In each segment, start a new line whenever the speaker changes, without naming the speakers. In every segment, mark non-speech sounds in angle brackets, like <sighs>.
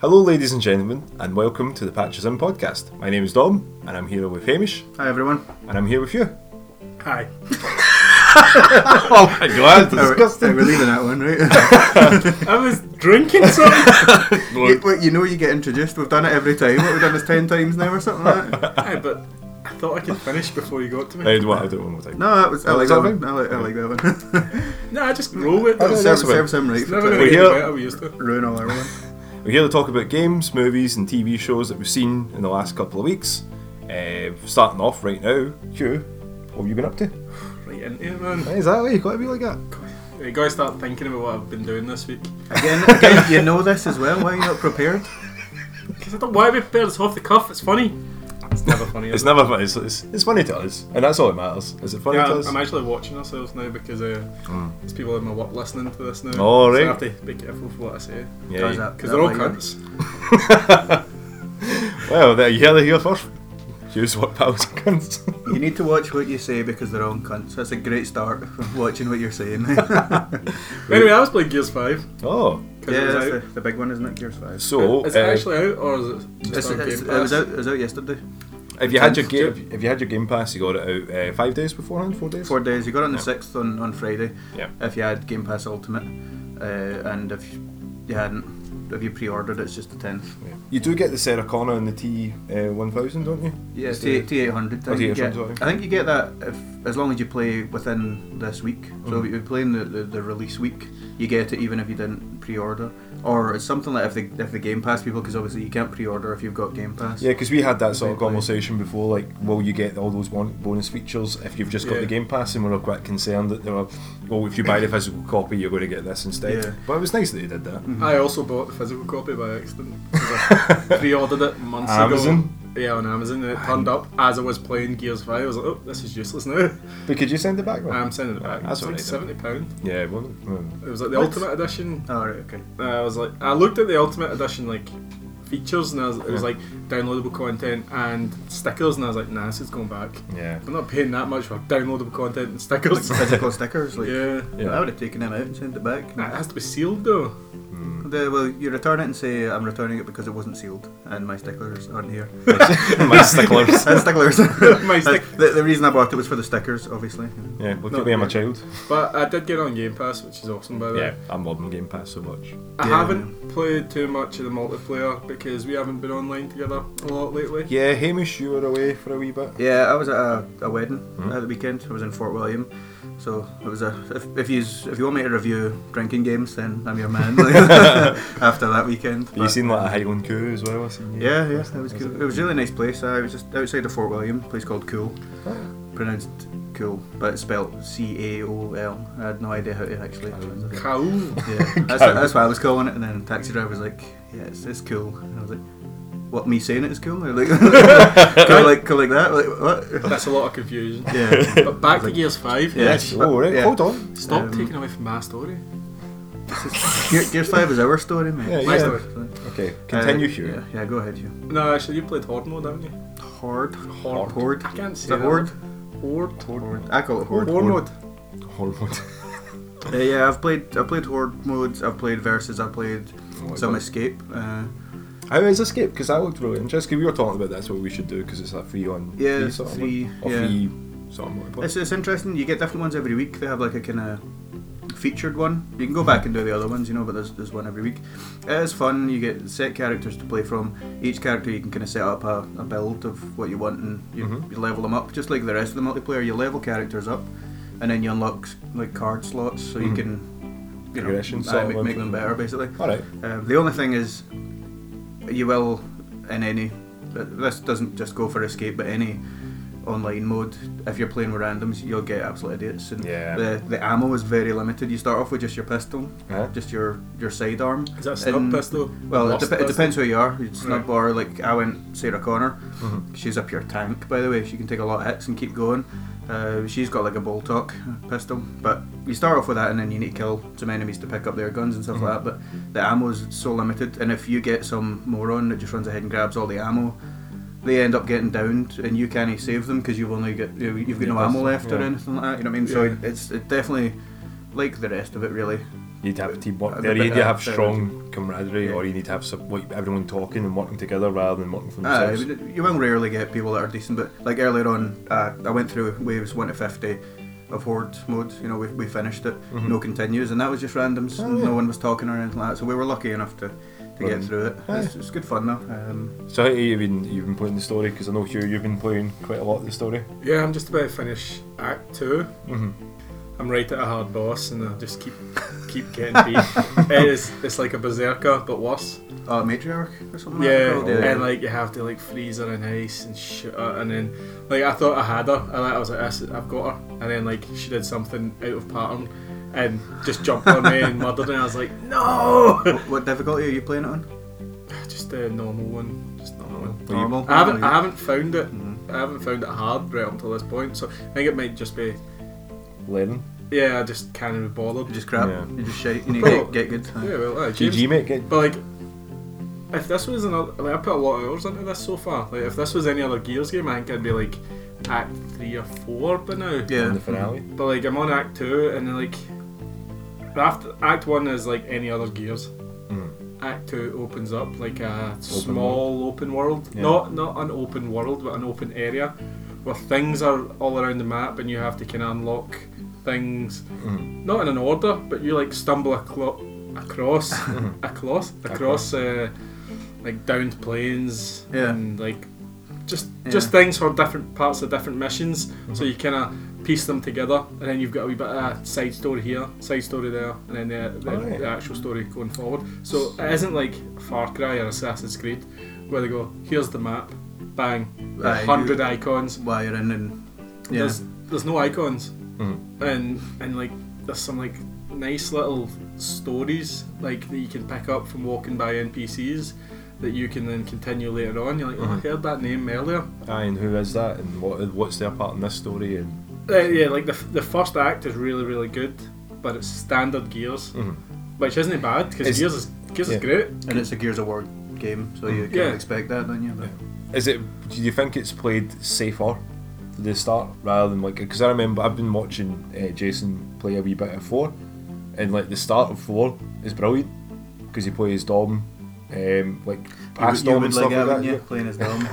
Hello, ladies and gentlemen, and welcome to the Patches In podcast. My name is Dom, and I'm here with Hamish,
Hi everyone.
and I'm here with you.
Hi.
Oh my <laughs> god,
Oh,
disgusting.
We're, we're leaving that one,
<laughs>
right?
I was drinking something.
you, well, you know you get introduced. We've done it every time. What we've done is ten times now or something like that.
<laughs> Aye, but I thought I could finish before you got to me.
I'd want to do it one more time.
No, that was I
Oh,
like
is that
that one.
right?
I like, I like that one.
<laughs> No, I just roll with
no,
it.
that's
serves,
right.
serves him right
It's
for
never going
trying
We're
to get
here.
better. We used to.
to ruin all our
<laughs>
one.
We're here to talk about games, movies, and TV shows that we've seen in the last couple of weeks. Uh, starting off right now, Q, what have you been up to?
Right into it, man.
Exactly, you got to be like that.
You gotta start thinking about what I've been doing this week.
Again, again, you know this as well. Why are you not prepared?
Because I don't want to be prepared. It's off the cuff. It's funny. It's never funny.
It's
is it?
never funny. It's, it's, it's funny to us, and that's all that matters. Is it funny
Yeah,
to
I'm-
us?
I'm actually watching ourselves now because uh, there's people in my work listening to this now.
Oh,
So I
right.
have to be careful for what I say.
Yeah,
Does
you-
that-
Because
that
they're all
like it?
cunts.
Well, there you hear that here first. Here's what pals and cunts.
You need to watch what you say because they're all cunts. That's a great start. <laughs> Watching what you're saying.
Anyway, I was playing Gears 5.
<laughs> Oh,
<laughs> 'cause it
yeah,
was
that's the,
out.
the big one, isn't it? Gears Five.
so
Is
uh,
it actually out or is it just
It's,
on
it's,
Game
it
Pass?
was out. It was out yesterday.
if you had your
Tenth
game, if, if you had your Game Pass, you got it out uh, five days beforehand, four days.
Four days. You got it on the sixth on, on Friday.
Yeah.
If you had Game Pass Ultimate, uh, and if you hadn't, if you pre-ordered, it's just the tenth.
You do get the Sarah Connor and the T uh, one thousand, don't you?
Yeah,
It's
T
the-
eight hundred.
Oh,
I think you get
T800,
I think you get that if as long as you play within this week. So if you're playing the, the, the release week, you get it even if you didn't pre-order, or it's something like if the if the Game Pass people, because obviously you can't pre-order if you've got Game Pass.
Yeah, because we had that sort of
Exactly.
conversation before, like, will you get all those bon- bonus features if you've just got
Yeah.
the Game Pass? And we're all quite concerned that they were, well, if you buy the physical copy, you're going to get this instead.
Yeah. Mm.
But it was nice that they did that.
I also bought the physical copy by
<laughs>
accident. 'cause I pre-ordered it months
Amazon?
ago. Yeah, on Amazon, and it turned up as I was playing Gears Five. I was like, "Oh, this is useless now."
But could you send it back? Rob?
Um,
I'm sending it back.
That's
It's like
alright then.
seventy pound.
yeah, well, mm.
It was like the
What?
Ultimate Edition.
Oh, right, okay.
And I was like, I looked at the Ultimate Edition like features, and I was, it was like downloadable content and stickers, and I was like, "Nah, this is going back.
<laughs>
yeah. <laughs>
I'm not paying that much for downloadable content and stickers."
Physical stickers, like
<laughs> yeah.
Yeah.
I would have taken it out and sent it back.
Nah, it has to be sealed though. <laughs>
The, well, you return it and say I'm returning it because it wasn't sealed and my sticklers aren't <laughs> here.
My sticklers.
and <laughs> sticklers.
My stick-
the, the reason I bought it was for the stickers, obviously.
Yeah, look
No,
at me, I'm a
yeah.
child.
But I did get it on Game Pass, which is awesome by the way.
Yeah, I'm loving Game Pass so much.
I
Yeah.
haven't played too much of the multiplayer because we haven't been online together a lot lately.
Yeah, Hamish, you were away for a wee bit.
Yeah, I was at a, a wedding at the weekend. I was in Fort William, so it was a. If, if you if you want me to review drinking games, then I'm your <laughs> man. after that weekend,
You seen like a Highland Coup as well? I seen
yeah, yeah, that was cool. It was a really nice place. I was just outside of Fort William, a place called Cool, pronounced Cool, but it's spelled C A O L. I had no idea how to actually. pronounce it. <laughs>
<laughs>
Cow.
Yeah, that's, that's why I was calling it. And then the taxi driver was like, "Yeah, it's, it's cool." And I was like, "What? Me saying it is cool?" They're Like, <laughs> go like, go like that. Like what? <laughs>
That's a lot of confusion.
Yeah.
<laughs> But back to Gears 5.
Yeah.
Yes. Oh, right.
Yeah.
Hold on.
Stop
Um,
taking away from my story.
Gear, Gears Five is our story, mate.
Yeah,
It's
My
our
story.
story.
Okay, continue,
Uh,
Hugh.
Yeah, yeah, go ahead, Hugh.
No, actually, you played Horde mode, haven't you?
Horde.
Horde.
Horde.
I can't
Is
say
that
that.
horde?
Horde.
Horde. I call it
Horde,
horde.
mode.
Hormone.
Uh, yeah, I've played. I've played horde modes. I've played versus. I've played
<laughs> Oh, I
some
don't-
escape. Uh,
How is Escape? Because that looked really interesting. We were talking about that's what we should do because it's a free on
Yeah,
free sort of
free,
one, or
yeah.
free sort of multiplayer.
It's, it's interesting. You get different ones every week. They have like a kind of featured one. You can go back and do the other ones, you know, but there's, there's one every week. It is fun. You get set characters to play from. Each character you can kind of set up a, a build of what you want and you, you level them up. Just like the rest of the multiplayer, you level characters up and then you unlock like card slots so you can you know,
Progression
aye,
sort of
make,
one.
make them better basically.
All right.
Um, the only thing is, you will in any. This doesn't just go for escape, but any online mode. If you're playing with randoms, you'll get absolute idiots. And
Yeah.
the the ammo is very limited. You start off with just your pistol,
Uh-huh.
just your your sidearm.
Is that a snub
And-
pistol?
Well, it,
Lost
dep- it
pistol? Hmm.
depends who you are. You'd snub
Right.
or like I went Sarah Connor. She's a pure tank, by the way. She can take a lot of hits and keep going. Uh, she's got like a bolt tuck pistol, but you start off with that, and then you need to kill some enemies to pick up their guns and stuff
Mm-hmm.
like that. But the ammo's so limited, and if you get some moron that just runs ahead and grabs all the ammo, they end up getting downed, and you can't save them because you've only got you- you've got
Yeah,
no ammo
that's-
left or
yeah.
anything like that. You know what I mean?
Yeah.
So it's, it's definitely like the rest of it, really.
need to have teamwork
a
there. You
bit
need to
of
have strong camaraderie,
Yeah.
or you need to have some, like, everyone talking and working together rather than working for
Aye,
themselves.
Uh, but you will rarely get people that are decent, but like earlier on, uh, I went through waves 1 to 50 of Horde mode. You know, we, we finished it, no continues, and that was just randoms.
Oh, yeah.
No one was talking or anything like that, so we were lucky enough to, to get
Mm.
through it.
Aye.
It's, it's good fun though. Um,
so how have you been? You've been playing the story because I know Hugh, you've been playing quite a lot of the story.
Yeah, I'm just about to finish Act Two.
Mm-hmm.
I'm right at a hard boss, and I just keep keep getting
<laughs>
beat. it is it's like a berserker, but worse.
uh, Matriarch or something
Yeah,
like that.
and like you have to like freeze her in ice and shoot her, and then like I thought I had her, and I was like, "This- I've got her, and then like she did something out of pattern, and just jumped on me and murdered her. And I was like, no, <laughs>
what, what difficulty are you playing it on?
just a normal one, just normal one.
Well, you-
Normal.
I haven't, I
Normal,
haven't found it. I haven't found it hard right up until this point, so I think it might just be,
Learning.
yeah, I just can't be bothered.
you just crap.
Yeah.
You just shit. You need to
Oh.
get, get good.
Yeah, well, aye, James.
GG mate, get
But like, if this was another, like, I put a lot of hours into this so far. Like, if this was any other Gears game, I think I'd be like Act three or four by now.
in
Yeah.
the finale.
But like, I'm on Act two, and then like, after Act one is like any other Gears.
Mm,
Act two opens up like a small open world,
Yeah.
not not an open world, but an open area where things are all around the map, and you have to kind of unlock things,
mm,
not in an order, but you like stumble aclo-
<laughs>
across, across, across, uh, like downed planes,
Yeah.
and like just
Yeah.
just things for different parts of different missions. So you kind of piece them together, and then you've got a wee bit of side story here, side story there, and then the, the,
Alright.
the actual story going forward. So it isn't like Far Cry or Assassin's Creed, where they go, here's the map, bang,
Aye,
hundred
you-
icons.
While you're in and yeah.
There's there's no icons,
Mhm.
and and like there's some like nice little stories like that you can pick up from walking by NPCs that you can then continue later on. You're like,
Uh-huh.
oh, I heard that name earlier.
Aye, and who is that? And what what's their part in this story? And
Uh, yeah, like the, f- the first act is really really good, but it's standard Gears, which isn't bad
Mm-hmm.
because
It's-
Gears is Gears
yeah.
is great.
and it's a Gears of War game, so you
Mm. Yeah.
can expect that, don't you? But,
is it? Do you think it's played safer to the start rather than like? Because I remember I've been watching uh, Jason play a wee bit of four, and like the start of four is brilliant because he plays Dom, um, like past
you,
Dom
would
and
like
stuff
it,
like
wouldn't
that.
you? Playing
<laughs>
as Dom.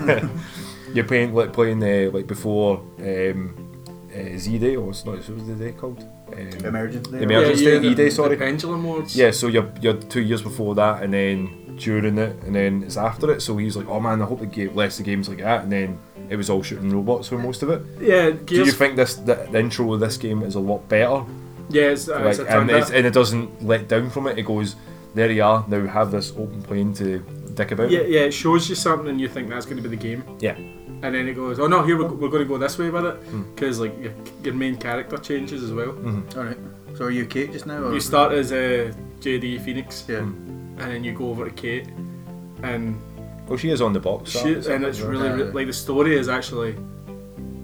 You're playing like playing uh, like before um, uh, Z Day or it's not what was the day called? Um,
Emergency.
The Emergency. Emergency
yeah,
E-Day,
the,
sorry.
The Pendulum Wars.
Yeah, so you're you're two years before that, and then during it, and then it's after it. So he's like, "Oh man, I hope the game less the games like that." And then it was all shooting robots for most of it.
yeah.
Do you
Gears.
think this the, the intro of this game is a lot better?
yeah, it's, uh, it's a
like, and,
turn
it's, and it doesn't let down from it. It goes, "There you are. Now have this open plane to dick about."
Yeah, yeah, it shows you something and you think that's going to be the game.
Yeah.
And then it goes, oh no, here we're, we're going to go this way with
Hmm.
it. Because like your, your main character changes as well.
All right. So are you Kate just now? Or?
You start as uh, JD Phoenix
yeah.
and then you go over to Kate. And
Well, Oh, she is on the box.
she, and it's really,
Yeah.
re- like the story is actually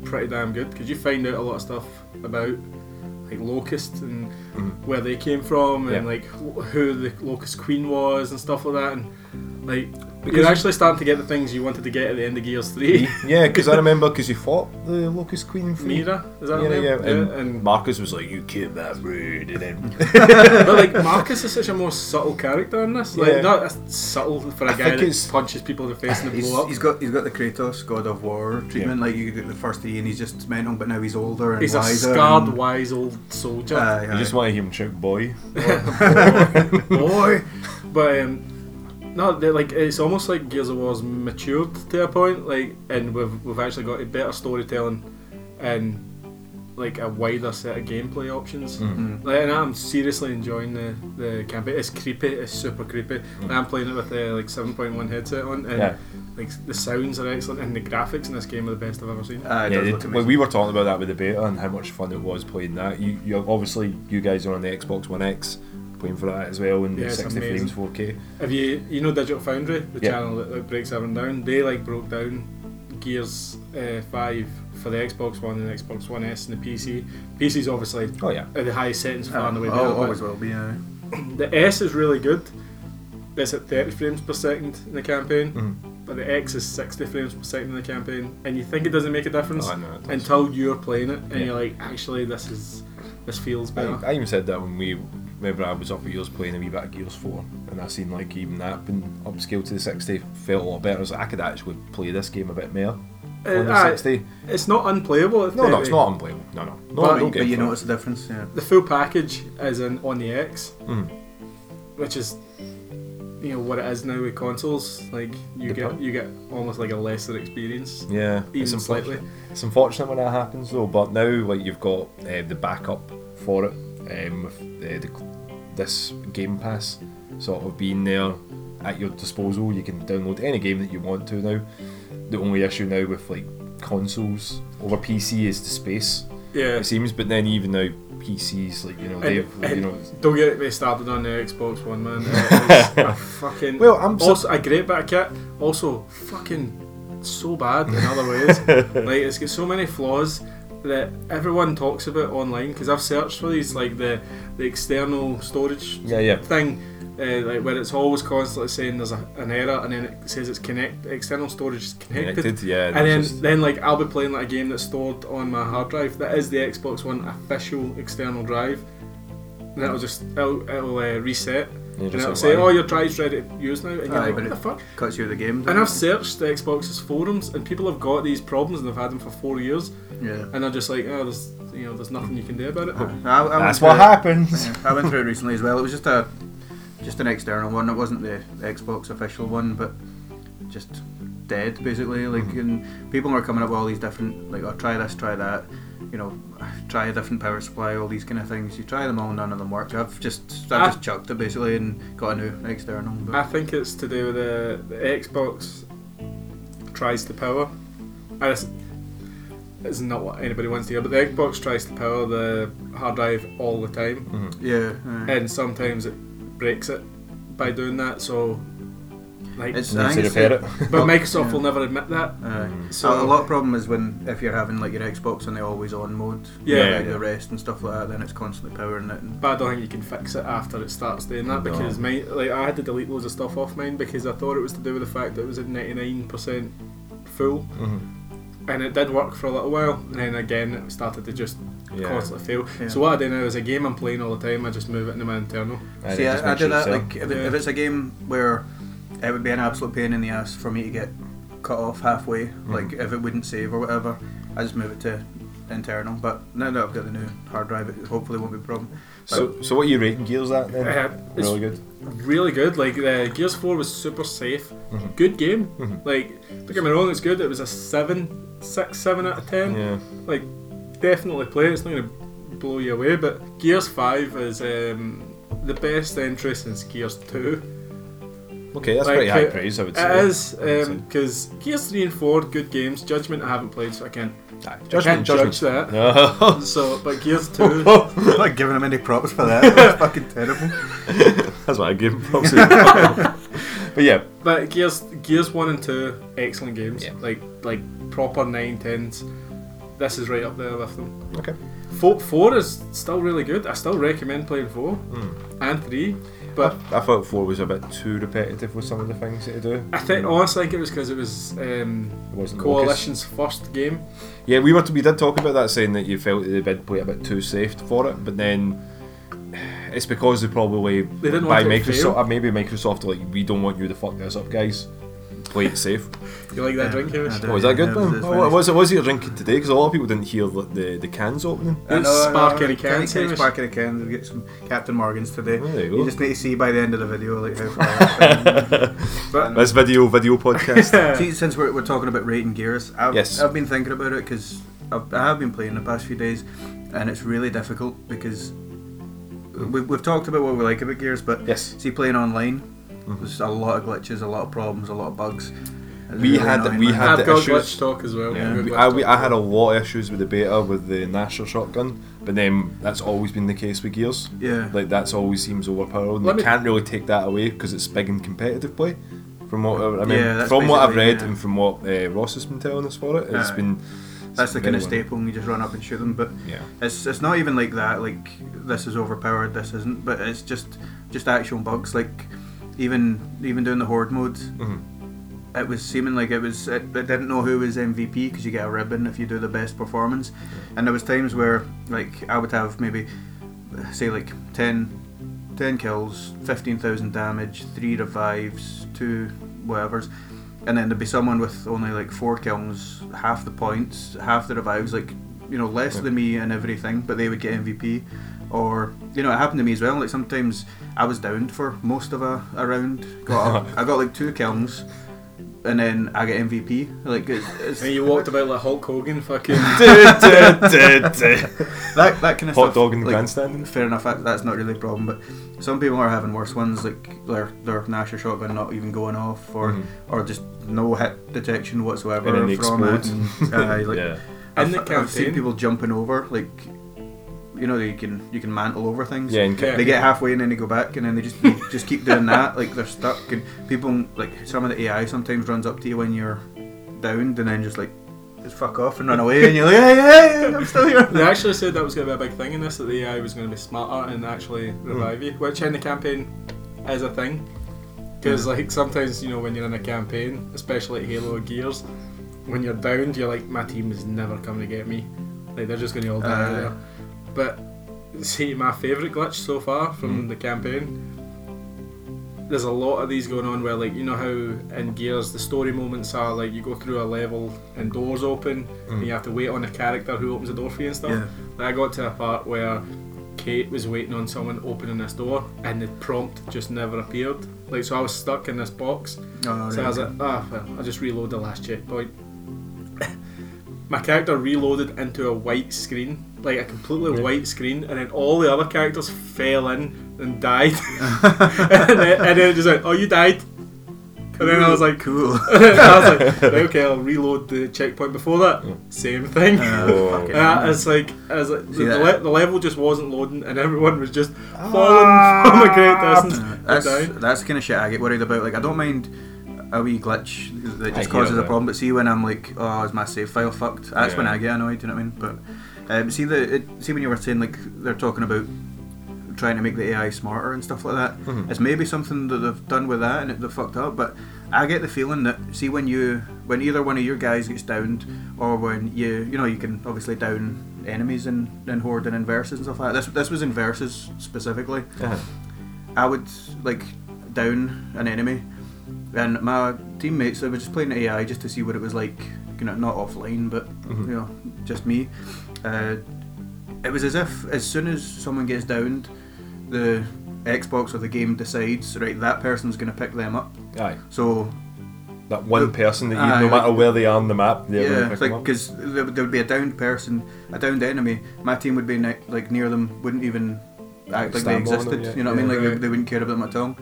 pretty damn good because you find out a lot of stuff about like Locust and where they came from and
Hmm. Yeah.
like wh- who the Locust Queen was and stuff like that. And like
Because- Hmm.
you're actually starting to get the things you wanted to get at the end of Gears 3.
<laughs> yeah, because I remember because you fought the Locust Queen. for
<laughs> Mira, is that her
Mira,
name?
yeah, and,
and
Marcus was like, "You killed my brood," and
<laughs>
then
but like Marcus is such a more subtle character in this. Like
Yeah.
not as subtle for
I
a guy
think
that
it's-
punches people in the face and they
He's,
blow up.
he's got he's got the Kratos God of War treatment like you did the first E and he's just mental but now he's older and
He's a
wiser
scarred,
and,
wise old soldier.
Aye,
you
aye.
just want to hear him shout, "Boy."
boy. But um, no, they're, like it's almost like Gears of War's matured to a point. Like, and we've we've actually got a better storytelling and like a wider set of gameplay options. Like, and I'm seriously enjoying the the campaign. It's creepy. It's super creepy. And I'm playing it with uh, like 7.1 headset on, and
Yeah.
like the sounds are excellent, and the graphics in this game are the best I've ever seen.
Aye, it
Yeah,
does
they-
look
well,
amazing.
we were talking about that with the beta and how much fun it was playing that. You, you obviously you guys are on the Xbox One X playing for that as well in
Yeah, it's
60
amazing.
frames 4K.
Have you you know Digital Foundry, the
Yeah.
channel that, that breaks everything down? They like broke down Gears uh, Five for the Xbox One and the Xbox One S and the PC. PC's obviously
Oh yeah,
at the highest settings
Uh,
far and away.
oh,
better, but
always will be yeah.
The S is really good. It's at 30 frames per second in the campaign,
Mm-hmm.
but the X is 60 frames per second in the campaign, and you think it doesn't make a difference
Oh, I know it does.
until you're playing it and
Yeah.
you're like, actually, this is this feels better.
I, I even said that when we remember I was up at yours playing a wee bit of Gears 4, and I seen like even that being upscaled to the 60 felt a lot better. I was like, I could actually play this game a bit more on the
Uh, aye.
Uh,
60.
It's not unplayable. at
No, no,
30.
it's not unplayable. No, no, no,
but,
no
but
game
you
for it.
notice the difference, yeah.
The full package is in on the X,
Mhm.
which is you know what it is now with consoles. Like you
The
get
pro-
you get almost like a lesser experience,
Yeah,
even
unfortunate.
slightly.
It's unfortunate when that happens though, but now like you've got uh, the backup for it um, with uh, the, this Game Pass sort of being there at your disposal. You can download any game that you want to now. The only issue now with like consoles over PC is the space.
Yeah.
It seems, but then even now PCs like you know they've
And-
you know.
Don't get me started on the Xbox One,
<laughs>
man. It is a fucking
Well, I'm so-
also a great bit of kit. Also, fucking so bad in other
<laughs>
ways. like it's got so many flaws that everyone talks about online because I've searched for these like the the external storage
Yeah, yeah.
thing. Uh, like where it's always constantly saying there's a, an error and then it says it's connect external storage is connected,
Connected, yeah.
and then then like I'll be playing like a game that's stored on my hard drive that is the Xbox One official external drive and it'll just it'll, it'll uh, reset
you
and
just
it'll
say,
say
"Why?"
oh your drive's ready to use now and you're
Aye,
like
but
what the
it- <laughs>
fuck
Cuts you out of the game.
and I've
doesn't
searched the Xbox's forums and people have got these problems and they've had them for four years
it? yeah.
and they're just like oh there's you know there's nothing you can do about it
I, I went
Oh. That's
through <laughs>
what
it-
happens.
yeah, I went through it recently as well. It was just a just an external one. It wasn't the Xbox official one, but just dead basically. Like
Mm-hmm.
and people were coming up with all these different like, oh try this, try that. You know, try a different power supply, all these kind of things. You try them all, none of them work. I've just I
I-
have just chucked it basically and got a new external. But
I think it's to do with uh, the, the Xbox tries to power. And it's, it's not what anybody wants to hear, but the Xbox tries to power the hard drive all the time,
Mm-hmm.
yeah, aye.
and sometimes it breaks it by doing that. So, like,
it's, I
Needs to
think it's
repair it.
but Microsoft
yeah.
will never admit that.
Aye.
So-
a lot of problem is when if you're having like your Xbox on the always on mode,
Yeah.
like
Yeah.
the rest and stuff like that, then it's constantly powering it. And,
But I don't think you can fix it after it starts doing that
No.
because my like I had to delete loads of stuff off mine because I thought it was to do with the fact that it was at ninety nine percent full,
Mm-hmm.
and it did work for a little while. And then again, it started to just
Yeah.
constantly fail.
Yeah.
So what I do now is a game I'm playing all the time. I just move it into my internal.
And
See,
it just
I, I
makes
do
you
that.
sell.
Like, if, it-
Yeah.
if it's a game where it would be an absolute pain in the ass for me to get cut off halfway,
Mm-hmm.
like if it wouldn't save or whatever, I just move it to internal. But now that I've got the new hard drive, it hopefully won't be
<laughs>
a problem.
so, so what are you rating Gears at then?
Uh, it's
really good. Mm-hmm.
really good. Like the Gears Four was super safe. Good game. Like don't get me wrong, it's good. It was a seven, six, seven out of ten.
Yeah.
like definitely play it. It's not going to blow you away, but Gears Five is um, the best entry since Gears Two.
Okay, that's
Like,
pretty high
uh,
praise, I would
It
say.
is um,
I would say.
because Gears Three and Four, good games. Judgment, I haven't played, so I can't,
Aye,
I can't
judgment, judgment.
judge that.
<laughs> No.
So, but Gears Two,
I'm not giving him any props for <laughs> that. That's fucking terrible.
That's what I give him
<laughs>
props. but yeah,
but Gears Gears One and Two, excellent games.
Yeah.
Like like proper nine tens. This is right up there with them.
okay.
Four, four is still really good. I still recommend playing four
Hmm.
and three, but
I thought four was a bit too repetitive with some of the things that they do.
I think honestly, I think it was because it was um,
It wasn't focused.
Coalition's first game.
Yeah, we were. we did talk about that, saying that you felt that they did play a bit too safe for it, but then <sighs> it's because they probably
They didn't
by
want it to fail.
Microsoft. uh, Maybe Microsoft are like we don't want you to fuck this up, guys. Play it safe.
You like that drink,
I
Hamish?
do.
Oh, is that good?
Yeah,
man?
it's
Oh,
finished.
what was it? Was you drinking today? Because a lot of people didn't hear the the, the cans opening.
I
It's
know, I know.
spark any
Can you-
cans,
can you
Hamish?
Spark any cans. We'll get some Captain Morgans today.
Oh, there you go.
just need to see by the end of the video like
<laughs>
how far. I've been.
But
This video <laughs> video podcast.
See, since we're, we're talking about rating gears, I've,
Yes.
I've been thinking about it because I have been playing the past few days, and it's really difficult because we, we've talked about what we like about gears, but
Yes. Mm-hmm.
see, playing online, there's a lot of glitches, a lot of problems, a lot of bugs. It's
We had-
annoying,
we
man.
had
I've
the
got
issues.
glitch talk as well.
Yeah.
I've got
We,
glitch
I, we,
talk.
I had a lot of issues with the beta with the Nasher shotgun, but then that's always been the case with Gears.
Yeah.
Like that's always seems overpowered. And
Let
you
me-
can't really take that away because it's big in competitive play. From what I I mean,
Yeah, that's
from what I've
basically,
read
yeah.
and from what uh, Ross has been telling us for it, it's
Aye.
been
That's the
very
kind of
well-
staple, and you just run up and shoot them. But
Yeah.
it's it's not even like that. Like this is overpowered, this isn't. But it's just just actual bugs. Like even even doing the horde mode, it was seeming like it was. It, it didn't know who was MVP because you get a ribbon if you do the best performance. And there was times where like I would have maybe say like ten 10 kills, 15,000 damage, 3 revives, 2 whatevers. And then there'd be someone with only like 4 kills, half the points, half the revives, like, you know, less
Yeah.
than me and everything, but they would get MVP. Or, you know, it happened to me as well. Like, sometimes I was downed for most of a, a round.
<laughs>
Got up, I got like 2 kills, and then I get MVP. Like, it's, it's,
And you walked about like Hulk Hogan, fucking.
<laughs> Hot
that, that kind of stuff.
dog and
like,
grandstanding.
fair enough. That, that's not really a problem. But some people are having worse ones, like their their Nasher shotgun not even going off, or
Mhm.
or just no hit detection whatsoever
And then they
from
explode.
it. <laughs> Aye, like,
yeah.
I've,
In the
I've seen
campaign.
people jumping over, like you know, you can you can mantle over things.
Yeah, and ca-
Yeah.
They get halfway and then they go back and then they just they <laughs> just keep doing that like they're stuck and people like some of the AI sometimes runs up to you when you're downed and then just like just fuck off and run away and you're like hey hey hey, I'm still here
They actually said that was going to be a big thing in this, that the AI was going to be smarter and actually revive you, which in the campaign is a thing.
Mm.
Because, like, sometimes, you know, when you're in a campaign, especially like Halo or Gears, when you're downed, you're like, my team is never coming to get me. Like, they're just going to all die out
Aye.
there. But, see, my favourite glitch so far
Mm.
from the campaign, there's a lot of these going on where, like, you know how in Gears the story moments are like you go through a level and doors open and you have to wait on the character who opens the door for you and stuff.
Mm. Yeah.
Like, I got to a part where Kate was waiting on someone opening this door and the prompt just never appeared. Like, so I was stuck in this box.
No,
So I was like, ah, well, I'll just reload the last checkpoint. <laughs> My character reloaded into a white screen, like a completely
Yeah.
white screen, and then all the other characters fell in and died. <laughs> and, then, and then it just like, oh, you died. And then I was like, <laughs>
cool
I was like, right, okay, I'll reload the checkpoint before that.
Yeah.
Same thing.
Uh,
Whoa.
fucking
Yeah,
hell.
it's like, it's like
See
the, the,
that? Ah.
le- the level just wasn't loading, and everyone was just falling <laughs> from a great distance.
that's
down.
that's the kind of shit I get worried about. Like I don't mind a wee glitch that
I hear
just causes a
that.
problem, but see when I'm like, oh, is my save file fucked? That's when
Yeah.
I get annoyed. You know what I mean? But um, see the it, see when you were saying like they're talking about trying to make the AI smarter and stuff like that. It's maybe something that they've done with that and it, they fucked up. But I get the feeling that see when you when either one of your guys gets downed or when you you know you can obviously down enemies in, in horde and in verses and stuff like that. This this was in verses specifically.
Uh-huh.
I would like down an enemy, and my teammates they were just playing AI just to see what it was like. You know, not offline, but you know, just me. Uh, it was as if as soon as someone gets downed, the Xbox or the game decides right that person's going to pick them up.
Aye.
So
That one person that you,
Aye,
no
like-
matter where they are on the map, they're
yeah,
going to pick
it's like
them up.
because there, would- there would be a downed person, a downed enemy. My team would be ne- like near them, wouldn't even act like they
Stand on them,
existed.
yeah.
You know what I mean?
Yeah.
Like they,
Right.
they wouldn't care about them at all.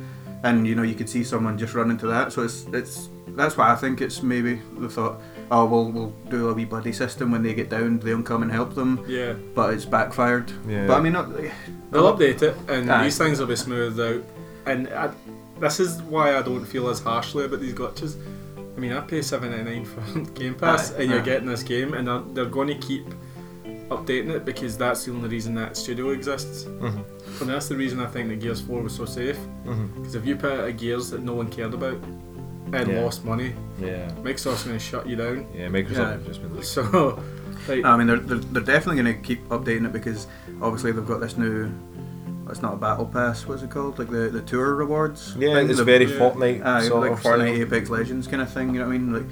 And you know, you could see someone just run into that. So it's it's that's why I think it's maybe the thought. Oh, we'll we'll do a wee buddy system when they get downed. They'll come and help them,
Yeah.
but it's backfired.
Yeah.
But I mean, not,
They'll update it, and
Aye.
these things will be smoothed out. And I, this is why I don't feel as harshly about these glitches. I mean, I pay seven ninety nine for <laughs> Game Pass,
Aye,
and you're
aye.
getting this game, and they're, they're going to keep updating it because that's the only reason that studio exists.
Mhm.
And that's the reason I think that Gears Four was so safe.
Mhm.
Because if you put out a Gears that no one cared about and
Yeah.
lost money,
Yeah.
Microsoft's going to shut you down. <laughs>
Yeah, Microsoft
Yeah.
have just been like,
So, like,
Ah.
I mean, they're, they're, they're definitely going to keep updating it because obviously they've got this new. It's not a battle pass. What's it called? Like the, the tour rewards.
yeah,
thing,
it's
the-
very
yeah.
Fortnite
Aye,
sort
Ah, like
of
Fortnite,
style.
Apex Legends kind of thing. You know what I mean? Like,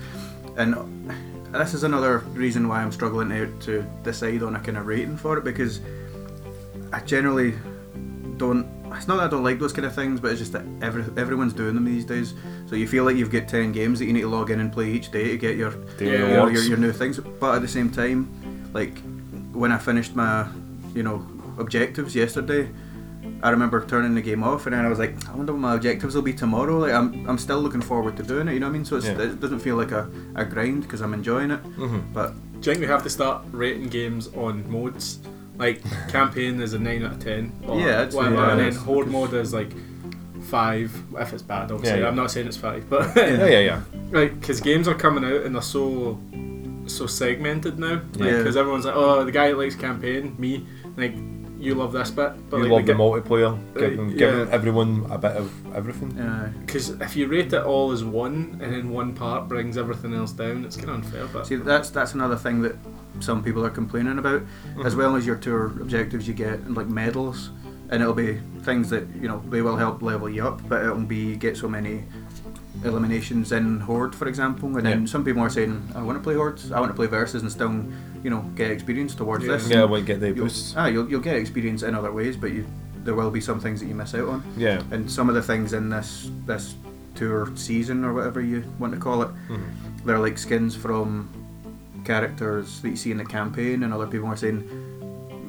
and this is another reason why I'm struggling to, to decide on a kind of rating for it because I generally don't. It's not that I don't like those kind of things, but it's just that every, everyone's doing them these days. So you feel like you've got ten games that you need to log in and play each day to get your
Daily
Yeah.
you know, your,
awards.
your new things. But at the same time, like when I finished my, you know, objectives yesterday, I remember turning the game off, and then I was like, I wonder what my objectives will be tomorrow. Like I'm, I'm still looking forward to doing it. You know what I mean? So it's,
Yeah.
it doesn't feel like a, a grind because I'm enjoying it.
Mhm.
But
Do you think we have to start rating games on modes?
<laughs>
Like campaign is a nine out of ten, or
Yeah, it's-
whatever,
yeah,
and then
it's-
horde
because-
mode is like five if it's bad. Obviously,
Yeah, yeah.
I'm not saying it's five, but
Yeah, yeah, yeah.
<laughs> like because games are coming out and they're so so segmented now.
Yeah.
because everyone's like, oh, the guy that likes campaign, me, like you love this bit, but
you
like
love the
the ga-
multiplayer.
Uh,
Give, them, give
yeah.
them everyone a bit of everything.
uh,
Because if you rate it all as one, and then one part brings everything else down, it's kind of unfair. But
See, that's that's another thing
Mm-hmm.
that some people are complaining about, as well as your tour objectives you get and like medals. and it'll be things that you know they will help level you up, but it'll be you get so many eliminations in Horde, for example, and then
Yeah.
some people are saying, "I want to play Hordes, I want to play Versus, and still, you know, get experience towards
Yeah.
this."
Yeah, I want to get the
you'll,
boosts.
ah, you'll you'll get experience in other ways, but you there will be some things that you miss out on
Yeah.
and some of the things in this this tour season or whatever you want to call it,
Mm-hmm.
they're like skins from characters that you see in the campaign, and other people are saying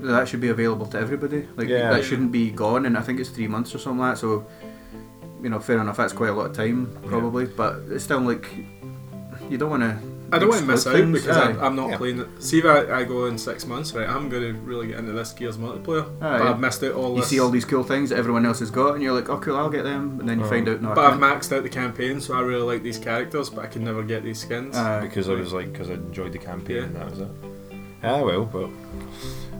that should be available to everybody. Like
Yeah.
that shouldn't be gone, and I think it's three months or something like that. So, you know, fair enough. That's quite a lot of time probably, but it's still like you don't want to.
I don't want to miss out because I,
aye,
I'm not
Yeah.
playing it. See if I, I go in six months, right? I'm going to really get into this Gears multiplayer.
Aye.
but I've missed out all
you
this.
see all these cool things that everyone else has got, and you're like, "Oh, cool, I'll get them," and then you find out no. I
but I've
can't.
maxed out the campaign, so I really like these characters, but I can never get these skins.
Aye.
because I was like, because I enjoyed the campaign
Yeah.
and that was it. Ah well, but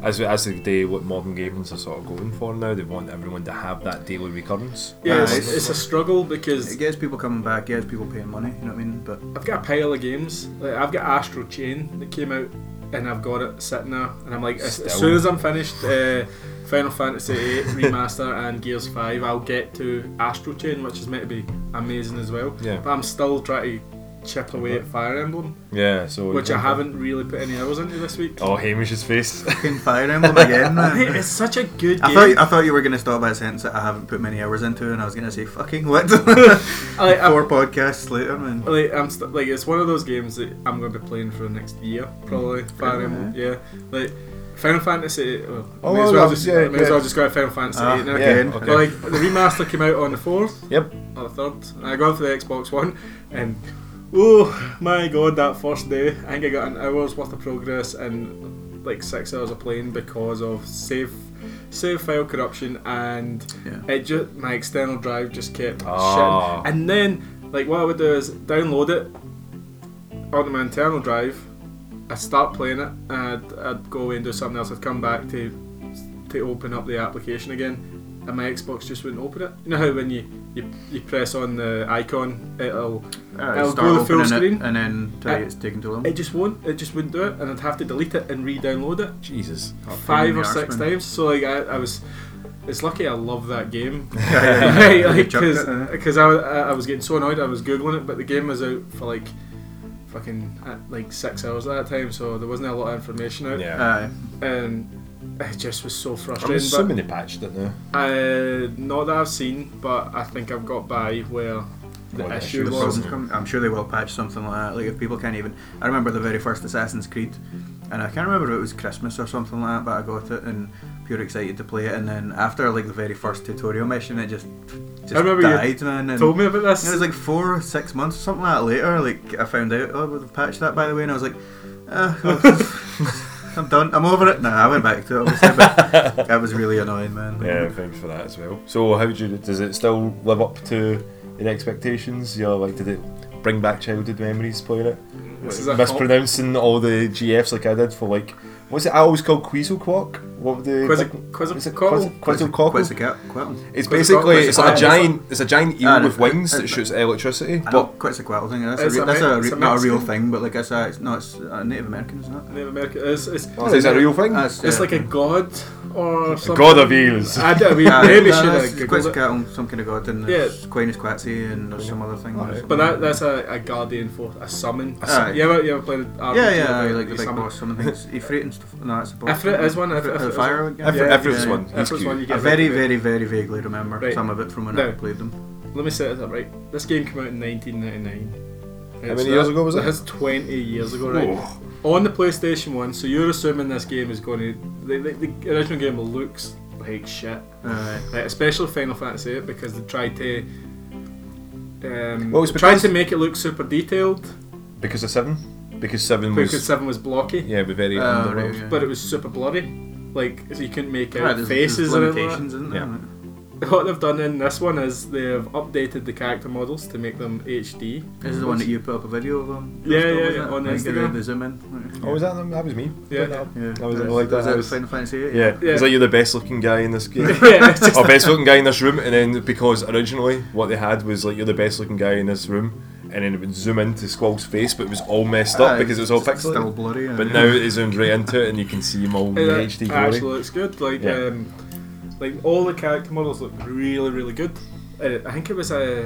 as as the day what modern games are sort of going for now, they want everyone to have that daily recurrence.
yeah, it's,
aye.
it's a struggle because
It gets people coming back, it gets people paying money, you know what I mean? But
I've got a pile of games. Like I've got Astro Chain that came out, and I've got it sitting there, and I'm like, as, as
Still.
soon as I'm finished, uh, Final
<laughs>
Fantasy VIII Remaster and Gears Five, I'll get to Astro Chain, which is meant to be amazing as well.
Yeah.
But I'm still trying to chip away at Fire Emblem,
Yeah, so
which I haven't really put any hours into this week.
Oh, Hamish's face. <laughs>
<laughs>
fucking Fire Emblem again,
Mate,
man.
<laughs> it's such a good
I
game.
thought, I thought you were going to stop by a sentence that I haven't put many hours into, and I was going to say, fucking
<laughs>
what? <laughs>
Like, I'm-
Four podcasts later, man.
Like I'm st- like it's one of those games that I'm gonna be playing for the next year probably. Fire
Yeah.
Emblem, yeah. Like Final Fantasy. Well,
Oh,
may as
well,
well
that was-
just
yeah,
may as
yeah.
well just go to Final Fantasy.
Ah,
eight now.
yeah,
again.
okay.
But, like the remaster came out on the fourth
yep.
or the third. I got it for the Xbox One, and oh my god, that first day I think I got an hour's worth of progress and like six hours of playing because of save save file corruption and
Yeah.
it just my external drive just kept
Ah.
shitting. And then like what I would do is download it on my internal drive. I would start playing it, and I'd, I'd go away and do something else. I'd come back to to open up the application again, and my Xbox just wouldn't open it. You know how when you you, you press on the icon, it'll
Alright,
I'll
start
go the
opening
full
it,
screen.
and then tell
Uh,
you it's taking too long.
it just won't. It just wouldn't do it, and I'd have to delete it and re-download it
Jesus.
five
the
or six
arseman.
times. So like I, I was, it's lucky I love that game.
<laughs>
<laughs>
yeah,
<laughs>
yeah.
Right,
You
like
chucked
because
it, eh?
I, I was getting so annoyed I was googling it, but the game was out for like fucking uh, like six hours at that time, so there wasn't a lot of information out,
Yeah.
Aye.
and it just was so
I'm
frustrating. But
assuming they patched it now.
uh, not that I've seen, but I think I've got by where the
Well, the
issue
issue
The
was.
problems come- I'm sure they will patch something like that. Like if people can't even, I remember the very first Assassin's Creed, and I can't remember if it was Christmas or something like that, but I got it and pure excited to play it. And then after like the very first tutorial mission, it just just
I remember you
died, man. And
Told me about this.
It was like four or six months or something like that later. Like I found out, oh, we've patched that by the way, and I was like, uh, <laughs> I'm done. I'm over it. Nah, I went back to it. Obviously, but
<laughs>
that was really annoying, man.
Yeah, thanks for that as well. So, how would you? Does it still live up to your expectations? You're like, did it bring back childhood memories playing it?
This is a
mispronouncing all the GFs like I did for like what's it? I always called Quetzalcoatl. What the
Quizzic-
is it
Quizzicoatl?
Quizz-
Quite a
Quetzalcoatl?
cat. Quite a-
It's
Quetzalcoatl,
basically it's like a
Quetzalcoatl.
giant it's a giant
Ah,
eel
no,
with
it-
wings
it-
that shoots electricity.
I know
But
quite a quattle thing. That's, a,
It's
re-
a
that's
me-
a, re-
it's a
not a real
Mexican-
thing, but like I said, it's not it's, uh, Native American, isn't it?
Native American. It's, it's,
oh, is that a real thing?
That's,
It's
uh,
like a god or something.
God of eels.
I
<laughs>
don't, we
yeah,
maybe
no,
should
it's
have googled it.
Quetzalcoatl, some kind of god, and there's Queen is Quetzal, and there's some other thing.
Alright.
But that, that's a, a guardian force, a summon.
Aye.
You ever you ever played? RPG
yeah, yeah,
where
aye,
you
like the big
summon-
boss, some of the things. Ifrit and stuff. No, that's a boss.
Ifrit is one,
Ifrit,
Ifrit-
the
Ifrit is
fire
one.
guy.
I've
Yeah,
I've this
yeah,
one.
That
He's
was
cute.
one you
I
get
very,
rid of it.
very, very vaguely remember
Right.
some of it from when I
No.
played them.
Let me set this up right. This game came out in 1999. How
many years ago was it?
That's 20 years ago, right?
Oh.
On the PlayStation 1, so you're assuming this game is going to. The, the, the original game looks like shit.
Alright.
Like, especially Final Fantasy VIII, because they tried to. Um,
Well, it's
tried
because-
to make it look super detailed
Because of seven. Because seven
because
was
seven Ah, was blocky,
yeah, but very
Oh, right,
underworld.
yeah.
but it was super bloody. Like so you couldn't make
Alright,
out
there's- there's
faces or anything.
limitations, isn't
Yeah.
there?
What they've done in this one is they've updated the character models to make them HD.
This is the one that you put up a video of um, Crystal,
Yeah, yeah,
wasn't
yeah,
it?
on
Like, the-
Instagram.
The zoom in.
Oh, was that them? That was me.
Yeah.
Yeah.
That was it, like
That
that.
was Final Fantasy VIII,
Yeah.
Yeah.
Is that you're the best looking guy in this
<laughs>
game?
<laughs> yeah, it's just-
or best looking guy in this room, and then because originally what they had was like you're the best looking guy in this room, and then it would zoom into Squall's face, but it was all messed up
Aye,
because it was all
it's Still
pixelated.
blurry. yeah.
But now it zooms right into it, and you can see him all in
it
HD
actually
glory.
looks good. Like
Yeah.
um, Like all the character models look really, really good. Uh, I think it was a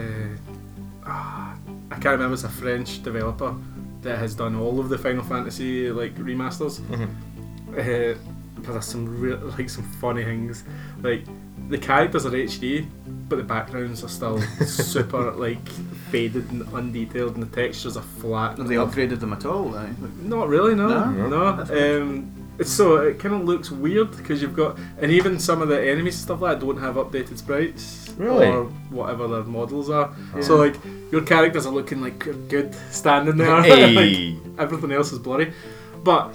ah, I can't remember. It's a French developer that has done all of the Final Fantasy like remasters. Uh, but there's some real, like some funny things. Like the characters are HD, but the backgrounds are still super like faded and undetailed, and the textures are flat.
Have they upgraded them at all? eh? Like,
Not really, no.
No?
No. Um, it's- so it kind of looks weird because you've got, and even some of the enemies and stuff like that don't have updated sprites
Really?
or whatever their models are. So like your characters are looking like good standing there.
Hey.
<laughs> like, everything else is blurry, but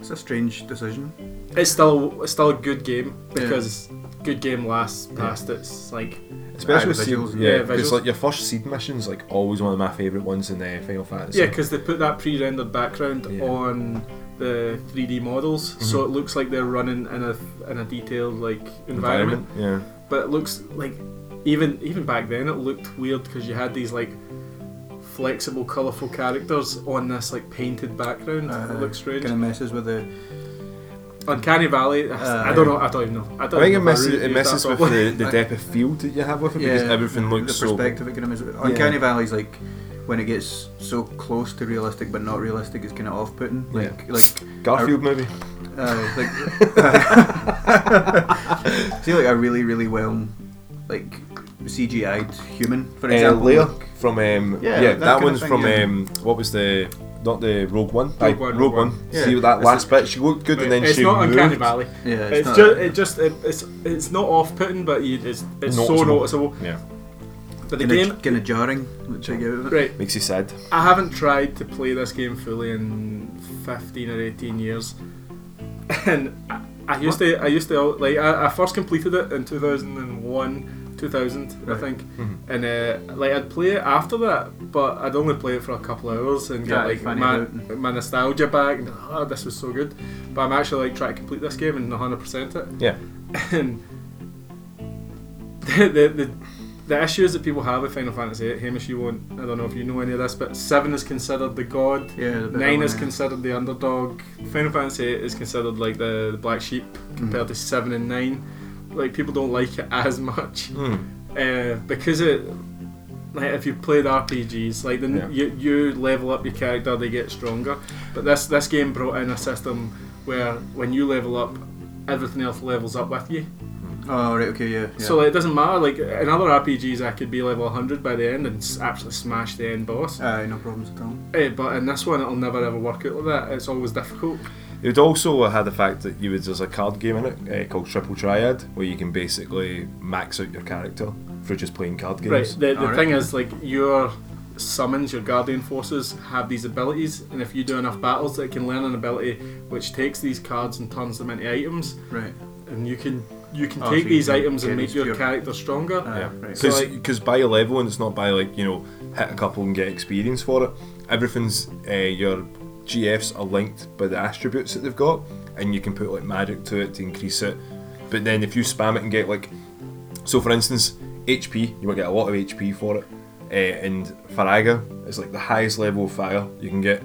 It's a strange decision.
it's still it's still a good game because good game lasts past its like
Especially
Aye,
with
the
seed,
visuals and-
yeah,
Yeah,
because
visuals.
like your first seed mission's like always one of my favourite ones in uh, Final Fantasy.
Yeah, because they put that pre-rendered background
Yeah.
on the 3D models, so it looks like they're running in a in a detailed like environment.
Yeah,
But it looks like even even back then it looked weird because you had these like flexible, colourful characters on this like painted background. it looks strange.
Kind of Uh, messes with the.
Uncanny Valley. I-
Uh,
I don't know. I don't even know. I,
I
don't
think it
even know if
messes,
really
it
used
messes
that
with the,
software.
the depth of field that you have with it because everything looks
the
so.
perspective it kind of messes with. Uncanny Valley's like when it gets so close to realistic but not realistic, it's kind of off-putting.
Yeah.
Like like
Garfield maybe.
Uh, like, <laughs> see, like a really, really well, like CGI'd human, for
Uh,
example.
Leia
like-
from um,
Yeah,
yeah,
that
that,
kind of
one's
thing,
from
yeah.
um, what was the not the Rogue One, Aye,
One, Rogue
Rogue One.
One.
Yeah.
See that
It's
last bit, she looked good and then
it's
she
not
moved.
Uncanny Valley.
Yeah,
It's,
not-
just it just it, it's it's not off-putting, but you, it's it's so
Noticeable.
noticeable.
Yeah,
But the
kind,
game,
of, kind of jarring. Which I get out of it.
right?
makes you sad.
I haven't tried to play this game fully in 15 or 18 years, <laughs> and I, I used to, I used to like, I, I first completed it in 2001, 2000,
Right.
I think, and uh, like I'd play it after that, but I'd only play it for a couple of hours and
Yeah,
get like
find it
my,
out and-
my nostalgia back. And, oh, this was so good, but I'm actually like trying to complete this game and 100% it
Yeah,
and the, the the the issues that people have with Final Fantasy VIII, Hamish, you won't. I don't know if you know any of this, but seven is considered the god.
Yeah, the bit
Nine
that
is
one,
considered the underdog. Final Fantasy VIII is considered like the, the black sheep compared to seven and nine. Like people don't like it <laughs> as much
Hmm.
uh, because it. Like if you played RPGs, like then
Yeah.
you, you level up your character, they get stronger. But this this game brought in a system where when you level up, everything else levels up with you.
Oh right, okay, yeah. yeah.
So like, it doesn't matter. Like in other RPGs, I could be level 100 by the end and s- absolutely smash the end boss.
Aye, no problems at all.
Eh, but in this one, it'll never ever work out like that. It's always difficult.
It would also had the fact that you would there's a card game in it uh, called Triple Triad where you can basically max out your character for just playing card
Right.
games.
The, the
Alright.
thing is, like your summons, your guardian forces have these abilities, and if you do enough battles, they can learn an ability which takes these cards and turns them into items,
Right.
and you can you can
Oh,
take
so you
these
can Ah,
items
get
and make
these
your
pure-
character stronger.
Aye,
Yeah,
right.
because
So, like-
by a level and it's not by like you know hit a couple and get experience for it. Everything's uh, your GFs are linked by the attributes that they've got, and you can put like magic to it to increase it. But then if you spam it and get like, so for instance, HP, you might get a lot of HP for it, uh, and Faraga is like the highest level of fire you can get.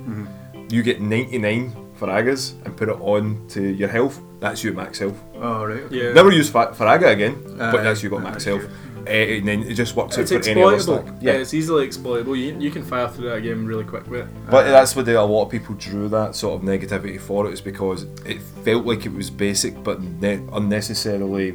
You get 99 Faragas and put it on to your health. That's your max health.
Oh right. Okay.
Yeah.
Never use fa- Faraga again,
Aye,
but that's you got max
aye,
health. Uh, and then it just works
It's
out for any other
exploitable.
stack.
Yeah.
Yeah.
it's easily exploitable. You, you can fire through that game really quick with it.
but that's where they, a lot of people drew that sort of negativity for it, is because it felt like it was basic but ne- unnecessarily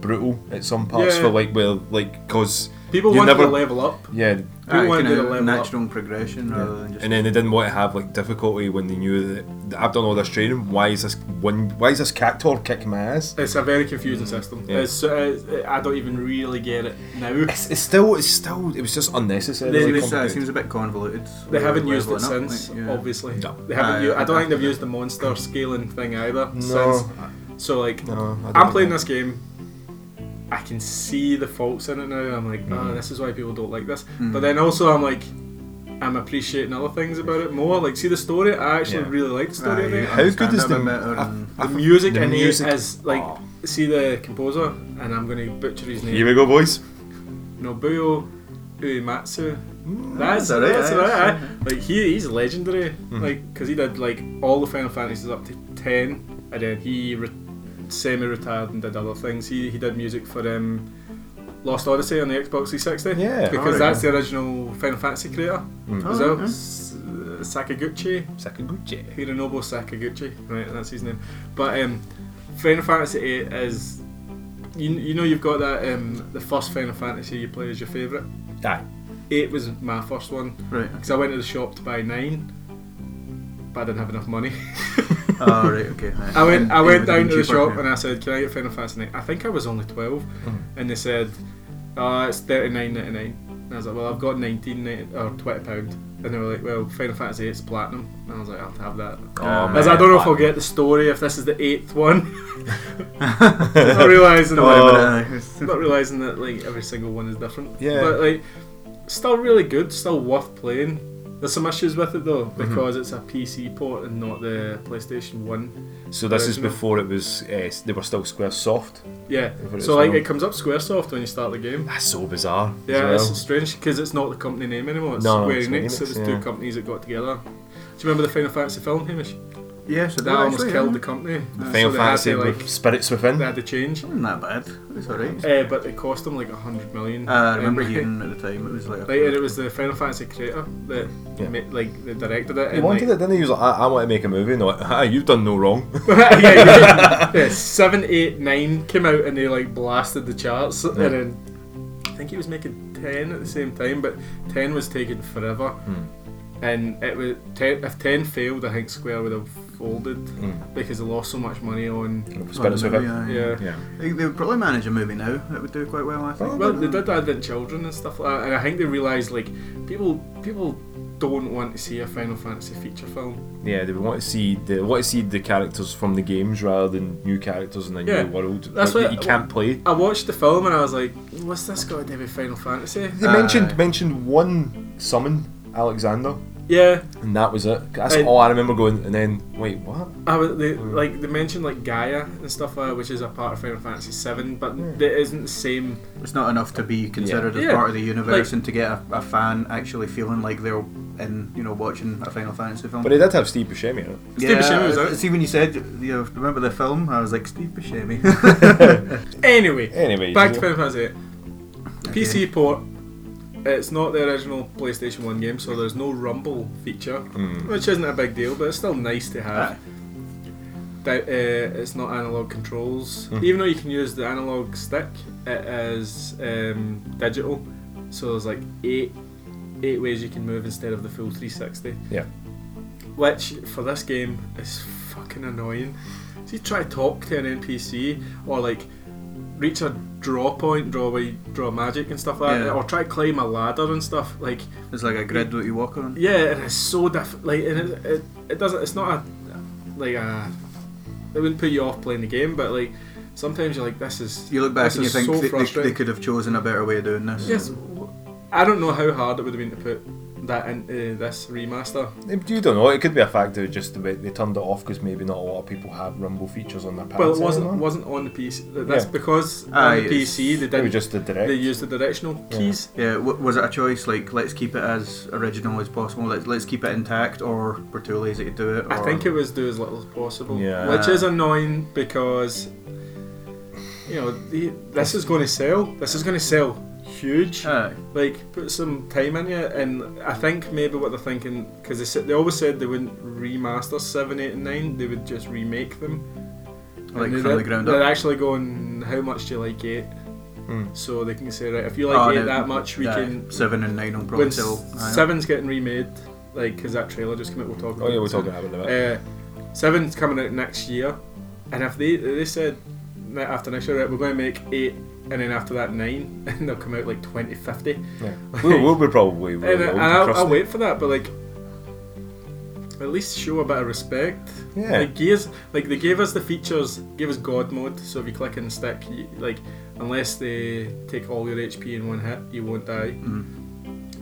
brutal at some parts
Yeah.
for like where like because
People
you
want
never
to level up.
yeah.
People
Aye,
want
kind
to do the
of
level up.
natural progression rather than just.
And then they didn't want to have like difficulty when they knew that, that I've done all this training. Why is this one? Why is this cactor kicking my ass?
It's a very confusing system.
Mm, Yeah.
It's, uh, I don't even really get it now.
It's, it's still, it's still, it was just
They-
unnecessarily
they-
Seems- uh,
complicated.
seems a bit convoluted.
They haven't used it
Leveling up,
since,
like, yeah.
obviously.
No.
They haven't.
Aye,
u- I don't
I-
think they've used the monster scaling thing either
no,
since. So like,
no, I
I'm
don't
playing
know.
this game. I can see the faults in it now. I'm like, oh,
Mm.
this is why people don't like this. But then also, I'm like, I'm appreciating other things about it more. Like, see the story. I actually
Yeah.
really like the story.
Aye,
of
you
it.
How good
understand
is
a
the-
bit better
I-
and-
The music
the
in
music-
it is like,
Oh.
see the composer, and I'm going to butcher his name.
Here we go, boys.
Nobuo Uematsu. That's
that's alright,
right. That's
yeah,
right.
that's
eh? Like he, he's legendary. Like because he did like all the Final Fantasies up to ten, and then he re- semi-retired and did other things. He he did music for um, Lost Odyssey on the Xbox 360.
Yeah,
because
alright.
that's the original Final Fantasy creator.
Mm.
Was
Oh,
that
okay.
S- uh, Sakaguchi?
Sakaguchi.
Hironobu Sakaguchi, right? That's his name. But um, Final Fantasy VIII is. You, you know you've got that um, the first Final Fantasy you play is your favourite.
Aye.
Eight was my first one <laughs>
Right.
because I went to the shop to buy nine, but I didn't have enough money. <laughs>
Oh, right, okay.
I went I went down to the shop and I said, "Can I get Final Fantasy?" 9? I think I was only 12 and they said, "Ah, it's thirty nine ninety nine. And I was like, "Well, I've got nineteen ninety or twenty pound." And they were like, "Well, Final Fantasy VIII's platinum." And I was like, "I'll have that."
Oh,
As I don't know if I'll get the story if this is the
<laughs>
eighth one. <laughs> not
Oh, <laughs>
realizing not realizing that like every single one is different.
Yeah.
But like, still really good. Still worth playing. There's some issues with it though
Mm-hmm.
because it's a PC port and not the PlayStation One
So this is
Original.
before it was. Uh, they were still Square Soft.
Yeah.
Over
So
its
like
own.
it comes up SquareSoft when you start the game.
That's so bizarre. as
Yeah,
well.
it's strange because it's not the company name anymore. It's
No, no,
Square
it's
Enix.
Enix,
so it's
yeah.
two companies that got together. Do you remember the Final Fantasy film, Hamish?
Yeah, so
That almost killed the company. Uh,
The
so
Final
they
Fantasy
had to,
with
like
spirits within.
they had to change.
Wasn't that bad. It was alright.
Uh, but it cost them like a hundred million.
Uh, I remember
And, <laughs>
hearing at the time it was like.
Like, and it was the Final Fantasy creator that
Yeah.
ma- like that directed it.
He
and,
wanted
like,
it, didn't he? He was like, I, I want to make a movie. And they're like, ah, you've done no <laughs> wrong.
<laughs> yeah,
<laughs>
yeah, yeah. Seven, eight, nine came out and they like blasted the charts,
Yeah.
and then I think he was making ten at the same time, but ten was taking forever,
Hmm.
and it was ten, if ten failed, I think Square would have folded
Mm.
because they lost so much money on.
spirits
Oh, no,
within.
Hmm. yeah,
Yeah.
Yeah.
They, they would probably manage a movie now. It would do quite well, I think.
Well, they did add in children and stuff like that, and I think they realised like people people don't want to see a Final Fantasy feature film.
Yeah, they want to see they want to see the characters from the games rather than new characters in a
Yeah,
new world
that's
like,
what-
that you can't play.
I watched the film and I was like, what's this got to do with Final Fantasy?
They
Uh,
mentioned mentioned one summon Alexander,
Yeah,
and that was it. That's
And-
all I remember going. And then wait, what?
I was, they, like they mentioned like Gaia and stuff like that, which is a part of Final Fantasy Seven, but it isn't the same.
It's not enough to be considered as
Yeah.
part of the universe
Like-
and to get a, a fan actually feeling like they're in, you know, watching a Final Fantasy film.
But it did have Steve Buscemi in it.
Steve Buscemi was
I-
out.
See, when you said, you know, remember the film? I was like, Steve Buscemi. <laughs>
Anyway,
Anyway,
back to
you-
Final Fantasy. VIII. PC port. It's not the original PlayStation One game, so there's no rumble feature,
Mm.
which isn't a big deal, but it's still nice to have.
Hmm. Aye.
That, uh, it's not analog controls,
Hmm.
even though you can use the analog stick. It is um, digital, so there's like eight eight ways you can move instead of the full 360.
Yeah.
Which for this game is fucking annoying. So you try to talk to an NPC or like reach a draw point, draw away, draw magic and stuff like
Yeah.
that, or try to climb a ladder and stuff. Like
It's like a grid that you walk on.
yeah, and it's so diff. Like and it, it, it doesn't. It's not a like a. It wouldn't put you off playing the game, but like sometimes you're like this is
You look back
This
and you
is
think
so
they- they, they,
frustrating.
could have chosen a better way of doing this.
yes. w- I don't know how hard it would have been to put that into this remaster.
You don't know. It could be a fact that just the way they turned it off because maybe not a lot of people have rumble features on their pants.
Well, it wasn't
anymore.
wasn't on the PC. That's
Yeah.
because
Aye,
on the PC they
It was
didn't.
just the direct.
They used the directional
Yeah.
keys.
Yeah, w- was it a choice like let's keep it as original as possible, let's let's keep it intact, or we're too lazy to do it? Or,
I think it was do as little as possible,
Yeah.
which is annoying because you know the, this is going to sell. This is going to sell huge.
Aye.
Like put some time into it, and I think maybe what they're thinking because they said they always said they wouldn't remaster seven, eight, and nine. They would just remake them.
like
And they-
from the ground
They're
up.
actually going, how much do you like eight?
Hmm.
So they can say right, if you like
Oh,
eight
no,
that much, we
aye,
can.
seven and nine will probably
When
sell. aye.
seven's getting remade, like because that trailer just came out, we'll talk.
Oh yeah, we're
it soon.
talking about it. in a minute.
Uh, seven's coming out next year, and if they they said that after next year, right, we're going to make eight, and then after that nine, <laughs> and they'll come out like twenty fifty.
Yeah. we'll, we'll be probably.
And,
Really
and
old and
Uh, I'll, I'll
crusty.
wait for that, but like, at least show a bit of respect.
Yeah.
Like gears, like they gave us the features, gave us God mode. So if you click and stick, you, like unless they take all your HP in one hit, you won't die.
Mm.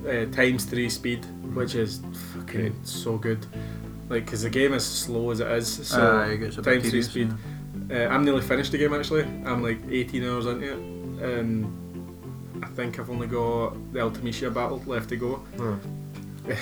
Uh, times three speed, which is
Mm-hmm.
fucking
Great.
so good. Like, cause the game is slow as it is, so.
Aye, it gets a bit
times three
tedious,
speed.
yeah.
Uh, I'm nearly finished the game actually. I'm like 18 hours into it, and I think I've only got the Ultimisia battle left to go,
Hmm.
<laughs>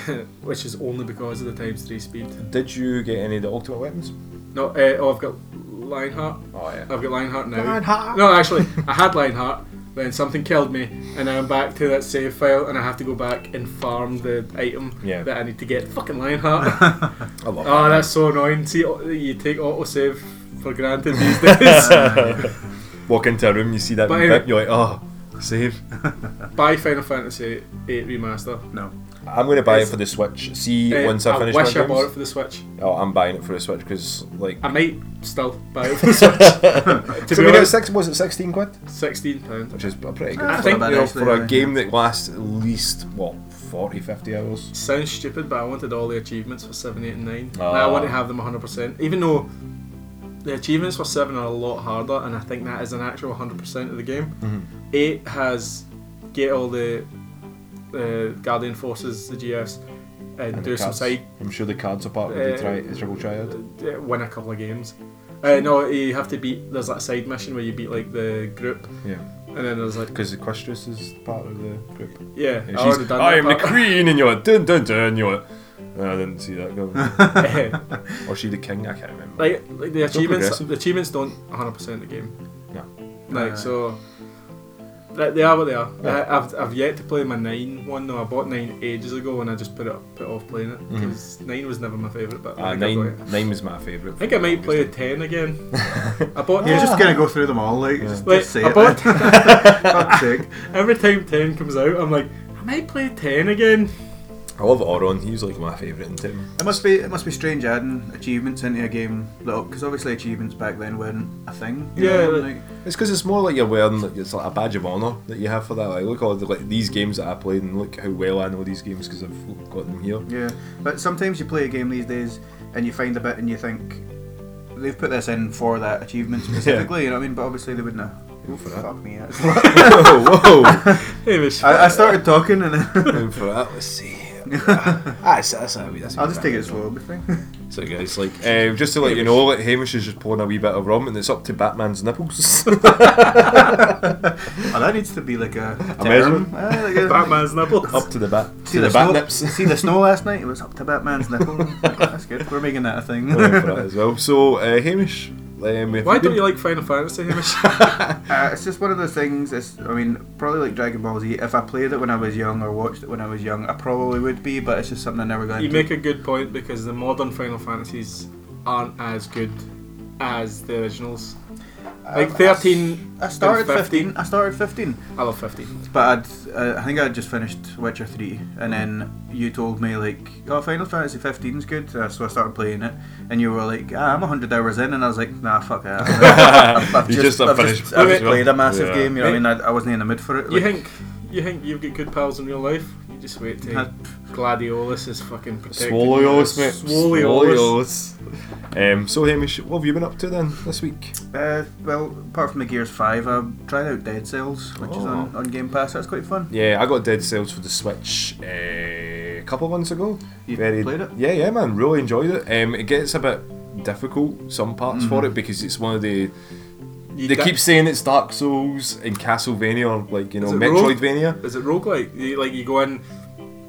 which is only because of the times three speed.
Did you get any of the ultimate weapons?
No, uh, oh, I've got Lionheart.
Oh yeah.
I've got Lionheart now.
Lionheart.
No, actually, I had Lionheart. Then something killed me, and now I'm back to that save file, and I have to go back and farm the item
Yeah.
that I need to get. Fucking Lionheart. <laughs>
I love
oh, that's so annoying. See, o- you take autosave for
<laughs>
granted these days.
it. Walk into a room, you see that
But
wee
anyway-
bit, you're like, oh, save.
Buy Final Fantasy VIII Remaster.
No.
I'm gonna buy it
It's-
for the Switch. See
Eh,
once I, finish
wish
my
I bought it
games.
for the Switch.
Oh, I'm buying it for the Switch because like.
I might still buy it
<laughs>
for the Switch. to
So
be
we got
honest,
six. Was it sixteen quid?
sixteen pound.
Which is a pretty good.
I
for-
think,
you know,
actually,
for
yeah.
a game that lasts at least what 40, 50 hours.
Sounds stupid, but I wanted all the achievements for seven, eight, and nine.
Ah.
Like, I want to have them 100%. Even though the achievements for seven are a lot harder, and I think that is an actual 100% of the game.
Mm-hmm.
Eight has get all the uh, Guardian forces, the GFs, and,
And the
do some
cards-
side
I'm sure the cards apart with
Uh,
the tri- the triple triad.
uh, win a couple of games. Uh, no, you have to beat. There's that side mission where you beat like the group,
Yeah,
and then there's like
because Equestris is part of the group.
yeah.
And
I
she's,
already done
I
that
am the
part." <laughs>
queen, and you're like, dun dun dun. You're like, "Oh, I didn't see that coming.
<laughs> Uh,
or she the king? I can't remember.
like, like the
So
achievements.
progressive.
The achievements don't 100 percent the game.
No.
Like
Uh,
so, they, they are what they are.
Yeah.
I, I've, I've yet to play my nine one though. I bought nine ages ago and I just put it put off playing
Mm-hmm.
it because nine was never my favourite. But
Ah,
I, think I,
nine, nine was my favourite.
I think I might play ten
<laughs>
again. I bought
You're
ten. <laughs>
just gonna go through them all, like just,
Wait,
just say
I
it.
bought-
<laughs>
<laughs>
Fuck's sake.
every time ten comes out, I'm like, I might play ten again. <laughs>
I love Oron. He's like my favourite in time.
It must be it must be strange adding achievements into a game, because obviously achievements back then weren't a thing. you
Yeah,
know,
like-
like-
It's because it's more like you're wearing like, it's like a badge of honour that you have for that. Like look all the, like these games that I played and look how well I know these games because I've got them here. <laughs>
Yeah, but sometimes you play a game these days and you find a bit and you think they've put this in for that <laughs> achievement specifically. You know what I mean? But obviously they wouldn't. Have.
Go for that.
Fuck me. That's <laughs>
whoa, whoa!
Anyways,
I, I started talking and then <laughs>
Go for that. Let's see. that's, that's, how we- that's how
I'll
we back
just take it
up.
slow. but think.
So guys, like uh, just to let you know, like Hamish is just pouring a wee bit of rum, and it's up to Batman's
<laughs>
nipples.
Oh, that needs to be like <laughs> a, term.
measurement?
Ah, <laughs> like a-
Batman's nipples.
up to the bat.
See
to the,
the,
bat
snow,
nips.
<laughs>
<laughs>
see the snow last night? It was up to Batman's <laughs> nipple. That's good. We're making that a thing.
I'll go for that as well. So uh, Hamish, um,
Why don't you like Final
<laughs>
Fantasy, Hamish?
<laughs>
<laughs>
Uh, it's just one of those things. It's, I mean, probably like Dragon Ball Z. If I played it when I was young or watched it when I was young, I probably would be. But it's just something I never got
You
into.
make a good point because the modern Final Fantasies aren't as good as the originals.
Uh,
Like
Um,
13,
I started
15.
15. I started 15.
I love 15.
But I'd, uh, I think I'd just finished Witcher 3, and then you told me, like, oh, Final Fantasy 15 is good, uh, so I started playing it, and you were like, ah, I'm 100 hours in, and I was like, nah, fuck
<laughs>
that. I've, I've
You
just,
just
I've
finished
just I've
it.
just played a massive
Yeah.
game, you know what I mean? I, I wasn't in the mood for it.
You
like,
think you think you've got good pals in real life? You just wait till Gladiolus is fucking protecting
Swoliolus,
you.
mate.
Swoliolus.
Swoliolus. Um, so Hamish, what have you been up to then this week?
Uh, well, apart from the Gears 5, I tried out Dead Cells, which is on,
Oh.
on Game Pass, that's quite fun.
Yeah, I got Dead Cells for the Switch uh, a couple of months ago.
You played it?
Yeah, yeah, man. Really enjoyed it. Um, it gets a bit difficult some parts for it because it's one of the
You
they
di-
keep saying it's Dark Souls and Castlevania or like you know
Is it Rogue?
Metroidvania.
Is it roguelike? You, like you go in,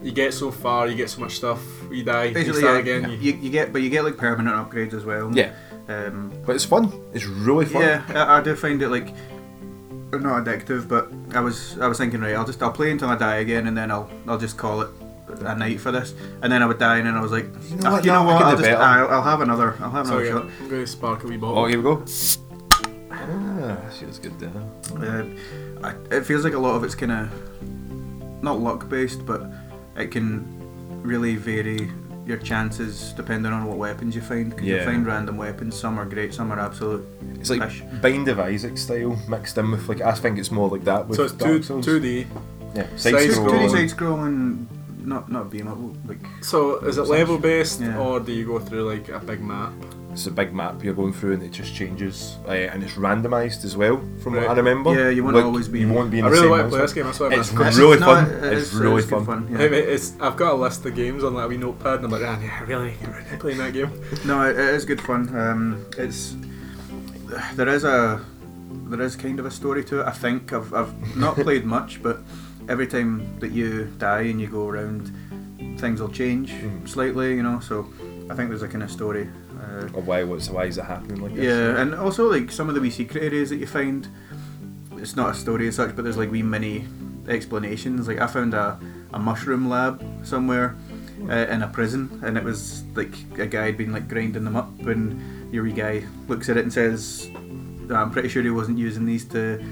you get so far, you get so much stuff, you die, you
Basically,
start
yeah,
again. You,
You, you get, but you get like permanent upgrades as well.
Yeah,
Um,
but it's fun. It's really fun.
Yeah, I, I do find it like not addictive, but I was I was thinking right, I'll just I'll play until I die again, and then I'll I'll just call it a night for this, and then I would die, and then I was like,
You
you
know what,
know what, you know
no, I
what?
can
I'll,
do
just,
better."
I'll, I'll have another, I'll have another
sorry,
shot.
I'm going to spark a wee bottle.
Oh, here we go. Ah, she was good there.
Uh, I, it feels like a lot of it's kind of not luck based, but it can really vary your chances depending on what weapons you find. 'cause
Yeah.
you find random weapons. Some are great, some are absolute.
It's like
Ash.
Bind of Isaac style mixed in with like I think it's more like that with
so it's
Dark
two,
Souls.
2D.
yeah,
side
side
scroll.
scroll.
Scrolling.
2D side scrolling, not not beam up like.
So is it level based
Yeah.
or do you go through like a big map?
It's a big map you're going through, and it just changes, uh, and it's randomized as well, from what I
Right.
remember.
Yeah, you won't
Like,
always be-
You won't be in
I
the
really
same
want to
house.
play this game. That's why I
It's
missed
It's really
no,
fun.
it-
It's really
good
fun.
yeah.
Hey, mate, it's, I've got a list of games on that wee notepad, and I'm like, ah, yeah, really, you're <laughs> really playing that game.
No, it it is good fun. Um, it's there is a there is kind of a story to it. I think I've
<laughs>
I've not played much, but every time that you die and you go around, things will change
Mhm.
slightly. You know, so I think there's a kind of story Uh,
Or why? What's why is it happening like this?
yeah, and also like some of the wee secret areas that you find. It's not a story as such, but there's like wee mini explanations. Like I found a, a mushroom lab somewhere uh, in a prison, and it was like a guy had been like grinding them up, and your wee guy looks at it and says, "I'm pretty sure he wasn't using these to."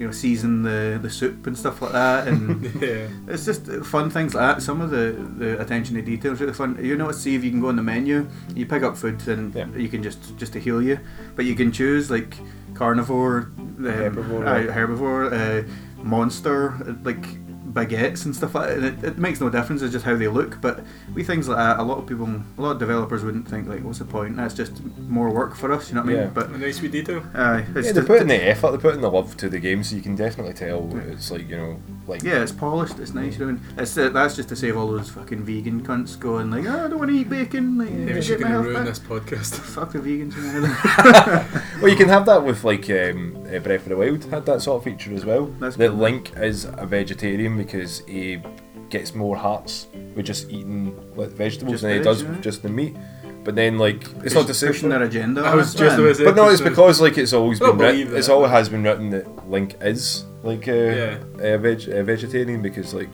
You know, season the, the soup and stuff like that,
<laughs>
and
Yeah.
It's just fun things like that. Some of the, the attention to detail is really fun. You know what, see if you can go on the menu, you pick up food and
Yeah.
you can just just to heal you, but you can choose like carnivore, um,
Herbivore,
uh,
yeah.
herbivore, uh, monster, uh, like baguettes and stuff like that. And it, it makes no difference. It's just how they look. But we things like that. A lot of people, a lot of developers wouldn't think like, what's the point? That's just more work for us. You know what I mean?
Yeah.
But
A nice wee detail.
uh, it's
Yeah, they
just-
put in the effort, they put in the love to the game, so you can definitely tell it's like you know, like
Yeah, it's polished. It's nice. You know, and it's uh, that's just to save all those fucking vegan cunts going like, oh, I don't want to eat bacon. Like,
Maybe
get
she's
my
going to
health
ruin
back."
this podcast.
Fuck the vegans. You know,
<laughs>
Well, you can have that with like um, uh, Breath of the Wild had that sort of feature as well.
That's
that
good.
Link is a vegetarian because he gets more hearts with just eating like vegetables
Just
than he
veg,
does
yeah.
with just the meat. But then like it's not to say,
pushing their agenda.
I
on us,
was just
man.
about to say-
but no, it's
pushing-
because like it's always
I don't
been written,
believe
it's
that.
always has been written that Link is like
Yeah.
a, a, veg, a vegetarian because like.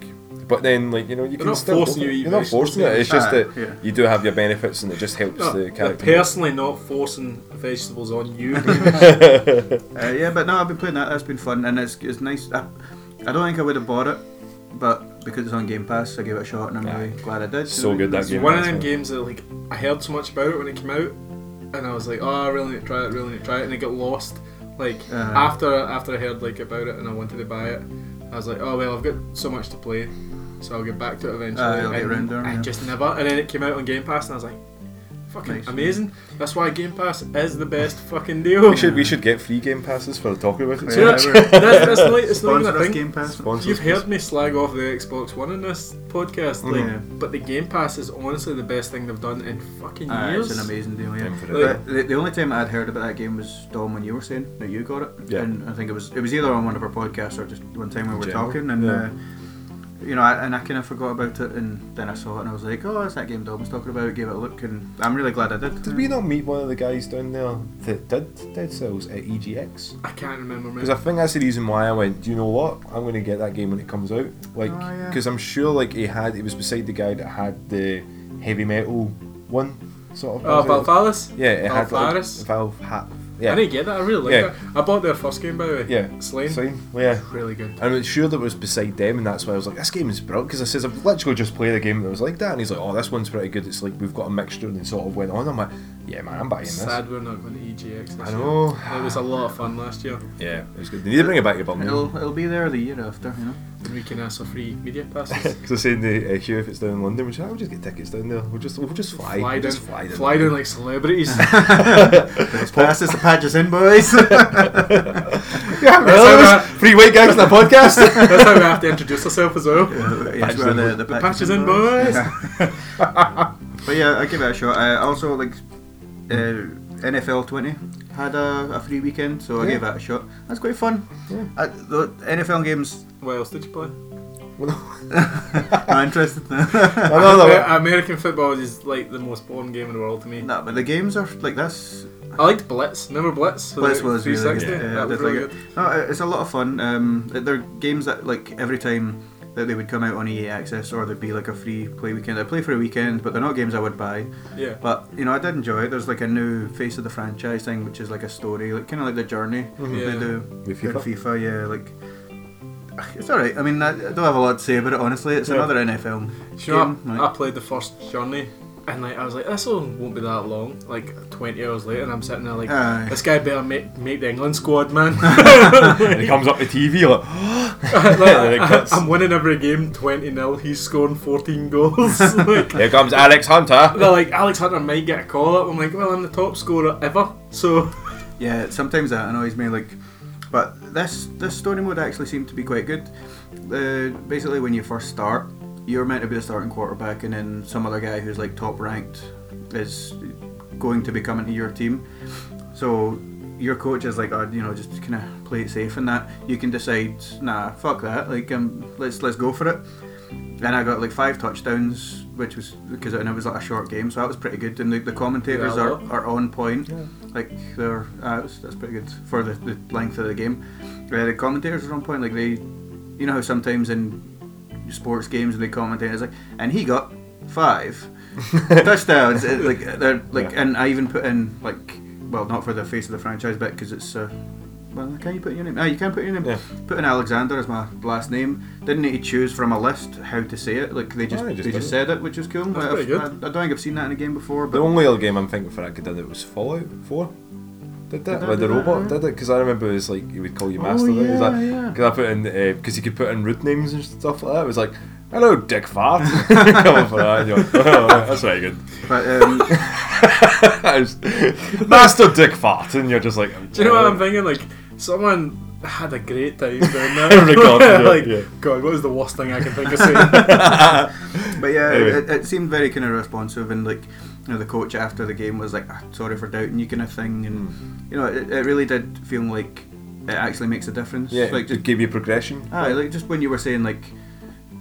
But then, like you know, you
They're
can
not
still
forcing you to eat
are not forcing it. It's just
Ah,
that
yeah.
you do have your benefits, and it just helps
No,
the
they're
character.
<laughs> personally not forcing vegetables on you.
<laughs>
Uh, yeah, but no, I've been playing that. That's been fun, and it's it's nice. I, I don't think I would have bought it, but because it's on Game Pass, I gave it a shot, and I'm
Aye.
really glad I did.
So good, that
It's
game.
one of
that's
them
it.
games that like I heard so much about it when it came out, and I was like, oh, I really need to try it, really need to try it, and it got lost. Like
Uh.
after after I heard like about it and I wanted to buy it, I was like, oh well, I've got so much to play, so I'll get back to it eventually.
Aye, Uh, I'll get
and
round there,
I
yeah.
just never. And then it came out on Game Pass, and I was like, fucking
Nice.
amazing. That's why Game Pass is the best fucking deal.
We should we should get free game passes for talking about it.
So
Yeah,
that's,
we're-
that's, that's not, it's not even
Sponsor
a
us,
thing.
Game Pass.
Sponsors,
You've
please.
heard me slag off the Xbox One in this podcast, like,
Yeah.
but the Game Pass is honestly the best thing they've done in fucking
Ah,
years.
it's an amazing deal, yeah.
Time for
The,
it.
the, the only time I'd heard about that game was Dom when you were saying that you got it,
Yeah.
and I think it was it was either on one of our podcasts or just one time we were
General.
talking, and
Yeah.
uh, you know, I, and I kind of forgot about it, and then I saw it and I was like, oh, it's that game Dom was talking about. Gave it a look, and I'm really glad I did.
Did we not meet one of the guys down there that did Dead Cells at E EGX?
I can't remember,
Because
man.
I think that's the reason why I went. Do you know what? I'm going to get that game when it comes out. Like,
Oh, yeah.
because I'm sure like he had. It was beside the guy that had the heavy metal one sort of.
Oh,
was it?
Valfalis?
Yeah, it had like,
Valfaris?
Valve hat.
I
Yeah,
didn't get that. I really like
Yeah.
that. I bought their first game, by the way.
yeah.
Slain.
Slain. Yeah.
Really good.
And I'm sure that was beside them, and that's why I was like, "This game is brilliant." Because I says, "I've literally just played a game that was like that," and he's like, "Oh, this one's pretty good." It's like we've got a mixture, and it sort of went on. I'm like, "Yeah, man, I'm buying this."
Sad we're not going to EGX this
I know.
year. It was a lot of fun last year.
Yeah, it was good. They need to bring it back to Birmingham.
It'll it'll be there the year after, you know.
And we can ask for free media
<laughs>
passes.
Because I said to uh, Hugh, if it's down in London, we should, I'll just get tickets down there. We'll just, we'll just fly.
fly
we'll
down,
just fly down.
fly down like celebrities.
<laughs>
Let's pass this the patches in, boys. <laughs>
Yeah,
That's
really?
how
There's Three white guys in a <laughs> podcast.
That's how we have to introduce ourselves as well.
Patches
in,
the,
boys.
the
Patches in, boys.
But yeah, I give it a shot. I also like uh, NFL 20 had a, a free weekend, so I
Yeah.
gave that a shot. That's quite fun.
Yeah.
I, the NFL games <laughs>
What else did you play?
are interesting.
I know that.
Amer- American football is like the most boring game in the world to me.
no, but the games are like that's
I liked Blitz. Remember Blitz?
Blitz was really good.
360?
Yeah,
that was
that's
really
like
good.
no, it- it's a lot of fun. Um, they're games that like every time that they would come out on EA Access or there'd be like a free play weekend. I play for a weekend, but they're not games I would buy.
Yeah.
But you know, I did enjoy it. There's like a new face of the franchise thing, which is like a story, like kind of like the journey
Yeah.
they do
With
in
FIFA?
FIFA. Yeah, like it's all right. I mean, I, I don't have a lot to say about it. Honestly, it's
Yeah.
another NFL
Do you know,
game.
I, I played the first Journey, and like I was like, this one won't be that long. Like 20 hours later, and I'm sitting there like,
Aye.
this guy better make, make the England
<laughs>
squad, man. <laughs>
And it comes up the TV like, <gasps> <laughs>
Like,
And it cuts.
I, am winning every game 20 0. He's scoring 14 <laughs> goals. like,
"Here comes Alex <laughs> Hunter."
they're like, Alex Hunter might get a call up. I'm like, well, I'm the top scorer ever. So,
Yeah, sometimes that annoys me. Like, but this this story mode actually seemed to be quite good. Uh, basically, when you first start, you're meant to be the starting quarterback, and then some other guy who's like top ranked is going to be coming to your team. So your coach is like, oh, you know, just kind of play it safe and that. You can decide, nah, fuck that. Like, um, let's let's go for it. And I got like five touchdowns which was because and it was like a short game, so that was pretty good. And the, the commentators
Yeah, I
are,
love it.
are on point,
Yeah.
like they're uh, that's, that's pretty good for the, the length of the game. Uh, the commentators are on point, like they, you know how sometimes in sports games when they commentate, it's like, and he got
<laughs>
five touchdowns, It- like they're like,
Yeah.
and I even put in like, well, not for the face of the franchise bit because it's. Uh, well, can you put your name? Ah, you can put your name.
Yeah.
Put in Alexander as my last name. Didn't need to choose from a list how to say it. Like they just
Oh, they
they
just
just,
did it.
said it, which is cool.
That's
I-
pretty good.
I, I don't think I've seen that in a game before,
The
but
only other game I'm thinking for that could done it was Fallout 4. Did that?
that
With the
do that,
robot,
yeah?
did it? Because I remember it was like, he would call you
Oh,
master. right? It was
yeah,
like-
yeah.
Cause I put in, because you could put in root names and stuff like that. It was like, hello, dick fart. <laughs> Come for that. and you're like, "Oh, that's very good. <laughs>
but um,
I was-
<laughs>
master dick fart. And you're just like,
Do you know what I'm thinking? Like, someone had a
<laughs>
great time doing that.
Oh
<laughs>
Recording it,
like,
yeah.
God, what is the worst thing I
<laughs>
can think of saying?
<laughs>
but yeah,
Anyway.
it, it seemed very kind of responsive and like you know the coach after the game was like, ah, sorry for doubting you kind of thing, and you know it, it really did feel like it actually makes a difference.
Yeah,
like
it
just
gave you progression.
Aye, like just when you were saying like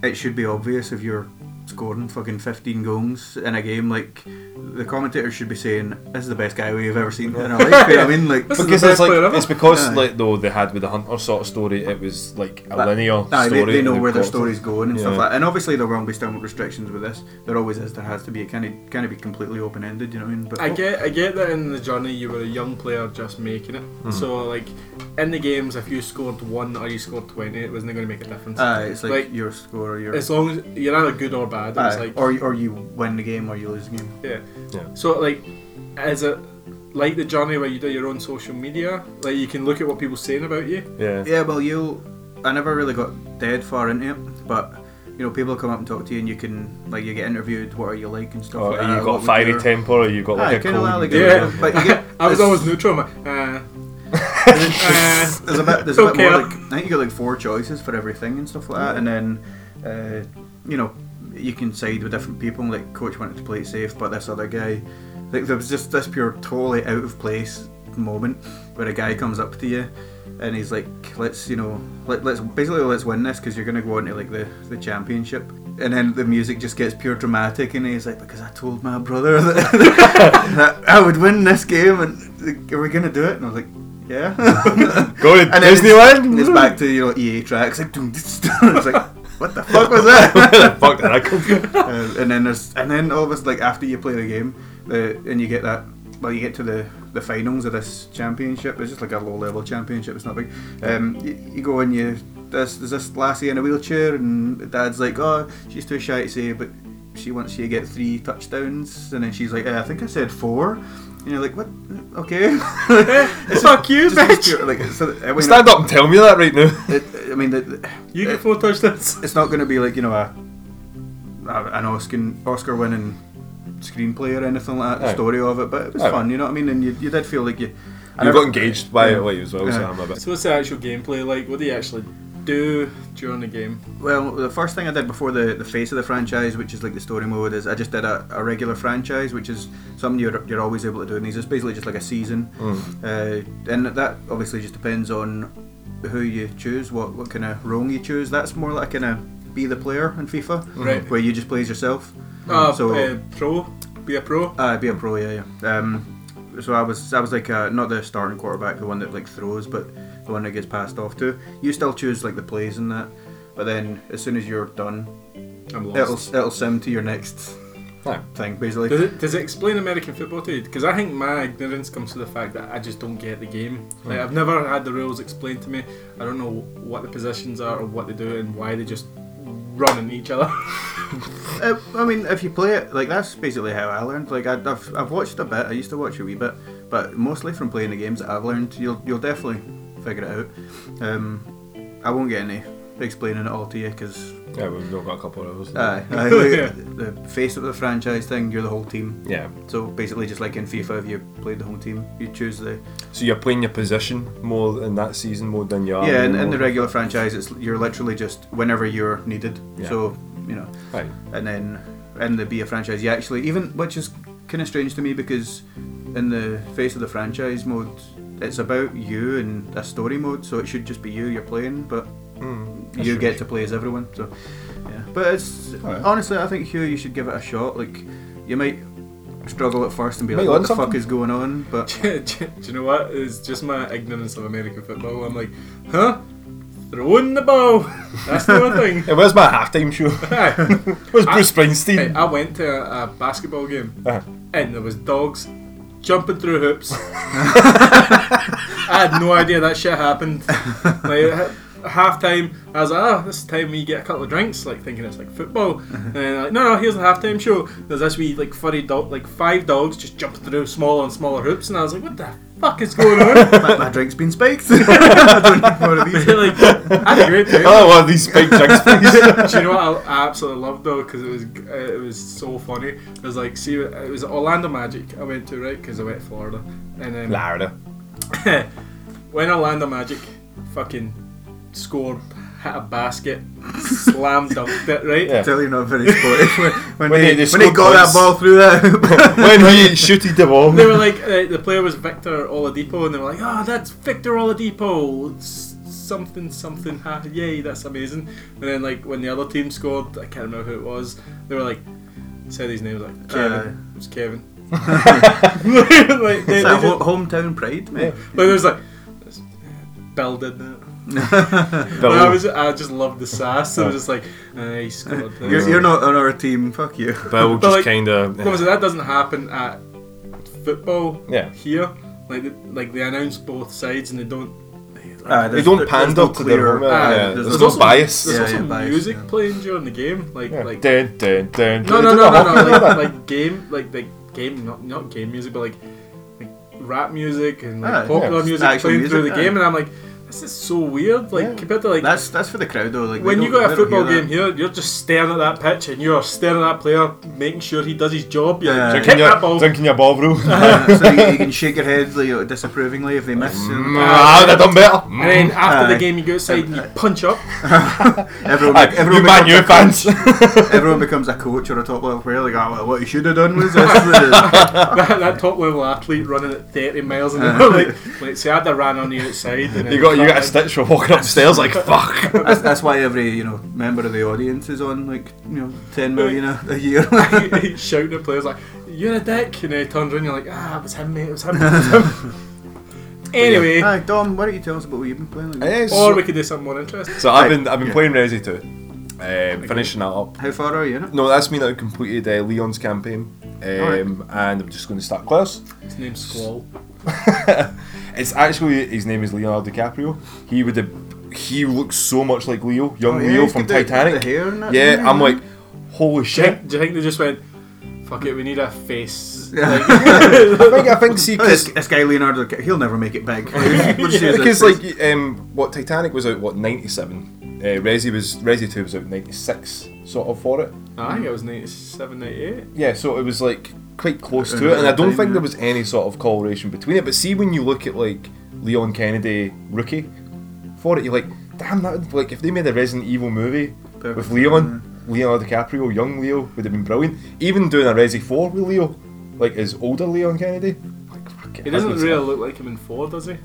it should be obvious if you're scoring fucking 15 goals in a game, like the commentator should be saying, "This is the best guy we've ever seen in our life." You know what I
<laughs>
mean, like
This is the
Because
best
it's like
player ever.
it's because
Aye.
like though they had with the hunter sort of story, it was like a
Like,
linear
aye,
story.
they, they know
and
where their
got to-
story's going and stuff
Yeah.
like. that. And obviously there will be still restrictions with this. There always is. There has to be. It can't can be completely open ended. You know what I mean? But
I get, I get that in the journey you were a young player just making it.
Mm.
So like, in the games, if you scored one or you scored twenty, it wasn't going to make a difference.
Aye, Uh, it's like,
Like-
your score, your
as long as you're either good or bad, it's
aye,
like
or or you win the game or you lose the game.
yeah.
Yeah.
So like, is it like the journey where you do your own social media? Like you can look at what people saying
<laughs>
about you.
Yeah.
Yeah, well, you. I never really got dead far into it, but you know, people come up and talk to you, and you can like you get interviewed. What are you like and stuff.
Or Oh,
like
you
that, Oh, uh, what
got
would
fiery
your-
temper, or you got
Aye,
like a
kind of
cold.
like
and
yeah,
dark-
but you get.
I was
it's-
always neutral. I'm like, uh, uh,
<laughs> There's a bit. There's a bit
Okay.
more. Like, I think you got like four choices for everything and stuff like that, and then, uh, you know, you can side with different people. Like coach wanted to play it safe, but this other guy, like there was just this pure totally out of place moment where a guy comes up to you, and he's like, let's you know, let, let's basically let's win this because you're gonna go into like the the championship. And then the music just gets pure dramatic, and he's like, "Because I told my brother <laughs> that, that I would win this game, and like, are we gonna do it?" And I was like, "Yeah."
<laughs> Go to
<laughs> And then
Disneyland.
It's back to you know EA tracks <laughs> like doom, dis- doom. it's like what the fuck
<laughs>
was that?
Fuck that! I
<laughs>
can't.
Uh, and then there's and then all of us like after you play the game, the and you get that well you get to the the finals of this championship. It's just like a low level championship. It's not big. Um, you, you go and you there's there's this lassie in a wheelchair and the dad's like oh she's too shy to say but she wants you to get three touchdowns and then she's like eh, I think I said four. And you're like what? Okay. <laughs>
fuck you,
Just- just
bitch.
pure- like, so, I mean,
Stand up and tell me that right now.
it, I mean, the,
you get four touchdowns.
it's not going to be like you know a, a an Oscar Oscar winning screenplay or anything like that. The
Aye.
story of it, but it was
Aye.
fun. You know what I mean? And you, you did feel like you. I
You
never-
got engaged by
Yeah.
it like, as well, so
Yeah.
I'm a bit.
So what's the actual gameplay like? What do you actually do during the game?
Well, the first thing I did before the, the face of the franchise, which is like the story mode, is I just did a, a regular franchise, which is something you're, you're always able to do in these. It's basically just like a season.
Hmm.
Uh, and that obviously just depends on who you choose, what, what kind of role you choose. That's more like a kind of be the player in FIFA,
Right.
where you just play as yourself.
Uh,
So-
uh, pro, be a pro.
Uh, be a pro, yeah, yeah. Um, so I was, I was like, uh, not the starting quarterback, the one that like throws, but the one that gets passed off to. You still choose like the plays and that, but then as soon as you're done,
I'm lost.
it'll it'll sim to your next
Aye.
thing, basically.
Does it, does it explain American football to you? Because I think my ignorance comes to the fact that I just don't get the game. Like I've never had the rules explained to me. I don't know what the positions are or what they do and why they just run in each other. <laughs>
Uh, I mean, if you play it, like that's basically how I learned. Like I, I've I've watched a bit. I used to watch a wee bit, but mostly from playing the games that I've learned. You'll you'll definitely figure it out. Um, I won't get any explaining it all to you because
Yeah, we've not got a couple of hours.
Uh.
aye, aye,
Yeah.
the the face of the franchise thing. You're the whole team.
Yeah.
So basically, just like in FIFA, if you played the whole team, you choose the
So you're playing your position more in that season more than you are.
yeah.
in
In, in the
more-
regular franchise, it's you're literally just whenever you're needed.
Yeah.
So you know.
Right.
and then in the beer franchise you actually even which is kind of strange to me because in the face of the franchise mode it's about you and a story mode so it should just be you you're playing but
Mm.
you get to play as everyone so yeah But it's
Alright.
honestly, I think Hugh, you should give it a shot. Like, you might struggle at first and be
Might
like, "What
learn
the fuck
something."
is going on?"
<laughs>
But
do you know what? It's just my ignorance of American football. I'm like, huh? Throwing the ball. <laughs> That's the one thing.
It was my halftime
<laughs>
show. <laughs>
Aye.
Where's
I-
Bruce Springsteen?
Hey, I went to a, a basketball game
Uh-huh.
and there was dogs jumping through hoops. I had no idea that shit happened. Like ha- half time, I was like, ah, this is time we get a couple of drinks, like thinking it's like football. And
Uh-huh.
then, like, no, no, here's the halftime show. There's this wee like furry dog, like five dogs just jumping through smaller and smaller hoops, and I was like, what the fuck is
<laughs>
going on?
my, my drink's been spiked. <laughs> I don't need more of these.
like, I had
<laughs>
a great time.
Oh, one of these big
<laughs>
drinks, please.
Do you know what I, I absolutely loved though? Because it was uh, it was so funny. It was like see, it was Orlando Magic I went to right because I went to Florida, and um,
Florida.
<laughs> when Orlando Magic fucking scored, hit a basket, slam dunked it <laughs> right.
Yeah.
Tell you're not very sporty. When, when,
When
they,
they- they
when they
scored
got that
points.
ball
<laughs>
through that. <laughs>
when he shooted the ball.
They were like uh, the player was Victor Oladipo, and they were like, oh, that's Victor Oladipo. S- Something, something, ha- yay, that's amazing. And then, like, when the other team scored, I can't remember who it was, they were like, said his name, like, Kevin. it was Kevin. <laughs> like, they, they
it's that
just-
ho- hometown pride, mate.
Like, it was like, Bill did that.
Bill.
Like, I, was, I just loved the sass. I was just like, eh, he scored.
<laughs> You're, you're not on our team. Fuck you.
Bill
But,
just
like,
kind of.
Obviously, that doesn't happen at football
Yeah.
here. Like, they, like they announce both sides and they don't.
Ah,
They
there's-
don't
there's
pander
no
to
clear-
their home.
Ah,
Uh, yeah.
there's
There's,
no-
no
also-
bias.
There's
Yeah,
also
yeah, bias,
music
yeah.
playing during the game. Like,
Yeah.
like
dun, dun, dun,
no,
dun. They
no, no,
did the
no,
whole
no,
thing. <laughs>
like, like game, like like game, not not game music, but like like rap music and like
Ah, yeah.
popular music
Actual
playing through the
music, ah.
game, and I'm like, this is so weird. Like
Yeah.
compared to like
That's that's for the crowd though. Like they
when you
don't-
go to
they
a
don't
football
hear
game
that.
here, you're just staring at that pitch and you're staring at that player, making sure he does his job. You're
Yeah.
like,
Drinking
kick that
your,
ball.
drinking your ball, <laughs> bro.
Uh, so you, you can shake your head like, you know, disapprovingly if they miss. and
Ah, I'd have done better. Mm. <laughs>
And then after
Aye.
the game, you go outside
<laughs>
and you punch up. <laughs>
Mm.
everyone,
Aye,
everyone,
you man,
becomes,
you
<laughs>
fans.
everyone becomes a coach or a top level player. Like, oh, well, what you should have done was this. uh,
that, that top level athlete running at 30 miles an hour. Like, like say, I'd have ran on the
<laughs>
outside. And
you got you got a stitch for walking upstairs like fuck.
that's, that's why every you know member of the audience is on like you know ten million a, a year. <laughs>
He's <laughs> shouting at players like, "You're a dick!" And he turns around, and you're like, "Ah, it was him, mate. It was him." It was
<laughs>
him. <laughs> anyway,
Aye, Dom, why don't you tell us about what you've been playing? Like,
or we could do something more interesting.
So I've been I've been
Yeah.
playing Resi 2. Um, Finishing that up.
how far are you in it?
No, that's me that completed uh, Leon's campaign. Um, and I'm just going to start class.
His name's Squall.
<laughs> It's actually his name is Leonardo DiCaprio. He would have, he looks so much like Leo, young
Oh, yeah,
Leo
he's
from
got the-
Titanic.
the hair and that,
yeah,
doesn't he?
I'm like, holy
Do
<laughs>
you,
shit.
think, do you think they just went, "Fuck it, we need a face"?
I
Like,
think I <laughs> think see
Oh, this,
because
this guy Leonardo, Di- he'll never make
<laughs>
it big. <laughs> We'll just use this phrase.
like um what Titanic was out what 97. Uh, Resi was Resi Two was out 96 sort of for it.
I think it was 97, 98.
Yeah, so it was like quite close
Around
to it, and I
that
don't
time,
think
yeah.
there was any sort of correlation between it. But see, when you look at like Leon Kennedy rookie for it, you're like, damn, that would, like if they made a Resident Evil movie
Perfect,
with Leon, Leonardo DiCaprio, young Leo would have been brilliant. Even doing a Resi Four with Leo, like his older Leon Kennedy, like fuck it,
He doesn't
that's-
really look like him in four, does he?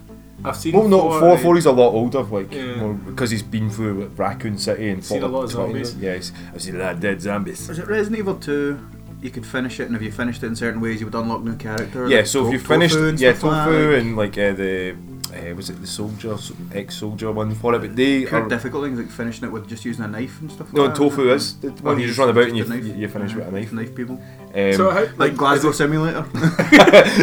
I've seen.
Well, no, four,
right?
four. He's a lot older, like,
Yeah.
because he's been through like, Raccoon City and
Seen a
fought, like,
lot of
20
zombies.
Yes, I've seen a lot of dead zombies.
Was it Resident Evil 2? You could finish it, and if you finished it in certain ways, you would unlock new characters.
Yeah, so if you finished, yeah, tofu
like,
and like uh, the uh, was it the soldier, ex soldier one for it, but they
pure
are,
difficult things like finishing it with just using a knife and stuff.
no and
like that.
tofu is the one you
he's
just run about and you,
just a
you, you finish with a knife.
Knife people,
Um, <laughs>
So how,
like Glasgow Simulator.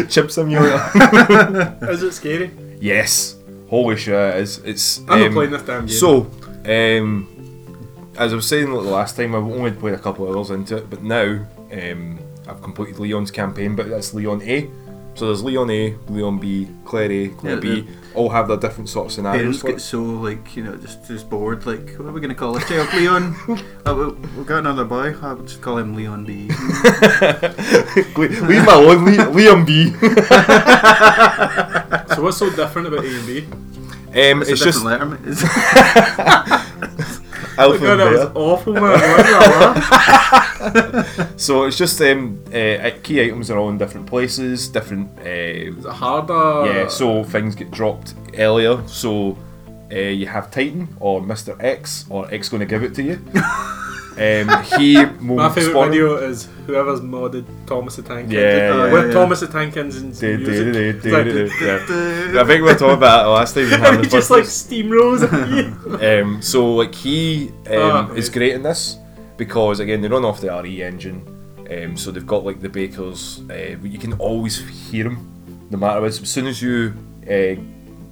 chip
<laughs>
simulator.
Is it scary?
yes, holy shit, it is. It's
I'm not
um,
playing this damn game.
So, um, as I was saying the last time, I've only played a couple of hours into it, but now um, I've completed Leon's campaign, but that's Leon A. So there's Leon A, Leon B, Claire A, Claire
Yeah,
B, all have their different sort of scenarios.
<laughs> Parents
for it.
get so like you know just just bored. Like what are we gonna call this
<laughs>
child? Leon. Uh, we- we've got another boy. I would just call him Leon B. <laughs>
<laughs> leave, leave my alone, Le- Liam B. <laughs>
So what's so different about A
<laughs>
and B?
Um,
It's,
it's,
a
just
different letter. mate. It's-
<laughs>
<laughs>
<laughs>
alpha
God,
and
oh, that was
beta.
awful, man. Why did I laugh?
So it's just um, uh, key items are all in different places, different.
Is
Uh,
it harder?
yeah, so things get dropped earlier. So uh, you have Titan or Mister X or X going to give it to you. Um, he will
My favourite
spawn-
video is whoever's modded Thomas the Tank
Yeah,
Engine.
yeah,
With
yeah.
Thomas the Tank Engine's
Do, do,
music.
do, do,
It's
do,
like-
do, do. <laughs> Yeah. I think we were talking about it last
<laughs>
time. we had
he
the
just like
podcast.
steamrolls at
<laughs>
you.
Um, so like he um,
Ah,
is
amazing.
great in this because again they run off the RE engine, um, so they've got like the Bakers. Uh, but you can always hear him, no matter what. As soon as you uh,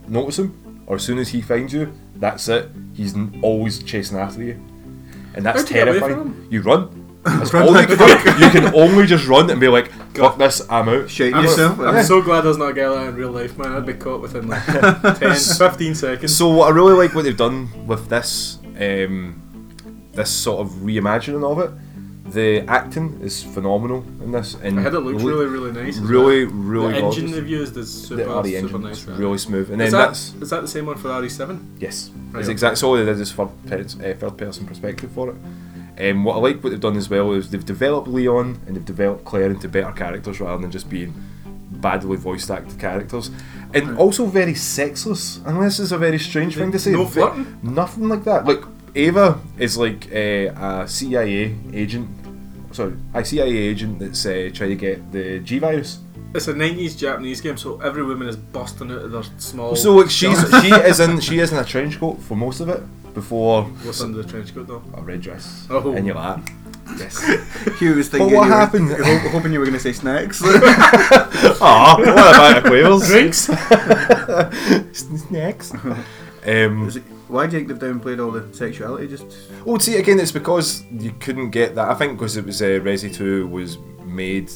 notice him, or as soon as he finds you, that's it. He's n- always chasing after you, and that's
How do you get away from
terrifying. You
<laughs>
run. That's
Run
all
like
you,
a
can do. You can only just run and be like, "Fuck this, I'm out."
Shit
I'm,
yourself.
I'm so glad there's not a guy like that in real life, man. I'd be caught within
<laughs>
like 10, 15 seconds.
So what I really like what they've done with this um, this sort of reimagining of it, the acting is phenomenal in this. And
I had it looked
really,
really, really nice. as
really,
well.
really
the
gorgeous.
engine they've used is super,
the RE
super
engine
nice.
is
man.
really smooth, and then
is, that,
that's
is that the same one for RE7?
yes,
Right,
it's
okay.
exactly so. All they did is third, pers- uh, third person perspective for it. Um, what I like what they've done as well is they've developed Leon and they've developed Claire into better characters rather than just being badly voiced acted characters, and also very sexless. And this is a very strange thing to say.
No
Ve-
flirting?
Nothing like that. Like Ava is like a, a CIA agent. Sorry, a CIA agent that's uh, trying to get the G virus.
It's a 90s Japanese game, so every woman is busting out of their small.
So like she's she is
<laughs>
in she is in a trench coat for most of it before
What's under the
<laughs>
trench coat though?
a red dress
Oh.
in your lap. Yes.
Hugh was thinking.
what
you were-
happened?
<laughs> ho- hoping you were going to say snacks.
<laughs> Aw, what about the <laughs> quails?
Drinks?
Snacks. <laughs> Um,
Is it- Why do you think they've downplayed all the sexuality? Just
oh, see again, it's because you couldn't get that. I think because it was uh, Resi Two was made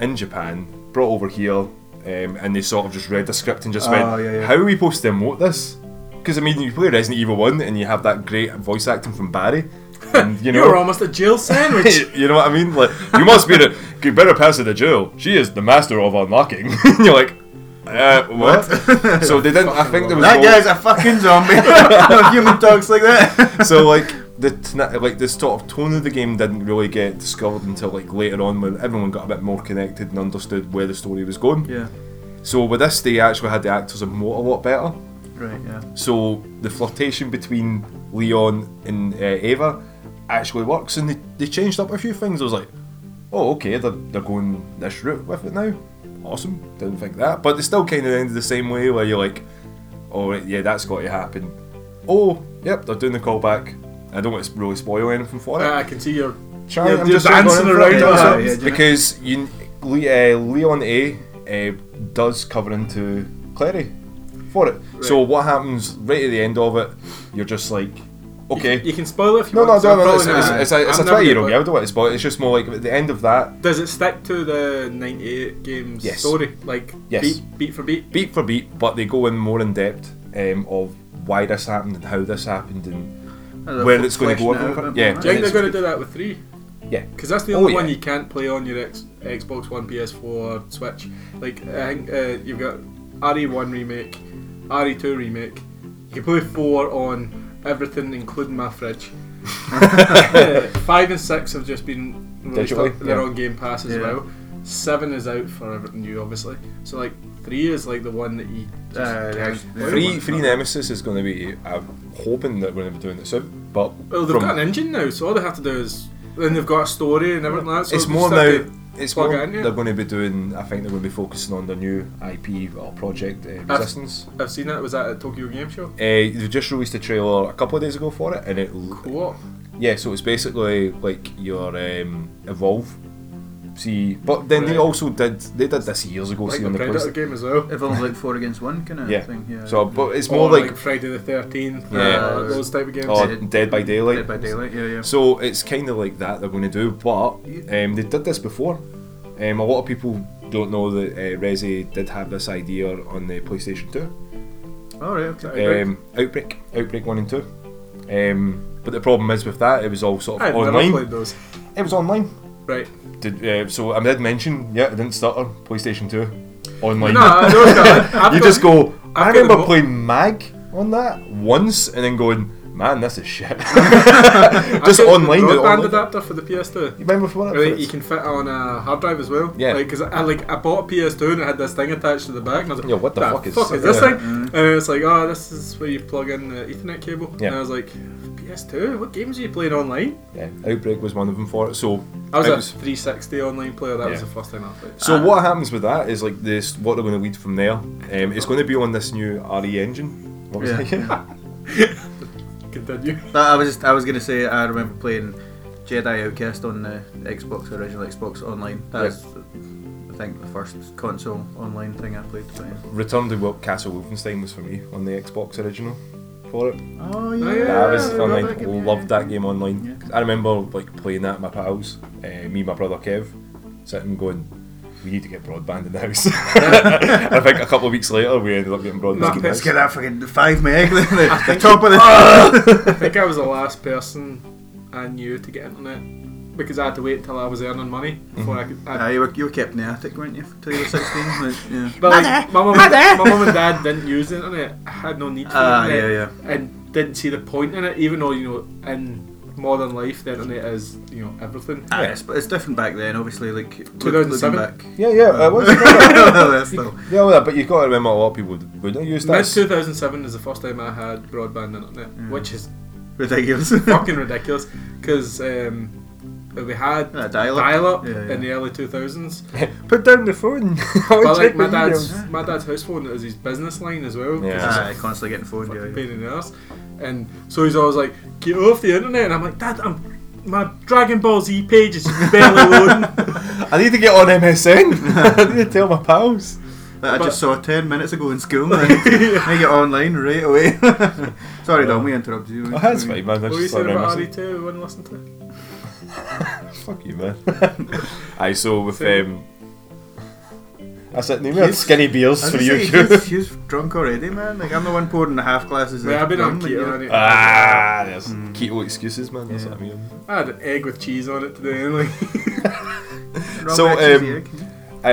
in Japan, brought over here, um, and they sort of just read the script and just
Oh,
went,
yeah, yeah.
"How are we supposed to emote this?" Because I mean, you play Resident Evil One and you have that great voice acting from Barry, and <laughs> you know.
You're almost a jail sandwich.
<laughs> you know what I mean? Like you must be the you better pass it to Jill. She is the master of unlocking. <laughs> You're like, uh, what? so they didn't. I think there was
that
no-
guy's a fucking
<laughs>
zombie. no human talks like that. <laughs>
so like the t- like the sort of tone of the game didn't really get discovered until like later on when everyone got a bit more connected and understood where the story was going.
yeah.
So with this, they actually had the actors emote a lot better.
Right. Yeah.
So the flirtation between Leon and uh, Ava actually works, and they, they changed up a few things. I was like, oh, okay, they're, they're going this route with it now. Awesome. Didn't think that. But they still kind of ended the same way where you're like, oh, right, yeah, that's got to happen. Oh, yep, they're doing the callback. I don't want to really spoil anything for it.
Uh, I can see your
Try
Yeah,
it, I'm
just
going
dancing
for it,
around
yeah,
us.
so-
Yeah, yeah,
because you, Le, uh, Leon A uh, does cover into Clary for it. So what happens right at the end of it? You're just like, okay,
You can spoil it if you
no, no,
want.
no, no,
so
it's,
I'm
it's,
probably
it's a, it's a
I'm never
twenty year old
gonna-
game. I don't want to spoil it. It's just more like at the end of that,
Does it stick to the 98 game
Yes.
story? Like,
Yes.
beat, beat for beat?
beat for beat, but they go in more in depth um, of why this happened and how this happened
<laughs>
and where it's going to go.
Fleshing it out a
Up
bit
yeah,
more,
Do you think they're
it's-
going to do that with 3?
yeah.
Because that's the
Oh,
only
yeah.
one you can't play on your X, Xbox One, PS4, or Switch. Like, I think uh, you've got RE1 remake, RE2 remake. You can play 4 on everything, including my fridge.
<laughs>
Uh, 5 and 6 have just been released.
Digitally,
They're
yeah.
on Game Pass as
Yeah.
well. 7 is out for everything new, obviously. So, like, 3 is like the one that you just
Uh,
can't
there's-
play.
Free, free Nemesis is going to be. I'm hoping that we're going to be doing this soon, but
Well, they've
from-
got an engine now, so all they have to do is. Then they've got a story and everything like that. So
it's
they
more
just have
now.
to-
It's
plug
more.
it in, yeah.
They're going to be doing. I think they're going to be focusing on their new IP or project uh,
I've-
Resistance.
I've seen that. Was that at Tokyo Game Show?
Uh, they've just released a trailer a couple of days ago for it, and it. l-
Co-op.
Yeah, so it's basically like your um, evolve. See, but then they
Right.
also did. They did this years ago.
Like
see
the
on the
Predator
PlayStation.
game as well.
Everyone's like four against one kind of
Yeah.
thing. Yeah.
So, but it's
Or
more
Oh, like,
like
Friday the 13th,
Yeah.
uh, those type of games.
oh,
Dead-
Dead by Daylight.
Dead by daylight. Yeah. Yeah.
So it's kind of like that they're going to do, but
Yeah.
um, they did this before. Um, a lot of people don't know that uh, Resi did have this idea on the PlayStation 2.
All right. Oh, Okay.
Outbreak.
Um, Outbreak, Outbreak 1 and 2. Um, but the problem is with that, it was all sort of
I've never
online.
played those.
It was online.
Right.
Did, uh, so I did mention, yeah, I didn't stutter, PlayStation 2, online.
No, I
<laughs>
don't know. I've
you
got-
just go,
I've
I
got
remember
the mo-
playing MAG on that once and then going, man, this is shit. <laughs>
<laughs> I
Just
get the
online, do it
broadband
online.
adapter for the PS2.
you remember from what
Right,
it
you can fit on a hard drive as well.
Yeah.
Because I like I bought a PS2 and it had this thing attached to the back, and I was like,
Yeah, what the fuck is
fuck
that?"
is this
Yeah.
thing? And it's like, oh, this is where you plug in the Ethernet cable.
Yeah.
And I was like, PS2, what games are you playing online?
Yeah, Outbreak was one of them for it. So
I was
it
a uh,
was-
360 online player. That was
Yeah.
the first time I played.
So what happens with that is like this. What they're going to lead from there. Um, it's going to be on this new RE engine. What was
Yeah.
<laughs>
that?
Continue. <laughs>
I was just, I was gonna say I remember playing Jedi Outcast on the Xbox original Xbox Online. That's I think the first console online thing I played. But, yeah.
Return to Wil- Castle Wolfenstein was for me on the Xbox original for it.
Oh
yeah.
That was
I
online.
that game, yeah,
loved
yeah.
that game online. I remember like playing that at my pals, uh, me and my brother Kev, sitting going, "We need to get broadband in the house." <laughs> I think a couple of weeks later we ended up getting broadband. in the house.
Let's get that fucking five <laughs> meg. The, the
think-
top of the.
I think I was the last person I knew to get internet because I had to wait till I was earning money before
Mm-hmm.
I could.
<laughs>
I
Ah, you, were, you were kept in the attic, weren't you, till you were sixteen? Like, yeah.
But like, my mum and, my mum and dad didn't use the internet. I had no need for
Ah,
the internet,
yeah,
and didn't see the point in it. Even though you know, in modern life, the internet is you know everything.
Ah, it's, but it's different back then, obviously. Like look- looking
2007?
back,
Yeah, yeah,
uh,
<laughs>
<laughs>
it was.
That's still-
yeah, well, but you've got to remember a lot of people wouldn't use
Mid
that.
two thousand seven is the first time I had broadband internet,
Mm.
which is
ridiculous.
<laughs>
<laughs>
fucking ridiculous because um, we had
Yeah, dial-up.
dial-up
Yeah, yeah.
in the early two thousands.
<laughs> Put down the phone. <laughs>
But like my dad's my dad's house phone is his business line as well. 'cause
Yeah.
he's a
Ah, constantly getting phoned.
fucking
Yeah,
pain in the ass. And so he's always like, get off the internet. And I'm like, Dad, I'm, my Dragon Ball Z page is <laughs> barely loading.
I need to get on MSN. <laughs> I need to tell my
<laughs>
pals.
That I
But-
just saw ten minutes ago in <laughs> school. Like, I get online right away. <laughs> Sorry, Dom, we interrupted you.
Oh, that's fine, man. I
what were you
just
saying
thought
about
I
RE2? We wouldn't listen to it.
Fuck you, <laughs> man. Aye, so with
So-
um, I said, name me skinny beers
As
for
I
you.
say, he's, he's drunk already, man. Like I'm the one pouring the half glasses.
Wait,
of
I've been on
rum, like,
keto.
yeah.
and it-
<laughs> ah, there's keto excuses, man. That's
Yeah.
what I mean.
I had an egg with cheese on it today. And like,
Rum eh,
So,
actually
um,
is the egg.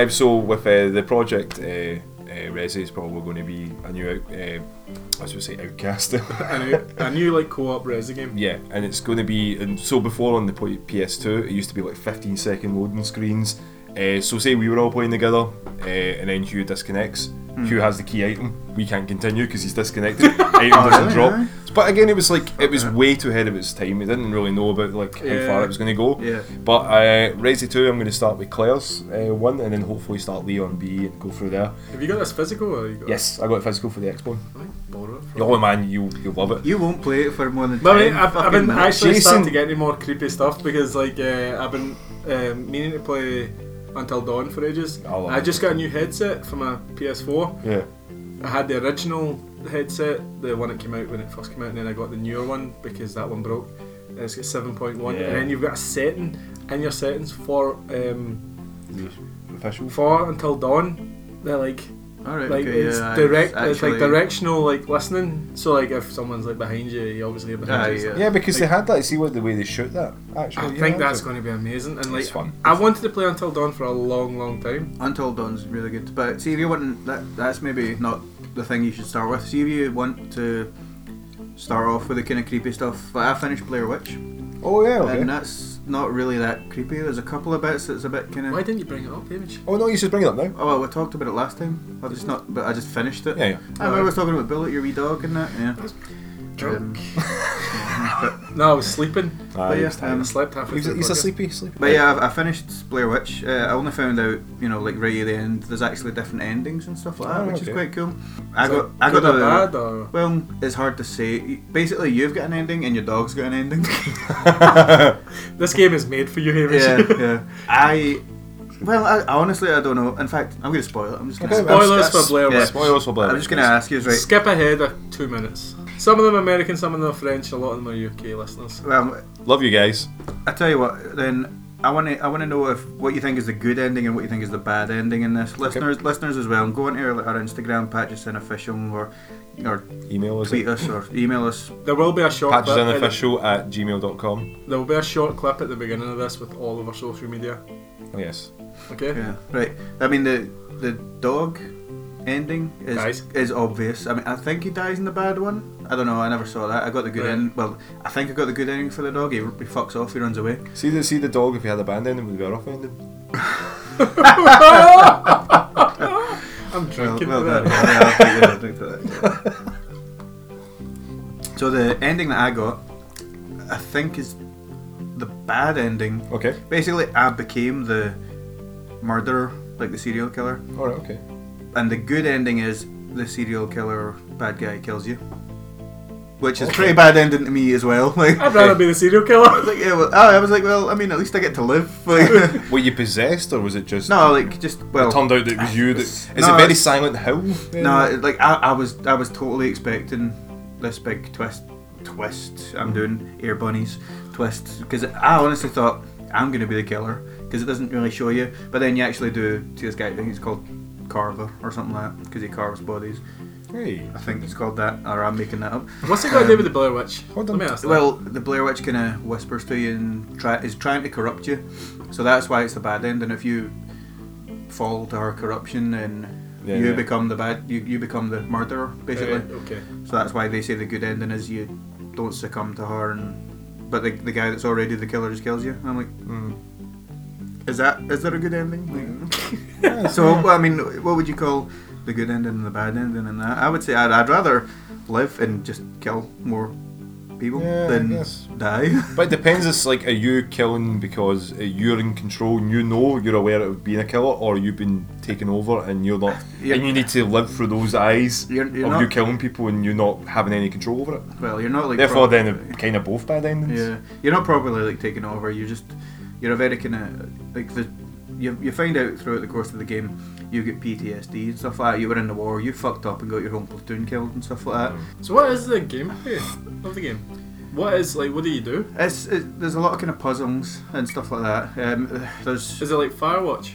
Um, so with uh, the project, uh, uh, Resi is probably going to be a new, out, uh, I was going to say outcast. <laughs>
I knew, I knew like co-op resi game.
yeah, and it's going to be. And so before on the P- PS2, it used to be like 15 second loading screens. Uh, so say we were all playing together, uh, and then Hugh disconnects. Hugh has the key item. We can't continue because he's disconnected. item doesn't
really?
drop. But again, it was like it was way too ahead of its time. We didn't really know about like how far
Yeah.
it was going to go.
Yeah.
But uh, Resi 2, I'm going to start with Claire's uh, one, and then hopefully start Lee on B and go through there.
Have you got this physical? Or you got
Yes, I got it physical for the Xbox.
I might borrow it from-
Oh man, you you love it.
You won't play it for more than.
But I mean,
10
I've, I've
fucking
been
minutes.
actually starting
Jason-
to get any more creepy stuff because like uh, I've been um, meaning to play Until Dawn for ages.
I love
I
it.
just got a new headset for my PS4.
Yeah.
I had the original headset, the one that came out when it first came out, and then I got the newer one because that one broke. And it's got 7.1,
Yeah.
and then you've got a setting in your settings for um,
Official.
for until dawn. They're like
All right,
like
okay,
it's
yeah,
direct, it's like
actually-
directional like listening. So like if someone's like behind you, you obviously are behind
Ah,
you.
yeah.
Yeah, because they had that. See what the way they shoot that. Actually,
I
yeah, that
think that's
was
going to be amazing, and like
It's fun.
I wanted to play Until Dawn for a long, long time.
Until Dawn's really good. But see, if you want that, that's maybe not the thing you should start with. See, if you want to start off with the kind of creepy stuff. Like I finished Blair Witch,
it. Oh yeah. Okay.
and uh, that's not really that creepy. There's a couple of bits that's a bit kind of.
Why didn't you bring it up, Image?
Oh no, you should bring it up now.
Oh well, we talked about it last time. I just not, but I just finished it.
Yeah, yeah.
I remember I was talking about Bullet, your wee dog, and that. Yeah.
Drunk.
Um,
No, I was sleeping.
Ah,
But
he
yeah,
was tired.
And I
um,
slept halfway
he's, a,
through the
he's a
podcast.
sleepy, sleepy.
But
<laughs>
yeah, I, I finished Blair Witch. Uh, I only found out, you know, like right at the end, there's actually different endings and stuff like that,
Oh,
which
okay.
is quite cool. I
So,
got, I got
good or
the.
bad or
Well, it's hard to say. Basically, you've got an ending and your dog's got an ending. <laughs>
This game is made for you, Hamish.
yeah,
<laughs>
yeah. I. Well, I, I honestly, I don't know. In fact, I'm going to spoil it. I'm just going
Okay,
to
Spoilers for Blair
Yeah.
Witch.
Spoilers for Blair.
I'm just going to ask you, right?
Skip ahead of two minutes. Some of them are American, some of them are French, a lot of them are UK listeners.
Well,
Love you guys.
I tell you what, then I want to I want to know if what you think is the good ending and what you think is the bad ending in this. Listeners, listeners as well. Go on to our, our Instagram, Patchison Official, or or
Email us.
tweet
at
us or email us.
There will be a short clip. at the-
Patchesinofficial at gmail.com.
There will be a short clip at the beginning of this with all of our social media.
Oh yes.
Okay.
Yeah, right. I mean the the dog ending is
Dies.
is obvious. I mean, I think he dies in the bad one. I don't know. I never saw that. I got the good
Right.
end. Well, I think I got the good ending for the dog. He, he fucks off. He runs
<laughs>
away.
See the see the dog if he had a band ending would be a rough ending.
I'm
Well,
drinking
well
to that.
done. Yeah, I'll take that, I'll take that, yeah. so the ending that I got, I think, is the bad ending.
Okay.
Basically, I became the murderer, like the serial killer.
All right. Okay.
And the good ending is the serial killer bad guy kills you, which is
Okay.
pretty bad ending to me as well. <laughs> Like,
I'd rather be the serial
I was
killer. <laughs>
like, yeah, well, I was like, well, I mean, at least I get to live. <laughs> Like,
Were you possessed or was it just?
no, like just well.
It turned out that it was you. That is
No,
it very
it's-
Silent Hill? then?
No, it- like I, I was, I was totally expecting this big twist. Twist.
Mm.
I'm doing air bunnies. Twist, because I honestly thought I'm gonna be the killer because it doesn't really show you. But then you actually do see this guy. I think he's called Carver or something like that because he carves bodies.
Hey.
I think he's called that, or I'm making that up.
What's it got to do with the Blair Witch?
Hold on.
Let me ask that.
Well, the Blair Witch kind of whispers to you and try, is trying to corrupt you, so that's why it's the bad end. And if you fall to her corruption, then
Yeah,
you
yeah.
become the bad, you, you become the murderer basically.
Right, okay.
So that's why they say the good ending is you don't succumb to her, and but the, the guy that's already the killer just kills you. And I'm like,
Mm.
is that is that a good ending?
<laughs>
Like, <laughs> so well, I mean, what would you call the good ending and the bad ending? And that I would say I'd, I'd rather live and just kill more people
Yeah, I
than
guess.
die. <laughs>
But it depends. It's like, are you killing because uh, you're in control and you know you're aware of being a killer, or you've been taken over and you're not,
Yeah.
and you need to live through those eyes
You're- you're
of
not-
you killing people and you're not having any control over it.
Well, you're not like
Therefore,
prob-
then then kind of both bad endings.
yeah, you're not properly like taking over. You're just you're a very kind of like the you, you find out throughout the course of the game you get PTSD and stuff like that. You were in the war, you fucked up and got your whole platoon killed and stuff like that.
So what is the gameplay of the game? What is like? What do you do?
It's it, there's a lot of kind of puzzles and stuff like that. Um, there's
Is it like Firewatch?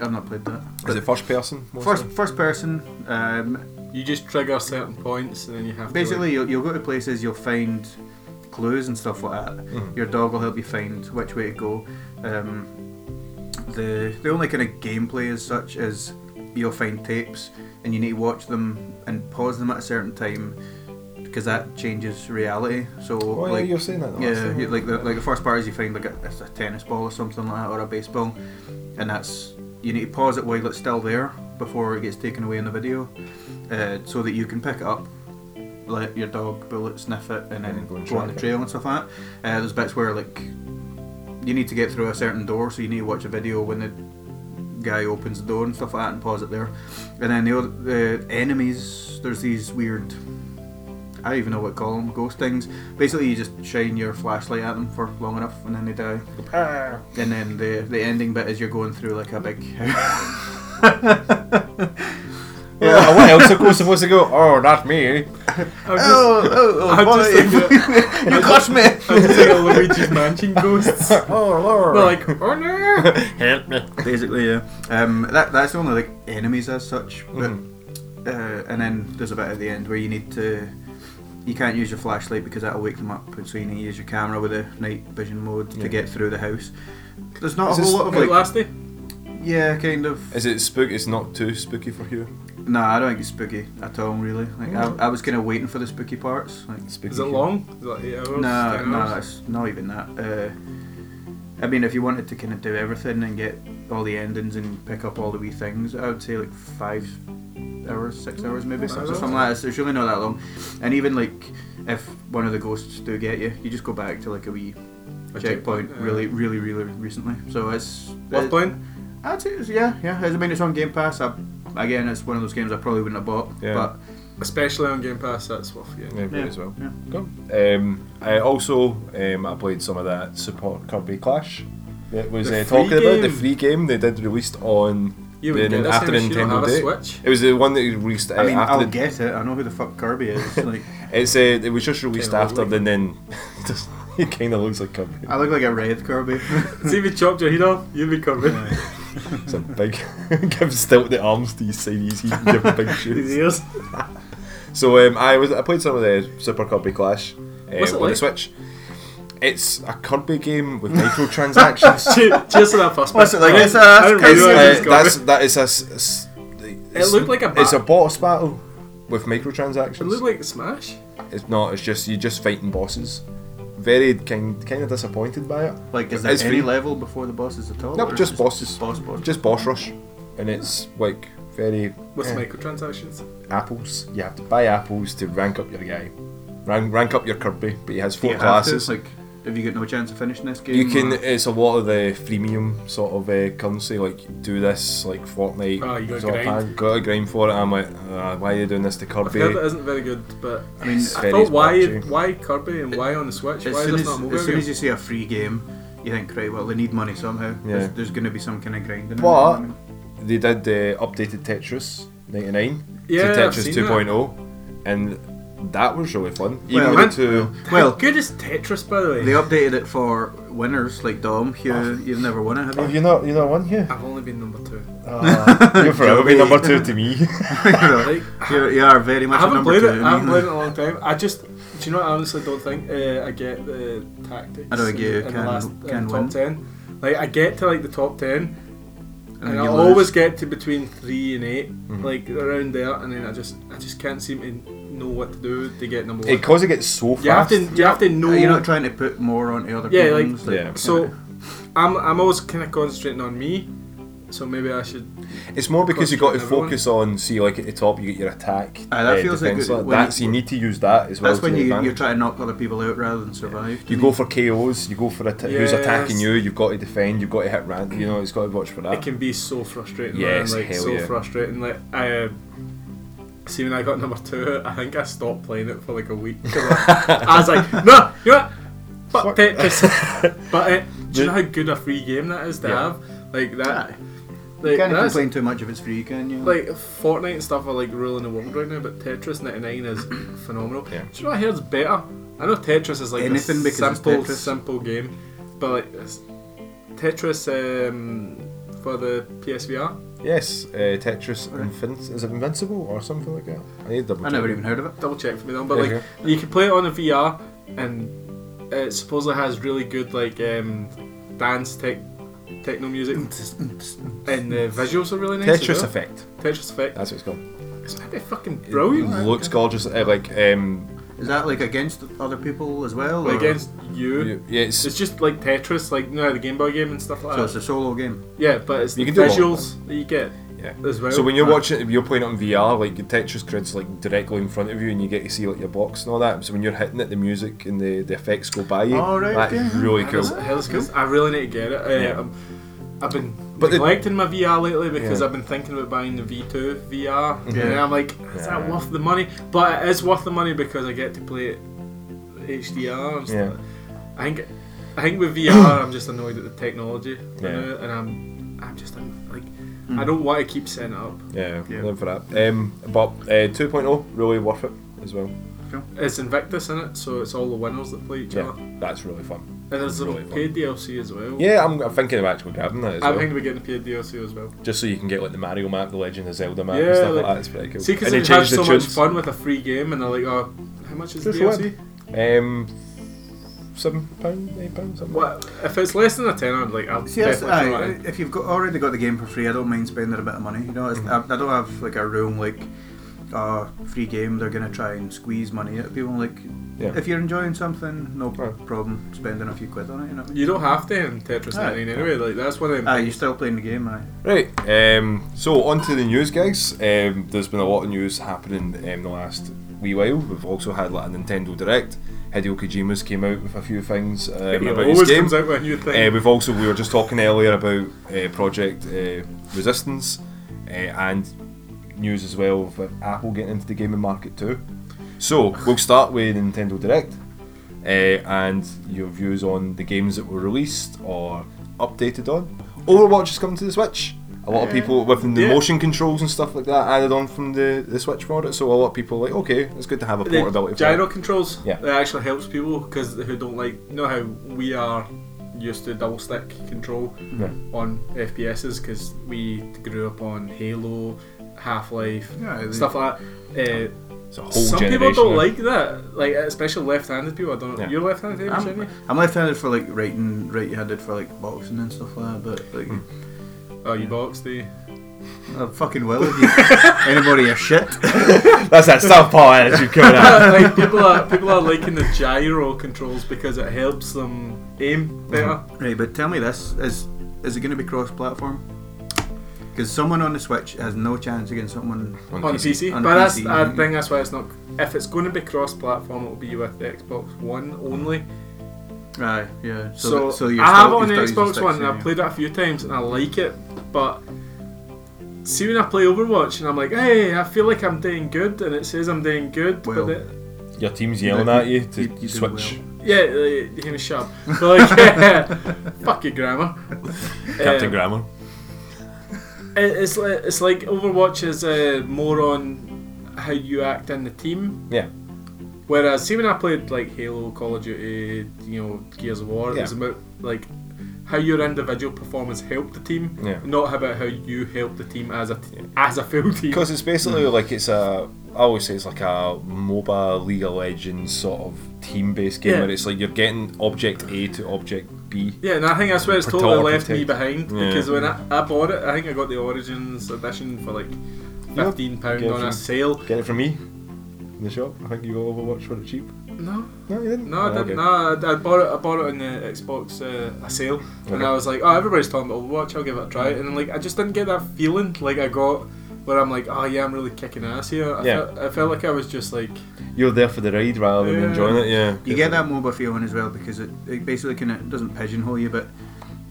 I've not played that.
Is it first person? Mostly?
First, first person. Um,
You just trigger certain points and then you have
basically, you'll, you'll go to places, you'll find clues and stuff like that.
Mhm.
Your dog will help you find which way to go. Um, the the only kind of gameplay as such is you'll find tapes and you need to watch them and pause them at a certain time because that changes reality. So
Oh, yeah,
like
you're saying that. the last
yeah,
time.
you, like the like the first part is you find like a, it's a tennis ball or something like that or a baseball, and that's you need to pause it while it's still there before it gets taken away in the video, uh, so that you can pick it up, let your dog bullet sniff it, and then
And go
go,
and
on the
track it.
trail and stuff like that. Uh, there's bits where like you need to get through a certain door, so you need to watch a video when the guy opens the door and stuff like that and pause it there. And then the, other, the enemies, there's these weird. I don't even know what to call them, ghost things. Basically, you just shine your flashlight at them for long enough and then they die. And then the the ending bit is you're going through like a big.
<laughs> Well, what else are we supposed to go? Oh, not
<laughs>
me.
I'm just,
Oh,
I'm just
boy, oh, <laughs> you got me!
I'm just like a Luigi's
<laughs>
Mansion ghosts. They're
Oh, Lord.
like, oh no!
help me.
Basically, yeah. Um, that, that's only like enemies as such. But,
Mm-hmm.
uh, and then there's a bit at the end where you need to. You can't use your flashlight because that'll wake them up, and so you need to use your camera with a night vision mode
Yeah.
to get through the house. There's not
Is
a
this-
whole lot of
Like
<laughs> like,
last day.
yeah, kind of.
Is it spook? It's not too spooky for you.
No, I don't think it's spooky at all, really. Like
Mm.
I, I was kind of waiting for the spooky parts. Like
Spooky
Is it
for you.
long? Is it like eight hours?
no,
ten
no,
hours?
it's not even that. Uh, I mean, if you wanted to kind of do everything and get all the endings and pick up all the wee things, I would say like five hours, six hours maybe,
Five
or
hours.
something like that. So it's really not that long. And even like if one of the ghosts do get you, you just go back to like a wee
A
checkpoint
checkpoint,
really, really, really recently. So it's
Worth
it-
playing?
I'd say it's, yeah, yeah. I mean, it's on Game Pass. I, again, it's one of those games I probably wouldn't have bought,
Yeah.
but
Especially on Game Pass, that's worth getting.
Yeah,
Yeah,
as well.
yeah.
Cool. Um, I also um, I played some of that support Kirby Clash. That was
The
uh,
free
talking about the
game.
free game they did released on
You
the,
would get this
after
thing if you don't
Nintendo
have a
Day.
Switch.
It was the one that released. Uh,
I mean,
after
I'll
the,
get it. I know who the fuck Kirby is. <laughs> Like,
It's uh, it was just released
Kinda
after,
lovely.
and then <laughs> just, it kind of looks like Kirby.
I look like a red Kirby.
See if you chopped your head off, you'd be covered. <laughs>
It's a big <laughs> give stilt the arms to his side. He's he can give
<laughs>
big
His
shoes.
ears.
So um, I was I played some of the Super Kirby Clash uh,
What's it
on the
like?
Switch. It's a Kirby game with microtransactions.
Cheers to that first bit.
What's it like? It's a-
I didn't
it's-
It's,
realise
uh,
it's
that's
covered.
that is a, s- s- it's-
looked like a bat-
it's a boss battle with microtransactions.
It looked like Smash.
It's not. It's just you're just fighting bosses. Very kind, kind of disappointed by it.
Like, is
It
there any
free.
level before the bosses at all?
No,
or
just
is it
bosses.
Boss, boss.
Just boss rush, and it's like very
With
eh,
microtransactions.
apples. You have to buy apples to rank up your guy, rank rank up your Kirby. But he has
Do
four
you have to?
classes.
Like, have you got no chance of finishing this game? uh,
You can.
or-
It's a lot of the freemium sort of uh, currency. Like do this, like Fortnite.
Oh, you gotta
sort of
grind.
thing. Gotta grind for it. I'm like, uh, why are you doing this to
I've heard it
Kirby?
isn't very good, but
I mean,
It's
as
I
Very
thought why
patchy.
why Kirby and why on the Switch? Why is
soon
this
as,
not a mobile
as soon
game?
as you see a free game, you think, right, well, they need money somehow.
Yeah.
There's, there's going to be some kind of grinding. in it,
But-
I mean.
They did the updated Tetris 99
Yeah,
to
I've
Tetris
seen
2.0, and that was really fun. Even
Well,
with
man-
the two.
Well,
<laughs> Well,
good is Tetris by the way.
they updated it for winners like Dom. You, you've never won it, have you?
Oh, you're not, you're not one
<laughs>
here.
I've only been number two.
Ah,
<laughs> Uh, you're forever be
Joey.
number two to
<laughs>
me.
Like,
You're, you are very much a
I haven't
number
played
two.
it. I haven't
mean,
played it in a long time. I just, do you know? what I honestly don't think uh, I get the tactics.
I don't
in-
get
in the
can-
last in
can
top
win.
ten. Like I get to like the top ten,
and
and,
then
I
you lose. Mm-hmm.
always get to between three and 8 like around there, and then I just, I just can't seem to know what to do to get number one.
Because <laughs> it gets so fast.
You have to, you have to know.
Are you not trying to put more onto other
Yeah,
people?
like-
It's
Yeah.
<laughs>
so, I'm, I'm always kind of concentrating on me. So maybe I should.
It's more because you've got to
Everyone.
focus on, see, like at the top, you get your attack.
Aye, Ah, that feels like
defence,
good-
like
when
That's,
you-
you need to use that as well.
That's when
to
you,
your
you
advantage.
try to knock other people out rather than survive.
You go for KOs, you go for atta- who's
Yes.
attacking you, you've got to defend, you've got to hit random, you know, it's got to watch for that.
It can be so frustrating.
Yes,
man, like
hell
so
yeah.
frustrating. Like I uh, see when I got number two, I think I stopped playing it for like a week. 'Cause I, I was like, no, you know what?
<laughs>
Fuck Tetris. but uh, do you know how good a free game that is to
Yeah.
have? Like
Aye.
that.
You
Like,
can't
that's,
complain too much if it's free, can you?
like Fortnite and stuff are like ruling the world right now, but Tetris
<clears throat>
99 is phenomenal.
Yeah.
Do you know what I heard is better? I know Tetris is like
Anything
a
because it's
simple,
Tetris.
simple game, but like it's- Tetris um, for the PSVR.
Yes, uh, Tetris Invin- is it Invincible or something like that? I need to double
I
check.
never even heard of <laughs> it.
double check for me though. But
There
like
you
you can play it on a VR, and it supposedly has really good like um, dance tech, techno music, and the visuals are really nice. as
Tetris
well.
Effect,
Tetris effect.
that's what it's called.
It's might be fucking
It
brilliant.
looks gorgeous, uh, like, um,
Is that like against other people as well?
Like,
or-
against you.
you, yeah, it's,
It's just like Tetris, like you know the Game Boy game and stuff like
So it's
that.
a solo game.
Yeah, but it's
You
the
can do a lot of
visuals that you get
yeah.
as well.
So when you're watching, if you're playing it on VR, like your Tetris grid's like directly in front of you, and you get to see like your box and all that. So when you're hitting it, the music and the, the effects go by you.
Oh, right,
That's
okay.
really
Hell,
cool.
that's- hell, that's cool. I really need to get it. Uh,
Yeah.
I'm- I've been
But it-
neglecting my VR lately because
Yeah. Mm-hmm.
I've been thinking about buying the V2 VR,
Yeah.
and I'm like, is
Yeah.
that worth the money? But it is worth the money because I get to play it HDR. And
Yeah.
stuff. I think, I think with
<coughs>
VR, I'm just annoyed at the technology, you
Yeah. Mm.
know, and I'm, I'm just I'm, like, I don't want to keep setting it up.
Yeah,
Yeah.
live for that. Um, but uh, 2.0 really worth it as well.
It's Invictus in it, so it's all the winners that play each
Yeah,
other,
that's really fun.
and there's the
Really fun.
paid DLC as well.
Yeah, I'm, I'm thinking of actually grabbing that as
I
well,
think we're getting the paid DLC as well.
just so you can get like the Mario map, the Legend of Zelda map,
Yeah,
and stuff like,
like-
that. It's pretty cool.
See, because
And
they have so much
tunes.
fun with a free game, and they're like, "Oh, how much is the
Just
DLC?"
Um, seven pound, eight pound, something.
What if it's less than a ten? I'm like, I'll
See, that's,
definitely throw
aye,
it in.
if you've got already got the game for free, I don't mind spending a bit of money. You know, it's, I, I don't have like a room like uh, free game. They're gonna try and squeeze money out of people. Like,
Yeah.
if you're enjoying something, no
Aye.
problem spending a few quid on it. You know.
You don't have to in Tetris
Aye.
99 anyway. Like that's one of them.
Aye, you're still playing the game. Aye.
Right, um, so on to the news, guys. Um, there's been a lot of news happening um, the last wee while. We've also had like a Nintendo Direct. Hideo Kojima's came out with a few things um,
He
about his
always
game.
comes out with a new
Uh,
thing.
we've also we were just talking earlier about uh, Project uh, Resistance uh, and news as well of uh, Apple getting into the gaming market too. So we'll start with Nintendo Direct uh, and your views on the games that were released or updated on. Overwatch has come to the Switch. A lot of people with the
Uh, yeah.
motion controls and stuff like that added on from the, the Switch for it. So a lot of people are like, okay, it's good to have a portability.
the
for
gyro
it."
controls.
Yeah.
That actually helps people because who don't like you know how we are used to double stick control
Yeah.
on FPSs because we grew up on Halo, Half Life,
Yeah, they-
stuff like that. Uh,
It's a whole
some people
generation
don't
of-
like that, like especially left-handed people. I don't know.
Yeah.
You're left-handed, Hamish, aren't you?
I'm, I'm left-handed for like writing, right-handed for like boxing and stuff like that. But like,
<laughs>
Oh, you boxed the.
I fucking will if you <laughs> anybody a shit.
That's that southpaw attitude coming
<laughs>
out.
like people are people are liking the gyro controls because it helps them aim better.
Right, but tell me this: is is it going to be cross-platform? Because someone on the Switch has no chance against someone.
on PC.
On
but that's
PC,
I
mhm.
think that's why it's not. If it's going to be cross-platform, it'll be with the Xbox One only.
Right, yeah.
So,
th- you're
I have it
still-
on the
you're still using
Xbox
sticks,
One. and
yeah.
I've played it a few times and I like it, but see when I play Overwatch and I'm like, hey, I feel like I'm doing good, and it says I'm doing good,
Well.
but it,
Your team's yelling at you to
You- you do
switch.
yeah, like, you can shut up. But like, <laughs> fuck your grammar,
Captain
Um,
Grammar.
It- It's like, it's like Overwatch is uh, more on how you act in the team.
Yeah.
Whereas, see, when I played like Halo, Call of Duty, you know, Gears of War, it was
Yeah.
about like how your individual performance helped the team,
Yeah.
not about how you helped the team as a t- as a full team.
Because it's basically like it's a. I always say it's like a MOBA League of Legends sort of team-based game
Yeah.
where it's like you're getting object A to object B.
Yeah, and I think that's where it's
Protect-
totally left me
protect.
behind
Yeah.
because when I, I bought it, I think I got the Origins edition for like
know,
fifteen pound
get it
on
from-
a sale.
Get it from me in the shop. I think you got Overwatch for it cheap.
No,
No, you didn't.
No, I
Oh,
didn't.
okay.
No, I, I bought it. I bought it on the Xbox uh, a sale, and
Okay. Mm.
I was like, "Oh, everybody's talking about Overwatch. I'll give it a try." And like, I just didn't get that feeling like I got where I'm like, "Oh yeah, I'm really kicking ass here." I,
Yeah.
felt, I felt like I was just like,
You're there for the ride rather than
Yeah.
enjoying it. Yeah.
You get that MOBA feeling as well because it, it basically kind of doesn't pigeonhole you, but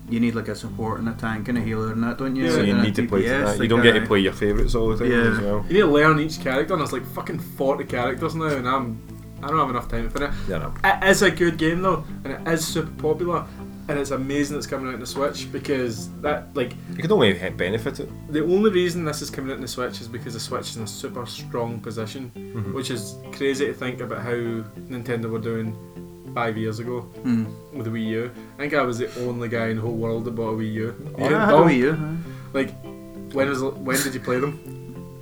you need like a support and a tank and a healer and that, don't you?
Yeah.
So you
And a
need to play to
DPS,
that. You
like,
don't get
uh,
to play your favourites all the time
Yeah.
as well.
"You need to learn each character," and I was like, "Fucking forty characters now," and I'm, I don't have enough time for it.
Yeah, no.
It is a good game though, and it is super popular, and it's amazing it's coming out on the Switch because that like
You can only he- benefit it.
The only reason this is coming out in the Switch is because the Switch is in a super strong position,
Mm-hmm.
which is crazy to think about how Nintendo were doing five years ago
Mm.
with the Wii U. I think I was the only guy in the whole world that bought a Wii U.
Yeah, I had a
Oh,
Wii U, huh?
Like, when was when did you play them?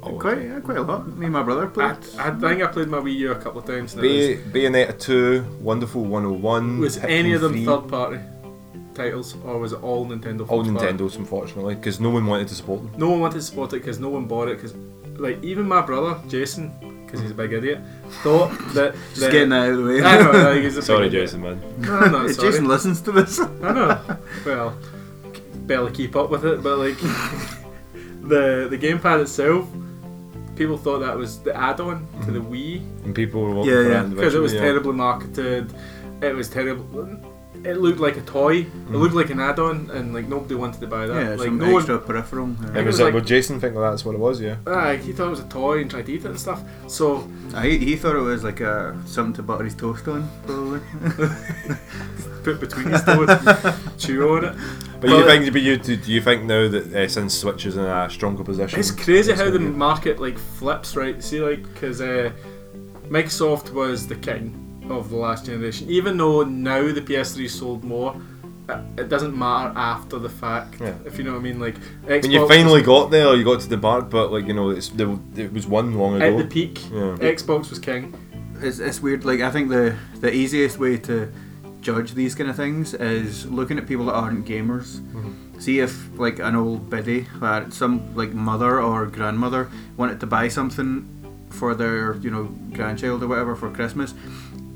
All the
Quite,
time.
yeah, quite a lot. Me and my brother
I,
played.
I think I played my Wii U a couple of times. And it
Bay- Bayonetta 2, Wonderful 101.
was, was
Pikmin
any of them
3,
third party titles, or was it all Nintendo?
All
first party?
Nintendo's, unfortunately, because no one wanted to support them.
No one wanted to support it because no one bought it because, like, even my brother Jason, because he's a big idiot, thought that
Just
that-
getting that out of the
<laughs>
way.
I
<laughs>
know. Like, he's a
Sorry,
big idiot.
Jason, man.
No, no,
If
sorry.
Jason listens to this.
I know.
<laughs>
Well, barely keep up with it, but like <laughs> the the gamepad itself, people thought that was the add-on to
Mm-hmm.
the Wii
And people were walking
Yeah,
for
yeah.
that
because it
individual,
was
yeah.
terribly marketed. It was terrible. It looked like a toy. It
Mm.
looked like an add-on, and like nobody wanted to buy that.
Yeah,
like
some
no
extra peripheral. uh,
It was,
It was
it
like-
would Jason think that's what it was, yeah.
one. Aye, he thought it was a toy and tried to eat it and stuff. So
Uh, he, he thought it was like uh, something to butter his toast on, probably.
put between his toes,
<laughs>
chew on it.
But
Well,
you think, but you do, do you think now that uh, since Switch is in a stronger position,
It's crazy how the
gonna be-
market like flips, right? See, like, because uh, Microsoft was the king of the last generation. Even though now the PS3 sold more, it, it doesn't matter after the fact.
Yeah.
If you know what I mean, like Xbox
when you finally got there, you got to the mark, but like you know, it's there, it was one long
was, at the
ago.
peak,
Yeah.
Xbox was king.
It's, it's weird. Like I think the the easiest way to judge these kind of things is looking at people that aren't gamers.
Mm-hmm.
See if like an old biddy, uh, some like mother or grandmother wanted to buy something for their you know grandchild or whatever for Christmas,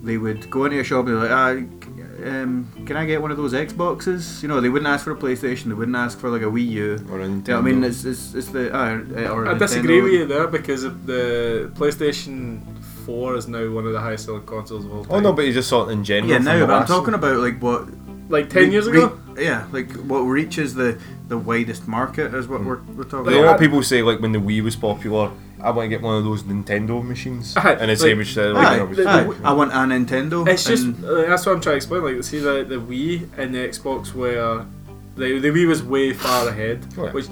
they would go into a shop and be like, ah, c- um, can I get one of those Xboxes? You know, they wouldn't ask for a PlayStation. They wouldn't ask for like a Wii U.
Or a
Yeah, I mean,
Nintendo.
it's it's, it's the uh, or
I
Nintendo
disagree with
would-
you there because of the PlayStation 4 is now one of the highest selling consoles of all time.
Oh no, but you just saw it in general.
Yeah,
from
no,
the
but I'm
last-
talking about like what
like ten
Re-
years
re-
ago.
yeah, like what reaches the the widest market is what we're, we're talking
Like, a lot
about.
of people say like when the Wii was popular, I want to get one of those Nintendo machines,
Aye,
and it's like,
like-
which uh, like,
Aye,
you know, it was-
aye, I want a Nintendo.
It's just
and-
uh, that's what I'm trying to explain. Like, see the the Wii and the Xbox were the the Wii was way far ahead,
Oh, yeah.
which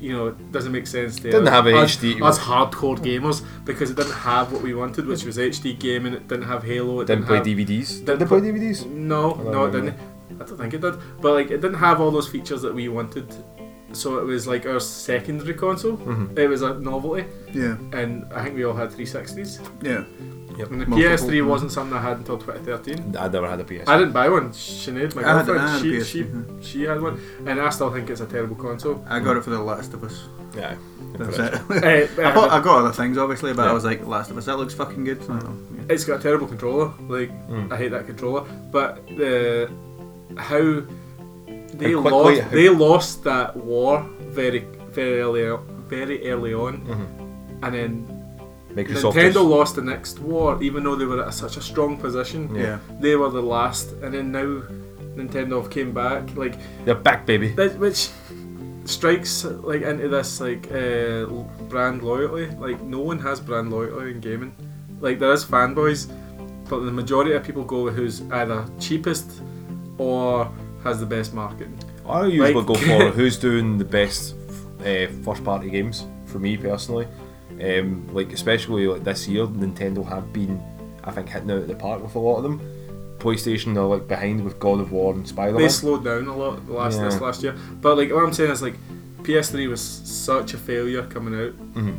you know it doesn't make sense. To
Didn't have a
us,
HD
us hardcore gamers because it didn't have what we wanted, which was HD gaming. It didn't have Halo. It
didn't
didn't,
play
have,
DVDs.
didn't
Did they play DVDs?
No,
don't
no, it
remember.
didn't. I don't think it did. But like, it didn't have all those features that we wanted. So it was like our secondary console.
Mhm.
It was a novelty,
yeah,
and I think we all had 360s.
yeah.
Yep.
And the
Multiple.
PS3 wasn't something I had until 2013.
I never had a PS.
I didn't buy one. Sinead, my
I had-
girlfriend,
I had a
she,
PS3,
she, she had one, and I still think it's a terrible
<laughs>
console.
I got it for The Last of Us.
Yeah.
That's
Correct.
it. <laughs>
Eh, eh,
I, bought, I got other things, obviously, but
Yeah.
I was like, Last of Us, that looks fucking good. So, yeah.
it's got a terrible controller. Like
Mm.
I hate that controller. But the how they
How quickly-
lost
how-
they lost that war very very early very early on,
Mhm.
and then
Microsoft.
Nintendo
is-
lost the next war, even though they were at such a strong position.
Yeah.
yeah.
They were the last, and then now Nintendo have came back. Like
They're back, baby.
that, which strikes like into this like uh, l- brand loyalty. Like no one has brand loyalty in gaming. Like there is fanboys, but the majority of people go with who's either cheapest or has the best marketing.
I usually
Like-
go
<laughs>
for who's doing the best uh, first party games for me personally. Um, like especially like this year, Nintendo have been, I think, hitting out of the park with a lot of them. PlayStation are like behind with God of War and Spider
They
Man.
slowed down a lot the last this
Yeah.
last year. But like what I'm saying is like PS3 was such a failure coming out.
Mhm.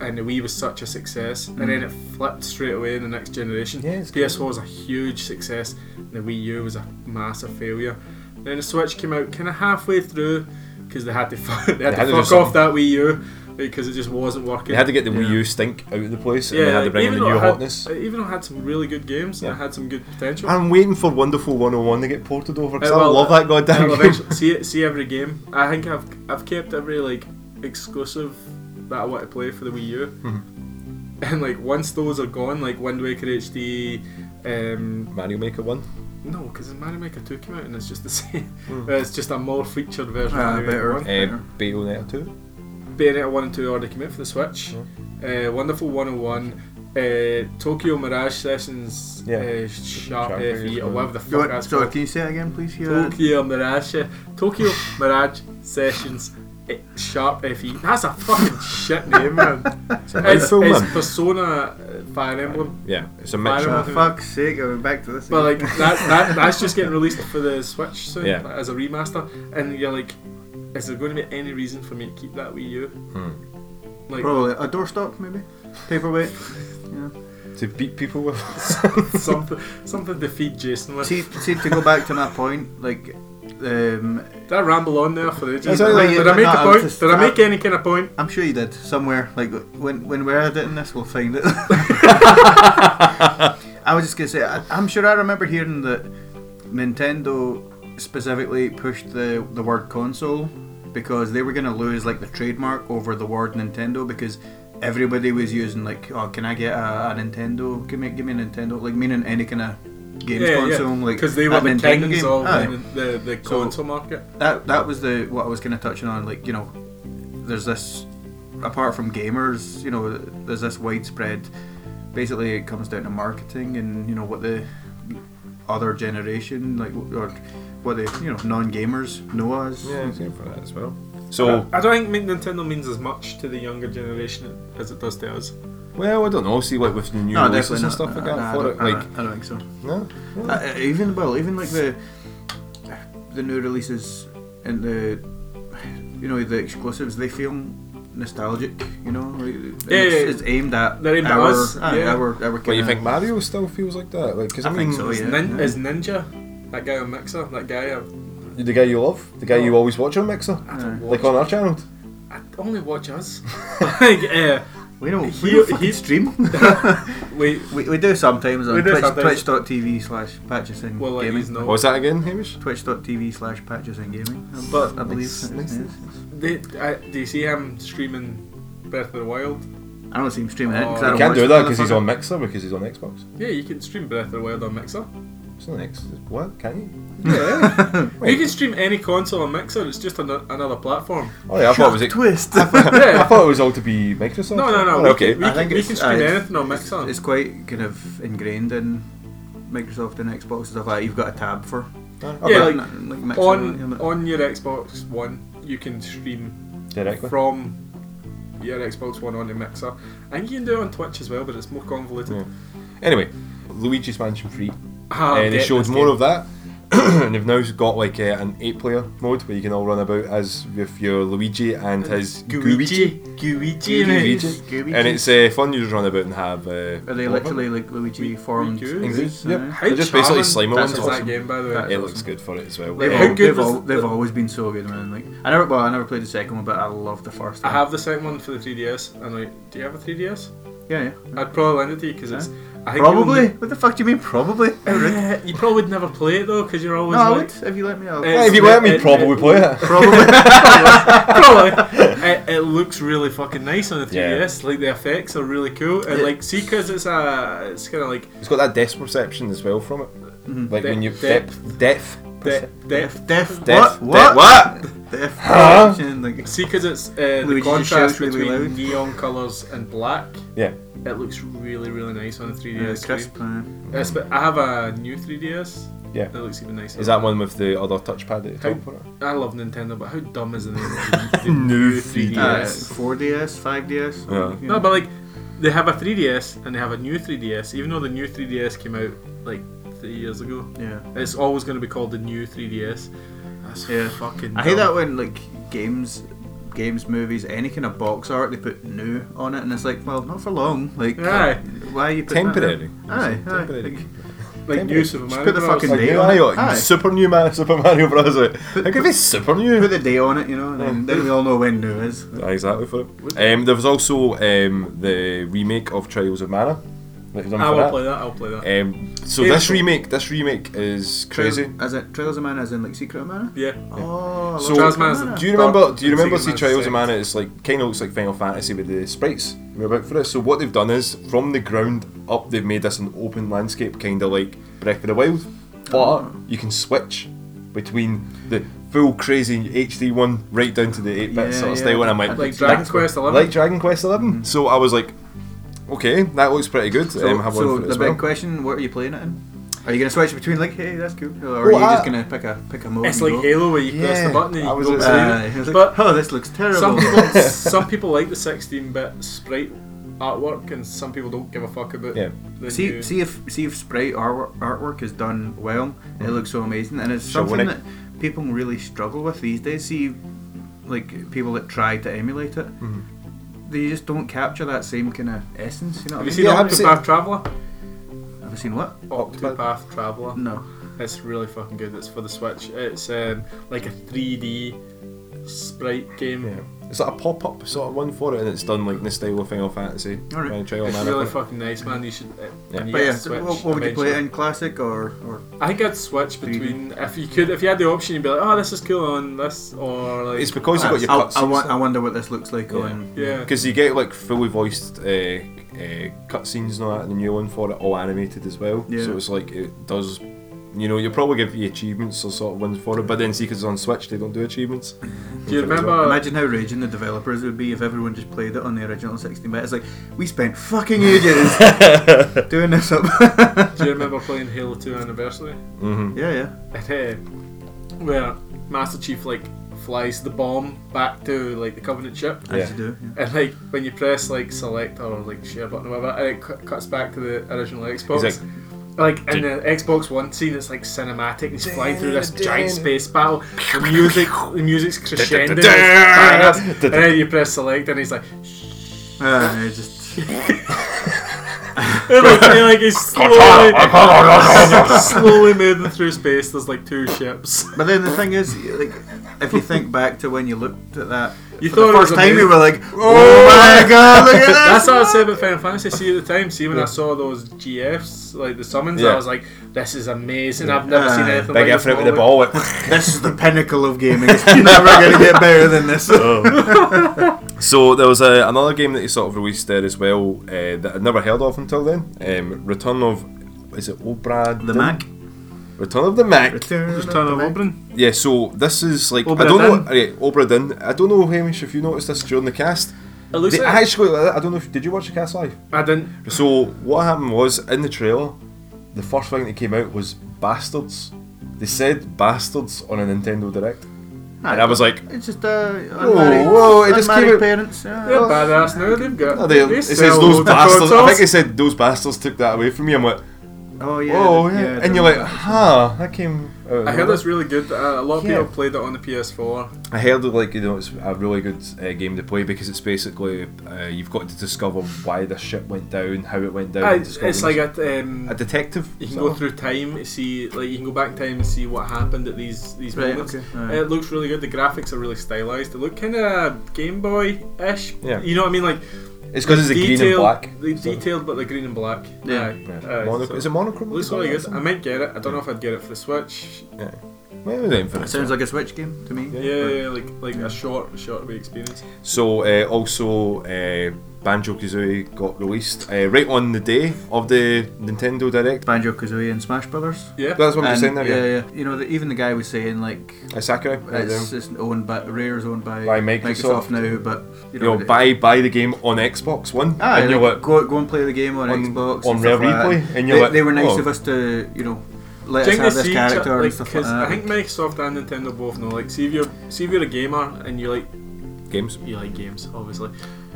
And the Wii was such a success, and then it flipped straight away in the next generation.
Mm. Yeah, it's
PS4 was a huge success, and the Wii U was a massive failure. Then the Switch came out kind of halfway through because they had to <laughs> fu- they had
They had to
to
do
fuck off
something.
that Wii U because it just wasn't working.
They had to get the Wii
Yeah.
U stink out of the place, and they had to
like,
bring in the
though
new
it had-
hotness.
Even though it had some really good games, and
Yeah.
it had some good potential.
I'm waiting for Wonderful 101 to get ported over because
Uh, well,
I love that
I'll
goddamn game. <laughs>
eventually- see see every game. I think I've I've kept every like exclusive that I want to play for the Wii U.
Mhm.
And like once those are gone, like Wind Waker HD, um,
Mario Maker 1.
no, because Mario Maker Two came out and it's just the <laughs> same.
Mm.
Uh, it's just a more featured version.
Ah,
of Mario Maker
better.
Uh,
One.
Bayonetta 2.
Bayonetta One and Two already came out for the Switch.
Mm-hmm.
Uh, Wonderful One Hundred One. Uh, Tokyo Mirage Sessions,
Yeah.
uh, Sharp,
Sharp
FE, or
F E.
whatever the fuck
Do you want,
that's
so
called.
can you say it again, please? Yeah.
Tokyo Mirage, Tokyo Mirage Sessions, eh, Sharp FE. That's a fucking shit name,
<laughs>
man.
It's a
It's,
mouthful,
it's
man.
Persona uh, Fire Emblem,
Yeah, it's a
Fire
mixture.
Oh, fuck's sake, I'm back to this.
but like
again.
that, that that's just getting released for the Switch soon
Yeah.
as a remaster, and you're like, is there going to be any reason for me to keep that Wii U?
Hmm.
Like
Probably a doorstop, maybe? Paperweight? Yeah.
To beat people with.
<laughs> something something to feed Jason with.
See, see, to go back to my point, like, um,
Did I ramble on there for ages?
That's all right.
Did I make
No,
a
I'm
point?
just-
Did I make any kind of point?
I'm sure you did somewhere. Like when when we're editing this, we'll find it. <laughs> I was just gonna say, I, I'm sure I remember hearing that Nintendo specifically pushed the the word console because they were gonna lose like the trademark over the word Nintendo because everybody was using like, oh, can I get a, a Nintendo? Give me give me a Nintendo. Like meaning any kind of games console. Like
because they
a
were the
Nintendo
kings
game.
of
Aye
the, the, the
So-
console market.
that that was the what I was kind of touching on. Like you know, there's this apart from gamers, you know, there's this widespread. Basically, it comes down to marketing and you know what the other generation like or what the you know non-gamers know
<laughs>
as.
Yeah, same for that as well. Uh, So,
I don't think Min- Nintendo means as much to the younger generation as it does to us.
well, I don't know. See, like with the new
No,
releases and
definitely not.
stuff like that
Nah, I
for
don't-
it,
I
like
don't- I don't think so.
no,
Uh, uh, even well, even like the the new releases and the you know the exclusives, they feel nostalgic. You know, Like, it's,
Yeah, yeah, yeah.
it's aimed at
They're aimed at
our,
us,
aye,
yeah.
our
But
our
you
kinda-
think Mario still feels like that? Like, because I,
I
mean,
think so,
Is,
yeah.
nin- is Ninja that guy on Mixer? That guy? I,
the guy you love, the guy you always watch on Mixer,
I don't
Yeah.
watch.
like on our channel.
I only watch us.
<laughs>
like, uh,
We don't,
He-
we don't fucking
he- <laughs>
stream. <laughs>
we
we, we do sometimes on
We do
Twitch,
sometimes.
twitch.tv slash patches and
well, like, he's
gaming.
not.
What's that again, Hamish?
Twitch.tv slash patches and gaming. I-
But-
I believe.
Nice, nice,
yeah.
They, I, do you see him screaming Breath of the Wild?
I don't see him streaming it. 'cause I
Oh,
He
don't
can't
watch
do
the
that because he's
motherfucker. <laughs>
on Mixer because he's on Xbox.
Yeah, you can stream Breath of the Wild on Mixer.
It's on X. What? Can you?
Yeah, you
<laughs> Wait.
can stream any console on Mixer. It's just an- another
<laughs>
platform.
Oh yeah, I thought it was.
Shock twist.
I thought it was all to be Microsoft.
No, no, no.
Oh,
we
okay.
Can, we,
I
can,
think
we
it's-
can
aye,
stream
it's-
anything on Mixer.
it's quite kind of ingrained in Microsoft and Xbox and stuff. Like, you've got a tab for.
Oh,
Yeah,
okay.
like,
n- like Mixer, you
on
know.
on your Xbox One, you can stream
directly.
from your Xbox One on the mixer. I think you can do it on Twitch as well, but it's more convoluted.
Yeah. Anyway, Luigi's Mansion Three. Uh,
Ah, I'm
they
Oh,
getting
showed
this
more
game.
of that. <clears throat> and they've now got like uh, an eight-player mode where you can all run about as with your Luigi and his Guigi.
Uh, Guigi,
Luigi.
mate.
And it's uh, fun. You just run about and have. Uh,
Are they
all of them.
literally like Luigi formed? uh,
Guigi.
Exactly,
Yeah.
yep.
How
They're just basically
charming
slime
that
ones,
is
awesome.
that game, by the way.
That-
It looks good for it as well.
They've,
Uh,
How
all,
good
they've,
was
all,
the-
they've always been so good, man. Like I never, well, I never played the second one, but I love the first.
I
One.
have the second one for the 3DS, and like, do you have a 3DS?
yeah, yeah.
I'd probably lend it to you because it's. I think
Probably.
<laughs>
What the fuck do you mean probably? How
You,
rude.
would, you probably would never play it though because you're always
no, I
like.
<laughs> would if you let me. I'll,
Eh,
if you let me,
it-
probably
it-
play
<laughs>
it.
probably.
probably. it, it looks really fucking nice on the 3DS. Like the effects are really cool, and
Yeah.
like see because it's a, it's kind of like
It's got that depth perception as well from it.
Mm-hmm.
<laughs> Like when you
Depth-
depth, depth,
de- depth.
Def, def,
depth,
what, what,
depth- what?
Def,
Huh?
option, like,
See because it's uh, the
Luigi just
contrast
shouts really
between
loud.
neon colours and black.
Yeah.
It looks really really nice on the
yeah,
3DS. screen.
crisp. uh,
Yes, but I have a new 3DS.
Yeah.
That looks even nicer.
Is that one with the other touchpad at the
How-
top? of it?
I love Nintendo, but how
<laughs>
dumb is the name? of the
New 3DS.
Uh,
Yes.
4DS, 5DS.
Yeah.
you
No,
know.
but like they have a 3DS and they have a new 3DS. Even though the new 3DS came out like three years ago,
yeah.
it's always going to be called the new 3DS. That's
Yeah.
fucking.
I hate that
dumb.
when like games, games, movies, any kind of box art they put new on it, and it's like, well, not for long. Like,
Aye.
why are you putting that
Temporary.
in? Aye, aye.
Temporary.
Like,
Like
Temporary.
new Super
Just
Mario.
put the
Bros.
fucking
Like
Day
new,
on
aye,
it.
like,
Aye.
super new man, Super Mario Bros. Like, How could be super new?
put the day on it, you know, and then, then we all know when new is.
Aye, exactly for it. Um, there was also um, the remake of Trials of Mana. That they've done
I
for
will
that.
play that. I'll play that.
Um, so
Beautiful.
this remake, this remake is crazy.
As it Trails of Mana, as in like Secret of Mana.
Yeah.
Oh, I
So-
love Secret of
Mana's
Mana.
Do you remember?
Dark
Do you remember? See
Secret
Trials of
Mana
Mana. It's like kind of looks like Final Fantasy with the sprites. We're about for this. So what they've done is from the ground up, they've made this an open landscape, kind of like Breath of the Wild, but
Oh.
you can switch between the full crazy HD one right down to the eight bit
Yeah,
sort of
yeah.
style. And I'm like,
Like
Like
Dragon Quest 11.
like Dragon Quest Eleven. So I was like, okay, that looks pretty good.
Mm. So,
um, have
so
one for it
the
as
big
well.
question: What are you playing it in? Are you gonna switch between like, hey, that's cool, or are
Well,
you
I-
just gonna pick a pick a mode?
it's
and
like
Oh, go?
Halo where you press the
Yeah,
button and you
I
can
was
go
gonna
play
say-
it.
Aye, it's
<laughs>
like,
But-
oh, this looks terrible.
Some <laughs> people, some people like the 16-bit sprite artwork, and some people don't give a fuck about.
Yeah.
The
See,
new-
see if see if sprite art- artwork is done well. It
Mm-hmm.
looks so amazing, and it's
Shall we
something
like-
that people really struggle with these days. See, like people that try to emulate it, they just don't capture that same kind of essence. You know, what
Have
I
you
mean?
seen
Yeah, I've
Octopath
seen-
Traveler?
Have you seen what?
Octopath-
Octopath Traveler.
No.
It's really fucking good. It's for the Switch. It's um, like a 3D sprite game.
Yeah. It's like a pop up sort of one for it, and it's done like in the style of Final Fantasy.
Alright.
Right, Trial of
It's
Mana.
really fucking nice, man. You should. Uh,
Yeah.
when you
But
get a
yeah,
Switch
what, what would you play it
eventually.
in? Classic or or
I think I'd switch
3D.
between if you could, if you had the option, you'd be like, "Oh, this is cool on this," or like,
It's because you've got your
I, I,
cutscenes.
wa- I wonder what this looks like
Yeah.
on.
yeah,
Because you get like fully voiced uh, uh, cutscenes and all that, and the new one for it, all animated as well.
Yeah.
So it's like it does, you know, you'll probably give you achievements or sort of ones for it, but then see 'cause it's on Switch, they don't do achievements.
Do you
Uh,
remember?
Imagine how raging the developers would be if everyone just played it on the original 16 bit. It's like we spent
<laughs>
fucking ages doing this up. <laughs>
do you remember playing Halo Two Anniversary?
hmm
yeah, yeah.
Eh, Where Master Chief like flies the bomb back to like the Covenant ship,
I
Yeah.
used to do. Yeah.
and like when you press like select or like share button or whatever, and it cu- cuts back to the original Xbox.
He's
Like in the Xbox One scene, it's like cinematic. He's flying through this giant space battle. The music, the music's crescendo.
<laughs>
it's badass, and then you press select, and he's like,
Uh, I just <laughs>
and like, and, like he's slowly, <laughs> slowly moving through space. There's like two ships.
But then the thing is, you- like, if you think back to when you looked at that,
You
for
thought
the
it was
first time, you
amazing.
were like, "Oh my god, look at this!"
That's how I said about Final Fantasy. See at the time, see when I saw those GFs, like the summons,
Yeah.
I was like, "This is amazing. I've never
Aye.
seen anything
Big
like
effort
this."
with the
before."
ball. Like,
<laughs>
this is the pinnacle of gaming. It's never going to get better than <laughs> this.
so there was a, another game that he sort of released there as well uh, that I'd never heard of until then. Um, Return of is it Obrad?
The Mac.
Return of the Mac.
Return
Just turn
the
it
Mac.
over.
Yeah, so this is like I
Obra
don't know.
Dinn.
Right, Obra Dinn. I don't know, Hamish, if you noticed this during the cast.
It looks
They
like
actually, I don't know if did you watch the cast live.
I didn't.
So what happened was in the trailer, the first thing that came out was bastards. They said bastards on a Nintendo Direct,
Ah.
and I was like,
It's just uh, unmarried,
whoa, it just
unmarried
came out-
parents. yeah.
They're badass now. They've got.
oh, they, it says
sell
those
the
bastards. I
consoles.
think it said those bastards took that away from me. I'm like,
Oh yeah.
oh
the-
yeah,
the-
and you're like, huh? That came. Out of
I heard
nowhere."
that's really good. Uh, a lot of
Yeah.
people played it on the PS4.
I heard that like you know it's a really good uh, game to play because it's basically uh, you've got to discover why this shit went down, how it went down.
I,
and discover
it's like
this-
a, um,
a detective.
you can
sort
go
of.
through time to see, like you can go back in time and see what happened at these these
Right.
moments. Uh,
Okay.
It looks really good. The graphics are really stylized. They look kind of Game Boy ish.
Yeah.
You know what I mean? Like
It's because it's a green and
detailed-
black.
The
sort of.
detailed, but the green and black.
Yeah.
Aye.
Yeah.
Aye,
Mono-
so-
Is it monochrome?
Looks
or
really good. I
something?
might get it. I don't know if I'd get it for the Switch.
Well, it was anything.
It sounds like a Switch game to me.
Yeah.
Yeah, yeah, yeah, like like a short, short way experience.
So uh, also uh, Banjo Kazooie got released uh, right on the day of the Nintendo Direct.
Banjo Kazooie and Smash Brothers.
Yeah.
That's what I'm saying
And,
there.
yeah,
Yeah,
yeah. You know, the, even the guy was saying like
Uh, Sakurai. right there.
it's, it's owned by Rare's owned by,
By Microsoft.
now, but you
You know,
know,
buy buy the game on Xbox One,
Ah,
and you're
like,
like,
go, go and play the game on,
on-
Xbox
on
and
Rare
stuff like that.
Replay, and
they,
you're like,
they were nice
"Whoa."
of us to you know let
Do
us
you think
have
they
this
see each
character
other-
and
like,
stuff like
'cause
that.
I think Microsoft and Nintendo both know. Like, see if you're see if you're a gamer and you like
games.
you like games, obviously.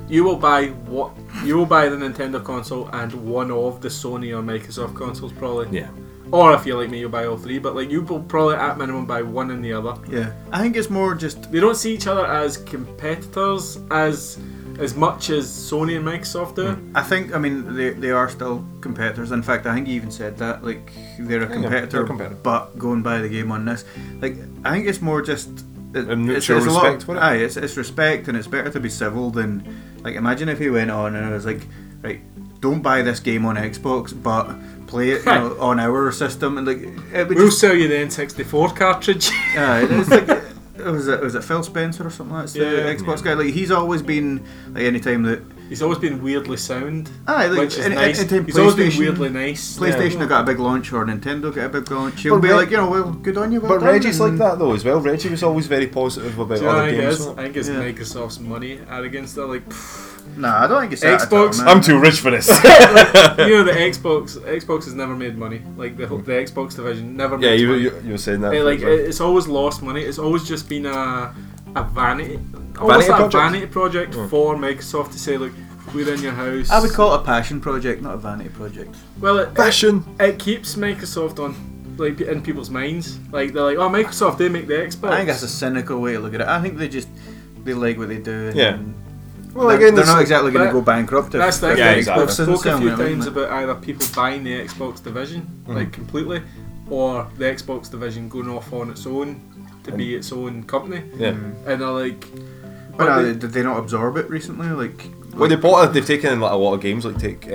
You will buy what you will buy the Nintendo console and one of the Sony or Microsoft consoles probably.
Yeah.
Or if you're like me, you'll buy all three. But like you will probably at minimum buy one and the other.
yeah, I think it's more just
They don't see each other as competitors as as much as Sony and Microsoft do.
I think I mean they, they are still competitors. In fact, I think he even said that like they're
they're
a competitor,
a competitor.
but go and buy the game on this. Like I think it's more just it,
A mutual respect
A
for
lot,
it.
aye, it's, it's respect, and it's better to be civil than like imagine if he went on and it was like right, don't buy this game on Xbox, but play it you know, on our system, and like it would
We'll
just
sell you the N64 cartridge. <laughs>
aye, it was like. it Was it was it Phil Spencer or something like that?
Yeah.
the Xbox guy. Like he's always been like any time that
He's always been weirdly sound,
aye, like
which is
any-
nice.
anytime
He's always been
PlayStation-
weirdly nice.
PlayStation
Yeah.
have got a big launch or Nintendo got a big launch. You'll
But
be
Reg-
like, you know, well, good on you. Well
But
done,
Reggie's like
and-
that though as well. Reggie was always very positive about
Do you know what
other
I think it
games.
is? I think it's
Yeah.
Microsoft's money arrogance. They're like, "Pfft,
Nah, I don't think it's that at all,
Xbox-
man.
I'm too rich for
<laughs>
this.
you know, the Xbox. Xbox has never made money. Like the whole- the Xbox division never
yeah,
made
you,
money.
you, you were saying that.
Eh, like
before.
it- it's always lost money. It's always just been a a vanity, almost
Vanity
like
project?
a vanity project for Microsoft to say, look, we're in your house.
I would call it a passion project, not a vanity project.
well, it, it,
Fashion.
it keeps Microsoft on like in people's minds. Like they're like, oh, Microsoft, they make the Xbox.
I think that's a cynical way to look at it. I think they just they like what they do. and
Yeah. Well,
they're,
again,
they're
this-
not exactly going
but
to go bankrupt. If,
That's the
if
thing.
Yeah,
like,
exactly.
We've spoke a few
Sell them,
times
right? Mm-hmm.
about either people buying the Xbox division, like completely, or the Xbox division going off on its own to be its own company.
yeah.
Hmm.
And they're like,
But
but
uh,
they-
did they not absorb it recently? Like,
Well, they bought. They've taken in like a lot of games, like take. Uh,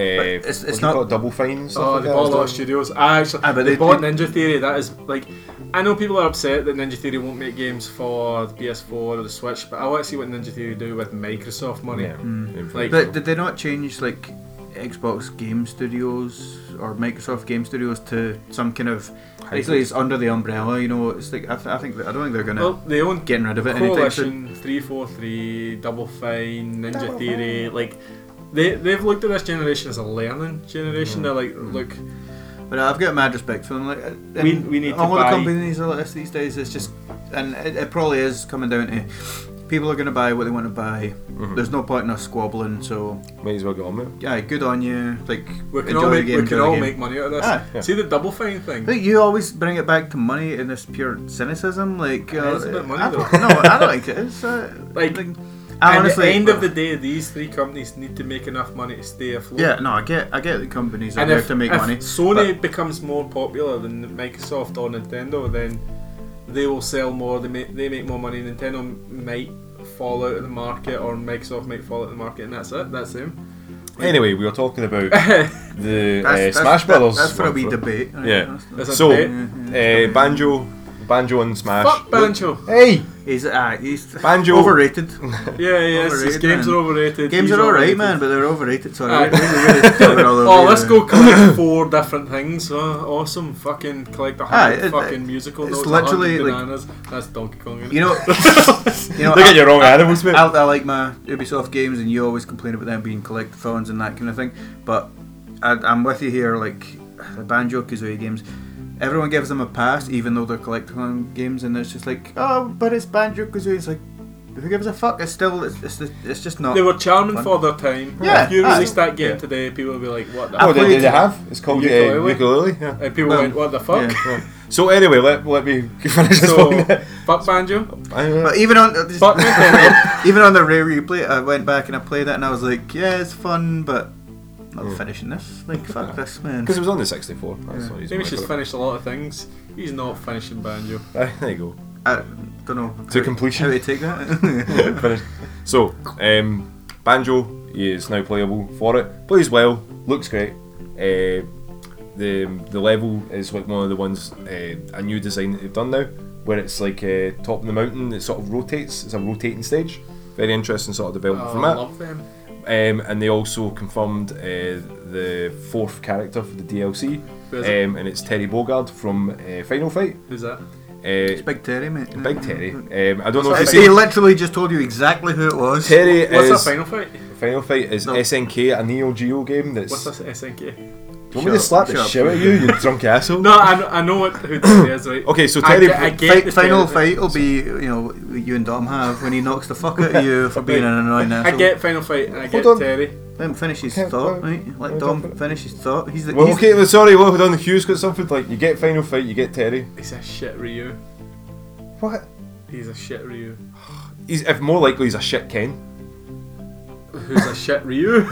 what
it's- it's
do you call
not-
it, double fine. and stuff
oh,
like
they
that
bought
as
a lot
well.
of studios. I actually,
Ah, but
they,
they-
bought
they-
Ninja Theory. That is like, I know people are upset that Ninja Theory won't make games for the PS4 or the Switch, but I want to see what Ninja Theory do with Microsoft money.
Yeah.
Hmm.
Like-
but did they not change like Xbox Game Studios or Microsoft Game Studios to some kind of basically it's under the umbrella? You know, it's like I, th- I think that, I don't think they're going to
Well, they own
getting rid of it. anytime soon.
Coalition, Three Four Three, Double Fine, Ninja Theory, like they they've looked at this generation as a learning
Mm.
generation. They're like, look,
But I've got mad respect for them. Like, and
We- we need to
all
buy-
the companies are like this these days. It's just, and it, it probably is coming down to people are going to buy what they want to buy.
Mm-hmm.
There's no point in us squabbling. So
Might as well get on with it.
yeah, good on you. Like
we can
enjoy
all
the
make
game.
we can
enjoy the
all
game.
make money out of this.
Ah,
yeah.
See the Double Fine thing.
But you always bring it back to money and this pure cynicism. Like uh,
is a bit money,
I
though.
don't, no, I don't think it is. Uh,
Like,
I
At
honestly
the end of the day, these three companies need to make enough money to stay afloat.
yeah, no, I get, I get the companies are
And
there
if,
to make
if
money.
Sony becomes more popular than Microsoft or Nintendo, then they will sell more. They make they make more money. Nintendo might fall out of the market, or Microsoft might fall out of the market, and that's it. That's them.
Anyway, we were talking about
<laughs>
the uh,
That's- that's-
Smash
that-
Brothers.
That's for a
one
wee
for-
debate. Hmm. right,
Yeah.
honestly.
That's a
So,
bit-
Uh, banjo, banjo and Smash.
Fuck Banjo.
Hey,
He's uh, he's
Banjo.
<laughs>
overrated.
Yeah, yeah. it's- it's
Overrated,
games
man.
are overrated.
Games
he's
are alright,
overrated.
man, but they're overrated. Sorry.
Aye.
we really,
<laughs>
really covered all
Oh,
over
let's
the-
go
<laughs>
collect four different things. Uh, awesome. Fucking collect a
Aye,
hundred
Ah, it-
fucking
it-
musical
it's
notes. a hundred
literally, like-
bananas. That's Donkey Kong. innit?
You
<laughs>
know, you know.
look at
I,
your wrong animals, mate.
I, I like my Ubisoft games, and you always complain about them being collectathons and that kind of thing. But I, I'm with you here. Like the Banjo Kazooie games, everyone gives them a pass, even though they're collectathon games, and it's just like, oh, but it's Banjo Kazooie. It's like, Who gives a fuck? It's still it's it's, it's just not.
They were charming
Fun.
for their time.
Yeah,
If you
aye.
released that game
Yeah.
today, people would be like, "What the?"
Oh,
I
fuck?
they,
played-
they have. It's called ukulele. Uh,
Ukulele?
ukulele yeah.
And people
Well,
went, "What the fuck?" <laughs>
yeah. <laughs>
Yeah. So anyway, let, let me <laughs> finish this
So,
one.
fuck banjo.
Oh,
I-
But even on uh, <laughs>
Fuck Nintendo.
even on the rare replay, I went back and I played it, and I was like, yeah, it's fun, but not finishing this.
<laughs>
Like fuck this,
<laughs>
man.
Because it was on the 64. That's not easy.
Maybe she's finished a lot of things. He's not finishing banjo.
<laughs> There you go.
I don't know
To
how-
completion.
How to take that? <laughs>
Finished. So, um, Banjo is now playable for it. Plays well, looks great. Uh, the the level is like one of the ones uh, a new design that they've done now, where it's like uh, top of the mountain. It sort of rotates. It's a rotating stage. Very interesting sort of development
Oh,
from
I
that.
love them.
Um, and they also confirmed uh, the fourth character for the DLC,
Who is it?
um, and it's Terry Bogard from uh, Final Fight.
Who's that?
Uh,
Big Terry, mate.
Big Terry. Um, I don't know if you
He
see
literally just told you exactly who it was.
Terry
What's
is
that final fight?
Final Fight is
No.
SNK, a Neo Geo game that's.
What's
<laughs>
this SNK?
Do you want me to
Shut
slap
up,
the
shut
shit
up.
out of you,
<laughs>
you drunk asshole?
No, I, kn- I know what who that is, right?
Okay, so
I
Terry-
get- I get
Fi-
the
final
Terry-
fight will be you know you and Dom have when he knocks the fuck out of you for being
<laughs>
an annoying
I
asshole.
get final fight and I get
on.
Terry.
Let him finish his
Can't-
thought,
well,
right? Let
well,
Dom
don't-
finish his thought. He's the
Well,
he's,
okay, well, sorry, well, hold on, Hugh's got something like you get Final Fight, you get Terry.
He's a shit Ryu.
What?
He's a shit Ryu.
He's, if more likely, he's a shit Ken. <laughs>
<laughs> Who's a shit Ryu?